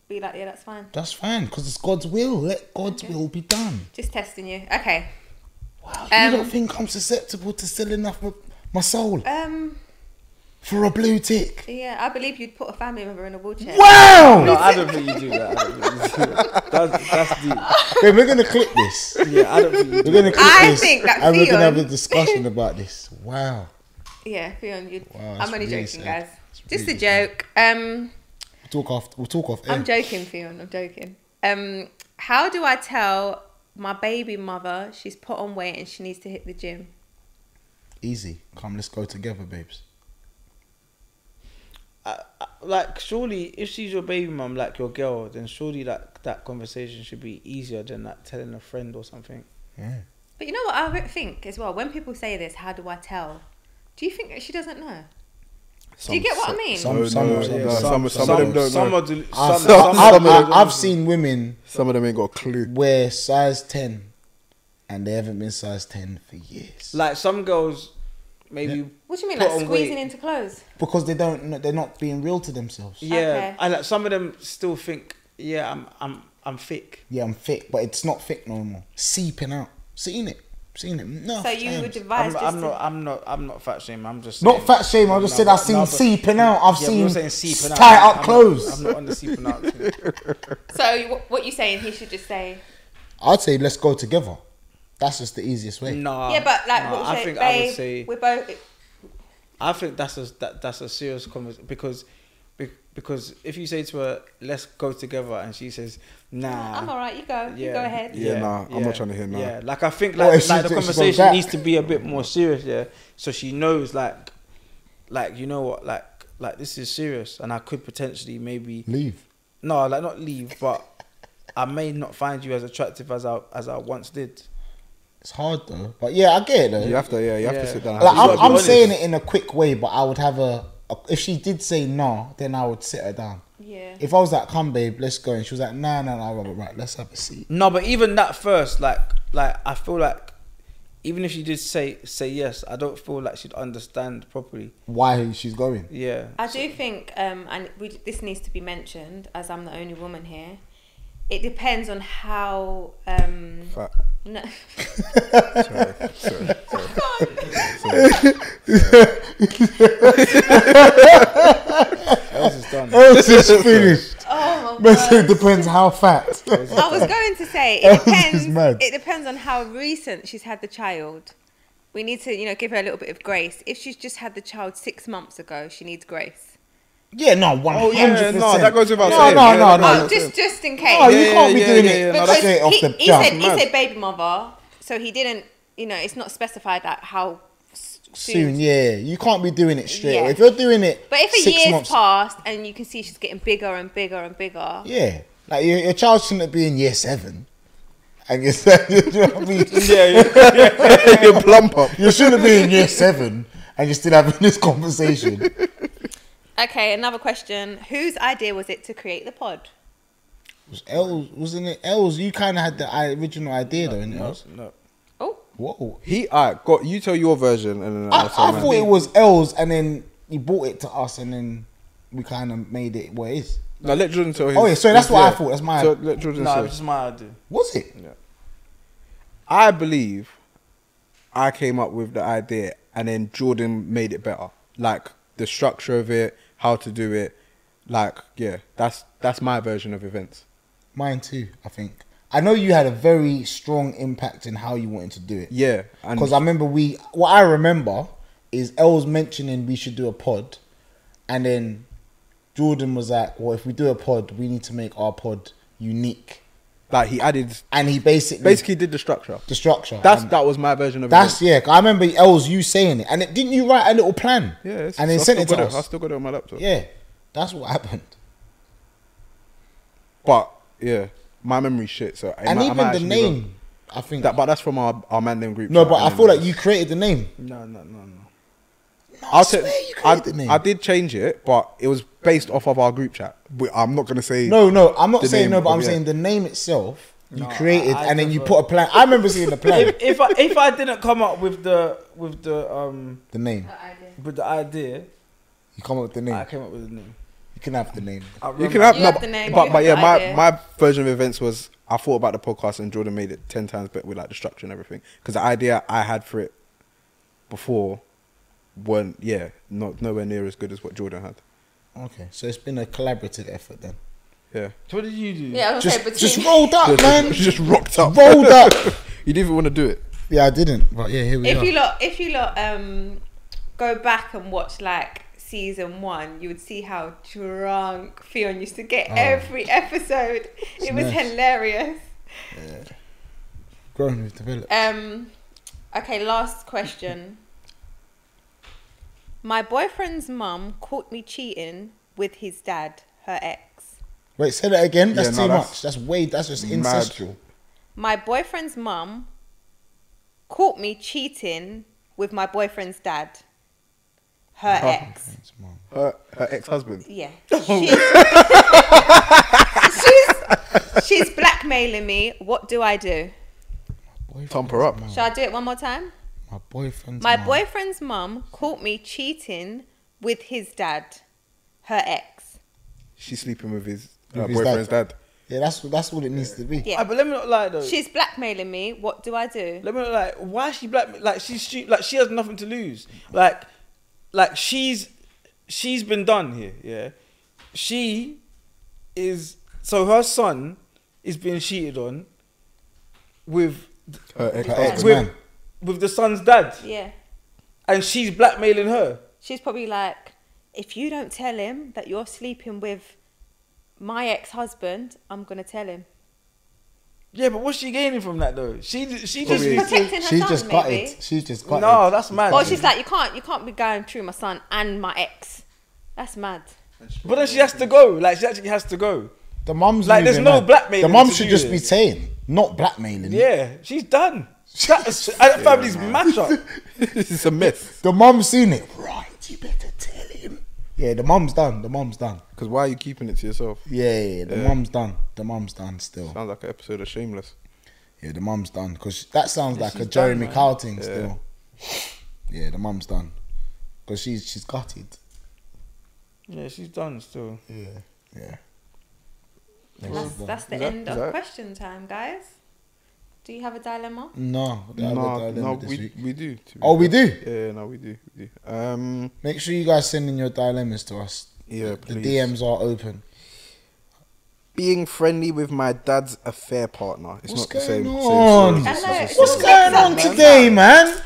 Speaker 4: be like, yeah, that's fine?
Speaker 1: That's fine because it's God's will. Let God's will be done.
Speaker 4: Just testing you. Okay.
Speaker 1: Wow,
Speaker 4: Um,
Speaker 1: you don't think I'm susceptible to selling off my, my soul
Speaker 4: Um.
Speaker 1: for a blue tick?
Speaker 4: Yeah, I believe you'd put a family member in a wheelchair.
Speaker 1: Wow!
Speaker 2: No, I don't think you do that. I don't think you do that. That's that's deep.
Speaker 1: Wait, we're gonna clip this.
Speaker 2: Yeah, I don't think you do
Speaker 1: We're gonna clip
Speaker 4: I
Speaker 1: this,
Speaker 4: think that
Speaker 1: and we're gonna have a
Speaker 4: Theon-
Speaker 1: discussion about this. Wow.
Speaker 4: Yeah, Fiona, you'd,
Speaker 1: Wow, that's
Speaker 4: I'm only
Speaker 1: really
Speaker 4: joking,
Speaker 1: sad.
Speaker 4: guys.
Speaker 1: That's
Speaker 4: Just
Speaker 1: really
Speaker 4: a joke. Um,
Speaker 1: We'll talk off. We'll talk off.
Speaker 4: I'm
Speaker 1: Air.
Speaker 4: joking, Fiona. I'm joking. Um, how do I tell my baby mother she's put on weight and she needs to hit the gym?
Speaker 1: Easy. Come, let's go together, babes.
Speaker 2: I- I- Uh, like surely if she's your baby mum like your girl then surely that that conversation should be easier than like telling a friend or something
Speaker 1: Yeah.
Speaker 4: But you know what I re- think as well. When people say this, how do I tell? Do you think that she doesn't know? Do you get what I mean?
Speaker 1: some-
Speaker 3: No,
Speaker 1: some-
Speaker 3: no,
Speaker 1: some-
Speaker 3: no,
Speaker 1: some-
Speaker 3: some, some, of them don't
Speaker 2: some
Speaker 3: know.
Speaker 2: are del-
Speaker 1: I've,
Speaker 2: some, some,
Speaker 1: I've-
Speaker 2: some
Speaker 1: I've-
Speaker 2: are
Speaker 1: I've
Speaker 2: delusional.
Speaker 1: seen women
Speaker 3: Some of them ain't got a clue.
Speaker 1: wear size ten and they haven't been size 10 for years.
Speaker 2: Like some girls, maybe.
Speaker 1: Yeah.
Speaker 4: What do you mean,
Speaker 2: Put
Speaker 4: like
Speaker 2: on
Speaker 4: squeezing
Speaker 2: weight.
Speaker 4: into clothes?
Speaker 1: because they don't, they're not being real to themselves.
Speaker 2: Yeah,
Speaker 4: Okay.
Speaker 2: and like, some of them still think, yeah, I'm, I'm, I'm thick.
Speaker 1: Yeah, I'm thick, but it's not thick no more. Seeping out. Seen it. Seen it. No.
Speaker 4: So you would advise
Speaker 2: Oh, I'm,
Speaker 4: just
Speaker 2: I'm
Speaker 4: to-
Speaker 2: not, I'm not, I'm not fat shaming. I'm just
Speaker 1: Not
Speaker 2: saying-
Speaker 1: fat shame. I just
Speaker 2: No,
Speaker 1: said
Speaker 2: but-
Speaker 1: I've seen
Speaker 2: no, but-
Speaker 1: seeping out. I've
Speaker 2: Yeah, but
Speaker 1: seen,
Speaker 2: you're saying seeping out.
Speaker 1: tie
Speaker 2: I'm
Speaker 1: out
Speaker 2: not-
Speaker 1: clothes.
Speaker 2: I'm not on the seeping out. thing.
Speaker 4: So you, what you saying? He should just say,
Speaker 1: I'd say let's go together. That's just the easiest way.
Speaker 2: Nah.
Speaker 4: yeah, but like,
Speaker 2: Uh, nah,
Speaker 4: what
Speaker 2: I
Speaker 4: we
Speaker 2: think
Speaker 4: babe,
Speaker 2: I would say.
Speaker 4: we're both.
Speaker 2: I think that's a that, that's a serious conversation because be- because if you say to her, "Let's go together," and she says, "Nah."
Speaker 4: I'm all right. You go. You go ahead.
Speaker 3: Yeah, nah, I'm not trying to hear nah.
Speaker 2: Yeah, like I think
Speaker 1: Well,
Speaker 2: like,
Speaker 1: if
Speaker 2: like
Speaker 1: she-
Speaker 2: the
Speaker 1: if she goes
Speaker 2: conversation
Speaker 1: back-
Speaker 2: needs to be a bit more serious, yeah. So she knows like like you know what, like like this is serious and I could potentially maybe
Speaker 1: Leave.
Speaker 2: no, like not leave, but I may not find you as attractive as I as I once did.
Speaker 1: It's hard though. But yeah, I get it though.
Speaker 3: You have to, yeah, you have to
Speaker 2: Yeah.
Speaker 3: sit down. and
Speaker 1: Like,
Speaker 3: have
Speaker 1: I'm,
Speaker 3: a
Speaker 1: I'm
Speaker 3: conversation.
Speaker 1: saying it in a quick way, but I would have a, a. If she did say no, then I would sit her down.
Speaker 4: Yeah.
Speaker 1: If I was like, come babe, let's go, and she was like, nah, nah, nah, right, right, let's have a seat.
Speaker 2: No, but even that first, like, like I feel like even if she did say say yes, I don't feel like she'd understand properly.
Speaker 1: Why she's going?
Speaker 2: Yeah,
Speaker 4: I do think, um, and we, this needs to be mentioned, as I'm the only woman here. It depends on how. Um,
Speaker 3: Fat.
Speaker 4: no,
Speaker 3: Sorry, sorry, sorry.
Speaker 2: else is done.
Speaker 1: this is finished.
Speaker 4: oh my
Speaker 1: But it
Speaker 4: word.
Speaker 1: depends how fat.
Speaker 4: I was going to say it
Speaker 1: This is
Speaker 4: depends.
Speaker 1: mad.
Speaker 4: It depends on how recent she's had the child. We need to, you know, give her a little bit of grace. If she's just had the child six months ago, she needs grace.
Speaker 1: yeah, no, one hundred
Speaker 3: Oh, yeah,
Speaker 1: percent.
Speaker 3: no, that goes without
Speaker 1: no,
Speaker 3: saying.
Speaker 1: No, no,
Speaker 3: Yeah,
Speaker 1: no,
Speaker 4: Oh,
Speaker 1: no.
Speaker 4: just, just in case.
Speaker 1: No, you
Speaker 3: Yeah,
Speaker 1: can't be
Speaker 3: yeah,
Speaker 1: doing
Speaker 3: yeah, yeah,
Speaker 1: it
Speaker 3: no,
Speaker 4: Because
Speaker 1: straight off
Speaker 4: he,
Speaker 1: the
Speaker 4: he
Speaker 1: jump.
Speaker 4: said he
Speaker 3: mad.
Speaker 4: said baby mother, so he didn't. You know, it's not specified that how s-
Speaker 1: soon, yeah. You can't be doing it straight.
Speaker 4: Yeah.
Speaker 1: away. If you're doing it,
Speaker 4: But if a
Speaker 1: six
Speaker 4: year's
Speaker 1: months,
Speaker 4: passed and you can see she's getting bigger and bigger and bigger,
Speaker 1: yeah, like your, your child shouldn't be in year seven, and you're saying, you know what I mean?
Speaker 3: You're plump up.
Speaker 1: You shouldn't be in year seven, and you're still having this conversation.
Speaker 4: okay. Another question: Whose idea was it to create the pod?
Speaker 1: was Els, wasn't it? Els, you kind of had the i- original idea though, innit? Els?
Speaker 2: No,
Speaker 4: Oh,
Speaker 1: Whoa.
Speaker 3: He, I got you tell your version, and then
Speaker 1: I, I
Speaker 3: I'll tell mine.
Speaker 1: thought it was Els, and then you brought it to us, and then we kind of made it what it is.
Speaker 3: No, let Jordan tell his.
Speaker 1: Oh, yeah, sorry, that's
Speaker 3: his-
Speaker 1: what I thought, that's my-
Speaker 3: So let Jordan
Speaker 2: no,
Speaker 3: say.
Speaker 2: it's just my idea.
Speaker 1: Was it?
Speaker 3: I believe I came up with the idea and then Jordan made it better. Like the structure of it, how to do it. Like, yeah, that's that's my version of events.
Speaker 1: Mine too, I think. I know you had a very strong impact in how you wanted to do it.
Speaker 3: Yeah. And
Speaker 1: Because I remember we, what I remember is Els mentioning we should do a pod, and then Jordan was like, "Well, if we do a pod, we need to make our pod unique."
Speaker 3: like he added
Speaker 1: And he basically
Speaker 3: basically did the structure.
Speaker 1: the structure.
Speaker 3: That's
Speaker 1: and
Speaker 3: that was my version of
Speaker 1: that's
Speaker 3: events.
Speaker 1: yeah. 'cause I remember Els you saying it, and it, didn't you write a little plan?
Speaker 3: Yeah, it's-
Speaker 1: and then
Speaker 3: I've
Speaker 1: sent it
Speaker 3: still
Speaker 1: to
Speaker 3: got I
Speaker 1: us.
Speaker 3: still got it on my laptop.
Speaker 1: Yeah, that's what happened.
Speaker 3: But yeah, my memory shit. So I
Speaker 1: and
Speaker 3: might- I might
Speaker 1: even the
Speaker 3: actually be wrong.
Speaker 1: name, I think.
Speaker 3: That, but that's from our, our man name group.
Speaker 1: no,
Speaker 3: chat,
Speaker 1: but
Speaker 3: and
Speaker 1: I
Speaker 3: then
Speaker 1: feel like
Speaker 3: it's-
Speaker 1: you created the name.
Speaker 2: No, no, no, no.
Speaker 3: I'll
Speaker 1: swear
Speaker 3: say-
Speaker 1: you
Speaker 3: I,
Speaker 1: created the name.
Speaker 3: I did change it, but it was based off of our group chat. We- I'm not gonna say
Speaker 1: No, no, I'm not
Speaker 3: The
Speaker 1: saying
Speaker 3: name
Speaker 1: no, but
Speaker 3: of
Speaker 1: I'm
Speaker 3: it.
Speaker 1: saying the name itself you
Speaker 2: No,
Speaker 1: created,
Speaker 2: I- I
Speaker 1: and then you
Speaker 2: never-
Speaker 1: put a plan. I remember seeing the plan,
Speaker 2: If, if I if I didn't come up with the with the um
Speaker 1: the name.
Speaker 2: with the idea,
Speaker 1: You come up with the name.
Speaker 2: I came up with the name.
Speaker 1: You can have the name.
Speaker 2: I
Speaker 3: Mm. You
Speaker 2: remember-
Speaker 3: can have,
Speaker 4: You
Speaker 3: no,
Speaker 4: have
Speaker 3: but-
Speaker 4: the name,
Speaker 3: but
Speaker 4: you
Speaker 3: but
Speaker 4: have
Speaker 3: yeah,
Speaker 4: the
Speaker 3: my
Speaker 4: idea.
Speaker 3: my version of events was I thought about the podcast and Jordan made it ten times better with like the structure and everything because the idea I had for it before weren't yeah not nowhere near as good as what Jordan had.
Speaker 1: Okay, so it's been a collaborative effort then.
Speaker 3: Yeah,
Speaker 2: What did you do?
Speaker 4: yeah. I was gonna
Speaker 1: Just,
Speaker 4: say between
Speaker 1: just rolled up, Ah, man.
Speaker 3: just rocked up,
Speaker 1: Rolled up.
Speaker 3: you didn't even want to do it.
Speaker 1: Yeah, I didn't, but yeah, here we
Speaker 4: if
Speaker 1: are.
Speaker 4: you lot if you lot um go back and watch like season one you would see how drunk Fionn used to get
Speaker 1: Oh.
Speaker 4: every episode it was
Speaker 1: nice.
Speaker 4: hilarious
Speaker 1: Grown with developed.
Speaker 4: um okay last question my boyfriend's mum caught me cheating with his dad her ex
Speaker 1: Wait, say that again. That's
Speaker 3: Yeah, no,
Speaker 1: too
Speaker 3: that's
Speaker 1: much. That's way. That's just
Speaker 3: mad.
Speaker 1: incestual.
Speaker 4: my boyfriend's mum caught me cheating with my boyfriend's dad her ex
Speaker 1: That's mad.
Speaker 3: Her, her ex husband.
Speaker 4: Yeah. She's, she's, she's blackmailing me. What do I do?
Speaker 1: Boyfriend. boyfriend's
Speaker 3: Thump her up.
Speaker 1: mum-
Speaker 4: Shall I do it one more time?
Speaker 1: My boyfriend's
Speaker 4: My
Speaker 1: mum.
Speaker 4: boyfriend's mum caught me cheating with his dad, her ex.
Speaker 3: She's sleeping with his, uh,
Speaker 1: With his
Speaker 3: boyfriend's dad.
Speaker 1: Yeah, that's that's all it needs to be.
Speaker 4: Yeah.
Speaker 2: Ah, but let me not lie though.
Speaker 4: She's blackmailing me. What do I do?
Speaker 2: Let me know, like why is she black? Like she's she, like she has nothing to lose. Like like she's she's been done here. Yeah, she is so her son is being cheated on with
Speaker 3: Her ex.
Speaker 1: Her ex
Speaker 2: with
Speaker 1: man.
Speaker 2: with the son's dad,
Speaker 4: Yeah.
Speaker 2: and she's blackmailing her.
Speaker 4: She's probably like, if you don't tell him that you're sleeping with my ex husband, I'm going to tell him.
Speaker 2: Yeah, but what's she gaining from that though? She she just
Speaker 3: Probably-
Speaker 2: needs to-
Speaker 4: Protecting her
Speaker 1: She's
Speaker 4: son,
Speaker 1: just
Speaker 4: maybe.
Speaker 1: gutted. She's just gutted.
Speaker 2: no, that's mad.
Speaker 4: Or she's like, you can't, you can't be going through my son and my ex. That's mad.
Speaker 2: but then she has to go. Like she actually has to go.
Speaker 1: the mum's
Speaker 2: Like, there's
Speaker 1: moving
Speaker 2: no
Speaker 1: on.
Speaker 2: blackmailing
Speaker 1: The mum
Speaker 2: to
Speaker 1: should
Speaker 2: do
Speaker 1: just
Speaker 2: it.
Speaker 1: be saying, not blackmailing.
Speaker 2: Yeah, she's done. That is- that family's match up.
Speaker 3: this is a myth.
Speaker 1: The mum's seen it. Right, you better tell him. Yeah, the mum's done. The mum's done.
Speaker 3: Because why are you keeping it to yourself?
Speaker 1: Yeah, yeah, yeah, the mum's done. The mum's done still.
Speaker 3: Sounds like an episode of Shameless.
Speaker 1: Yeah, the mum's done because that sounds like a
Speaker 2: she's
Speaker 1: Jeremy
Speaker 2: done, man.
Speaker 1: Kyle thing still. Yeah, the mum's done because she's she's gutted.
Speaker 2: Yeah, she's done still.
Speaker 1: Yeah, yeah.
Speaker 4: And that's, that's the
Speaker 3: Is that-
Speaker 4: end
Speaker 3: is
Speaker 4: of
Speaker 3: that-
Speaker 4: question time, guys. Do you have a dilemma?
Speaker 1: No, I have a
Speaker 3: No,
Speaker 1: dilemma
Speaker 3: no,
Speaker 1: this
Speaker 3: we,
Speaker 1: week.
Speaker 3: we do. to be
Speaker 1: Oh, we
Speaker 3: fair.
Speaker 1: do?
Speaker 3: Yeah, no, we do. We do. Um,
Speaker 1: Make sure you guys send in your dilemmas to us.
Speaker 3: yeah,
Speaker 1: The
Speaker 3: please.
Speaker 1: DMs are open.
Speaker 3: Being friendly with my dad's affair partner. It's
Speaker 1: What's
Speaker 3: not
Speaker 1: going
Speaker 3: the same.
Speaker 1: on?
Speaker 3: Same story.
Speaker 4: Hello,
Speaker 3: It's not the
Speaker 1: What's
Speaker 3: same.
Speaker 1: going on today, man?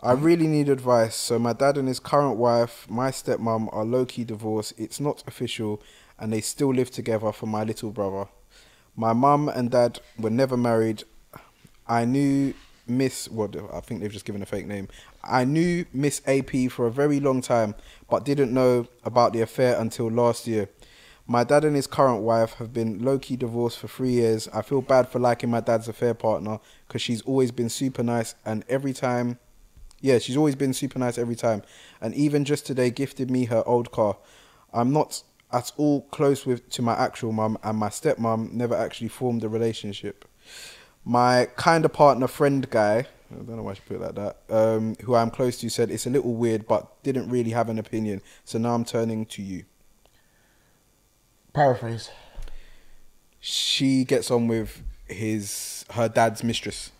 Speaker 3: I really need advice. So my dad and his current wife, my stepmom, are low key divorced. It's not official, and they still live together for my little brother. My mum and dad were never married. I knew Miss what I think they've just given a fake name. I knew Miss AP for a very long time, but didn't know about the affair until last year. My dad and his current wife have been low key divorced for three years. I feel bad for liking my dad's affair partner because she's always been super nice, and every time yeah, she's always been super nice every time. And even just today gifted me her old car. I'm not at all close with to my actual mum and my stepmom never actually formed a relationship. My kind of partner friend guy, I don't know why she put it like that, um, who I'm close to said it's a little weird but didn't really have an opinion. So now I'm turning to you.
Speaker 1: Paraphrase.
Speaker 3: she gets on with his her dad's mistress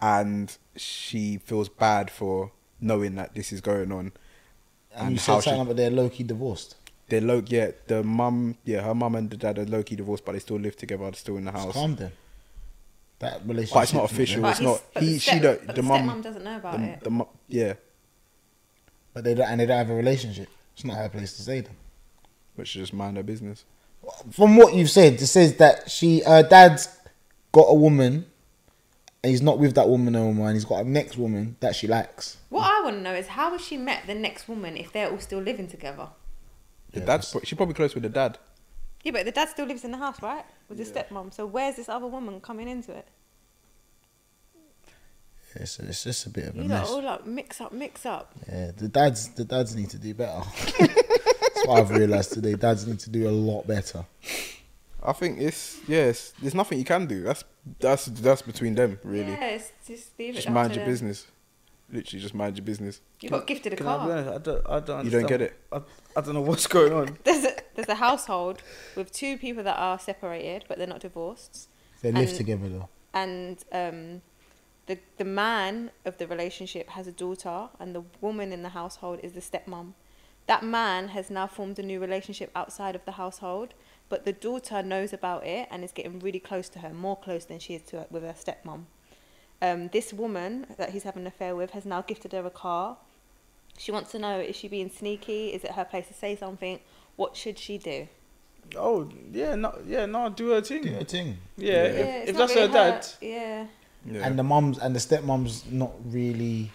Speaker 3: and she feels bad for knowing that this is going on
Speaker 1: And, you said something about they're low key divorced.
Speaker 3: they're low yeah the mum yeah her mum and the dad are low-key divorced but they still live together they're still in the
Speaker 1: It's
Speaker 3: house
Speaker 1: calm then. That relationship.
Speaker 3: but it's not official
Speaker 4: But
Speaker 3: it's
Speaker 4: he's-
Speaker 3: not
Speaker 4: but
Speaker 3: he
Speaker 4: the
Speaker 3: she
Speaker 4: step-
Speaker 3: don't
Speaker 4: but
Speaker 3: the
Speaker 4: the
Speaker 3: mum
Speaker 4: stepmom doesn't know about
Speaker 3: the,
Speaker 4: it.
Speaker 3: the mum yeah
Speaker 1: But they don't, and they don't have a relationship. It's not her place to say them.
Speaker 3: but she just mind her business
Speaker 1: From what you've said, it says that she, her dad's got a woman, and he's not with that woman no more, and he's got a next woman that she likes.
Speaker 4: What I want to know is how has she met the next woman if they're all still living together?
Speaker 3: the
Speaker 1: Yeah,
Speaker 3: dad's pro- she probably close with the dad
Speaker 4: Yeah, but the dad still lives in the house, right? With his stepmom. So where's this other woman coming into it?
Speaker 1: It's, it's just a bit of a
Speaker 4: You lot
Speaker 1: mess.
Speaker 4: all like mix up, mix up.
Speaker 1: Yeah, the dads, the dads need to do better. That's what I've realised today. Dads need to do a lot better.
Speaker 3: i think it's yes there's nothing you can do that's that's that's between them really
Speaker 4: Yeah, it's just leave it.
Speaker 3: just
Speaker 4: up
Speaker 3: mind
Speaker 4: to
Speaker 3: your
Speaker 4: them.
Speaker 3: business literally just mind your business
Speaker 4: You got gifted a
Speaker 2: Can I be
Speaker 4: car.
Speaker 2: honest? I don't. I don't
Speaker 3: You don't
Speaker 2: understand-
Speaker 3: get it?
Speaker 2: I, I don't know what's going on.
Speaker 4: There's a, there's a household with two people that are separated, but they're not divorced.
Speaker 1: They live
Speaker 4: And-
Speaker 1: together though.
Speaker 4: and um, the the man of the relationship has a daughter, and the woman in the household is the stepmom. That man has now formed a new relationship outside of the household, but the daughter knows about it and is getting really close to her, more close than she is to her, with her stepmom. Um, this woman that he's having an affair with has now gifted her a car. She wants to know: is she being sneaky? Is it her place to say something? What should she do?
Speaker 2: Oh yeah, no, yeah, no, do her thing.
Speaker 1: Do
Speaker 2: Yeah,
Speaker 1: your thing.
Speaker 2: if,
Speaker 4: it's
Speaker 2: if
Speaker 4: not
Speaker 2: that's
Speaker 4: really
Speaker 2: her dad,
Speaker 4: Yeah.
Speaker 3: yeah
Speaker 1: And the mums and the stepmom's not really.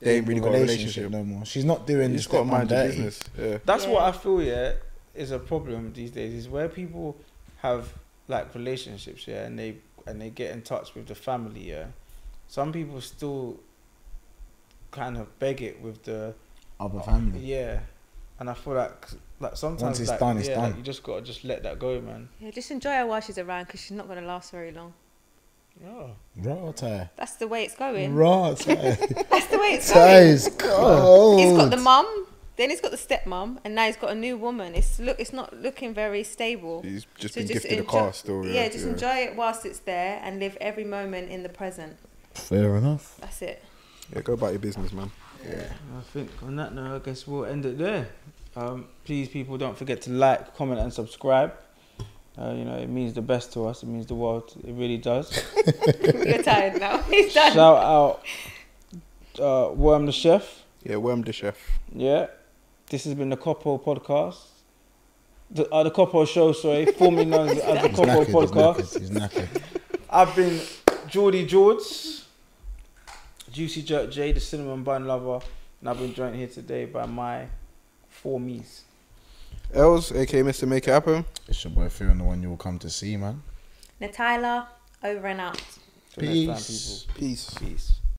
Speaker 3: They ain't
Speaker 1: in
Speaker 3: really got a relationship.
Speaker 1: no more. She's not doing.
Speaker 3: You
Speaker 1: the
Speaker 3: just gotta
Speaker 1: stepmom
Speaker 3: mind your
Speaker 1: dirty.
Speaker 3: business. Yeah.
Speaker 2: that's what
Speaker 4: Yeah.
Speaker 2: I feel. Yeah, is a problem these days. Is where people have like relationships, yeah, and they and they get in touch with the family. Yeah, some people still kind of beg it with the
Speaker 1: Other family.
Speaker 2: yeah, and I feel like like sometimes
Speaker 1: it's
Speaker 2: like,
Speaker 1: done, it's
Speaker 2: yeah, like,
Speaker 1: done.
Speaker 2: you just gotta just let that go, man.
Speaker 4: Yeah, just enjoy her while she's around because she's not going to last very long.
Speaker 2: Oh.
Speaker 1: Raw tie.
Speaker 4: That's the way it's going.
Speaker 1: Raw tie.
Speaker 4: That's the way it's
Speaker 1: tie
Speaker 4: going.
Speaker 1: is cold.
Speaker 4: He's got the mum, then he's got the stepmom, and now he's got a new woman. It's look, it's not looking very stable.
Speaker 3: He's just
Speaker 4: So
Speaker 3: been gifted a car still.
Speaker 4: Yeah, just enjoy it whilst it's there and live every moment in the present.
Speaker 1: Fair enough.
Speaker 4: That's it.
Speaker 3: Yeah, go about your business, man.
Speaker 2: I think on that note, I guess we'll end it there. Um, please, people, don't forget to like, comment, and subscribe. Uh, you know, it means the best to us. It means the world. It really does.
Speaker 4: You're tired now. He's done.
Speaker 2: Shout out uh, Worm the Chef.
Speaker 3: Yeah, worm the chef.
Speaker 2: Yeah. This has been the Coppo Podcast. The, uh, the Coppo Show, sorry. Formerly known as the
Speaker 1: He's
Speaker 2: Coppo
Speaker 1: knackered,
Speaker 2: Podcast.
Speaker 1: he's knackered, he's knackered.
Speaker 2: I've been Geordie George, Juicy Jerk J, the Cinnamon Bun Lover, and I've been joined here today by my four me's.
Speaker 3: Els, aka Mr. Make It Happen.
Speaker 1: It's your boy Fear and the one you will come to see, man.
Speaker 4: Natila, over and out.
Speaker 2: Till next time,
Speaker 1: Peace.
Speaker 3: Peace.
Speaker 2: people. Peace.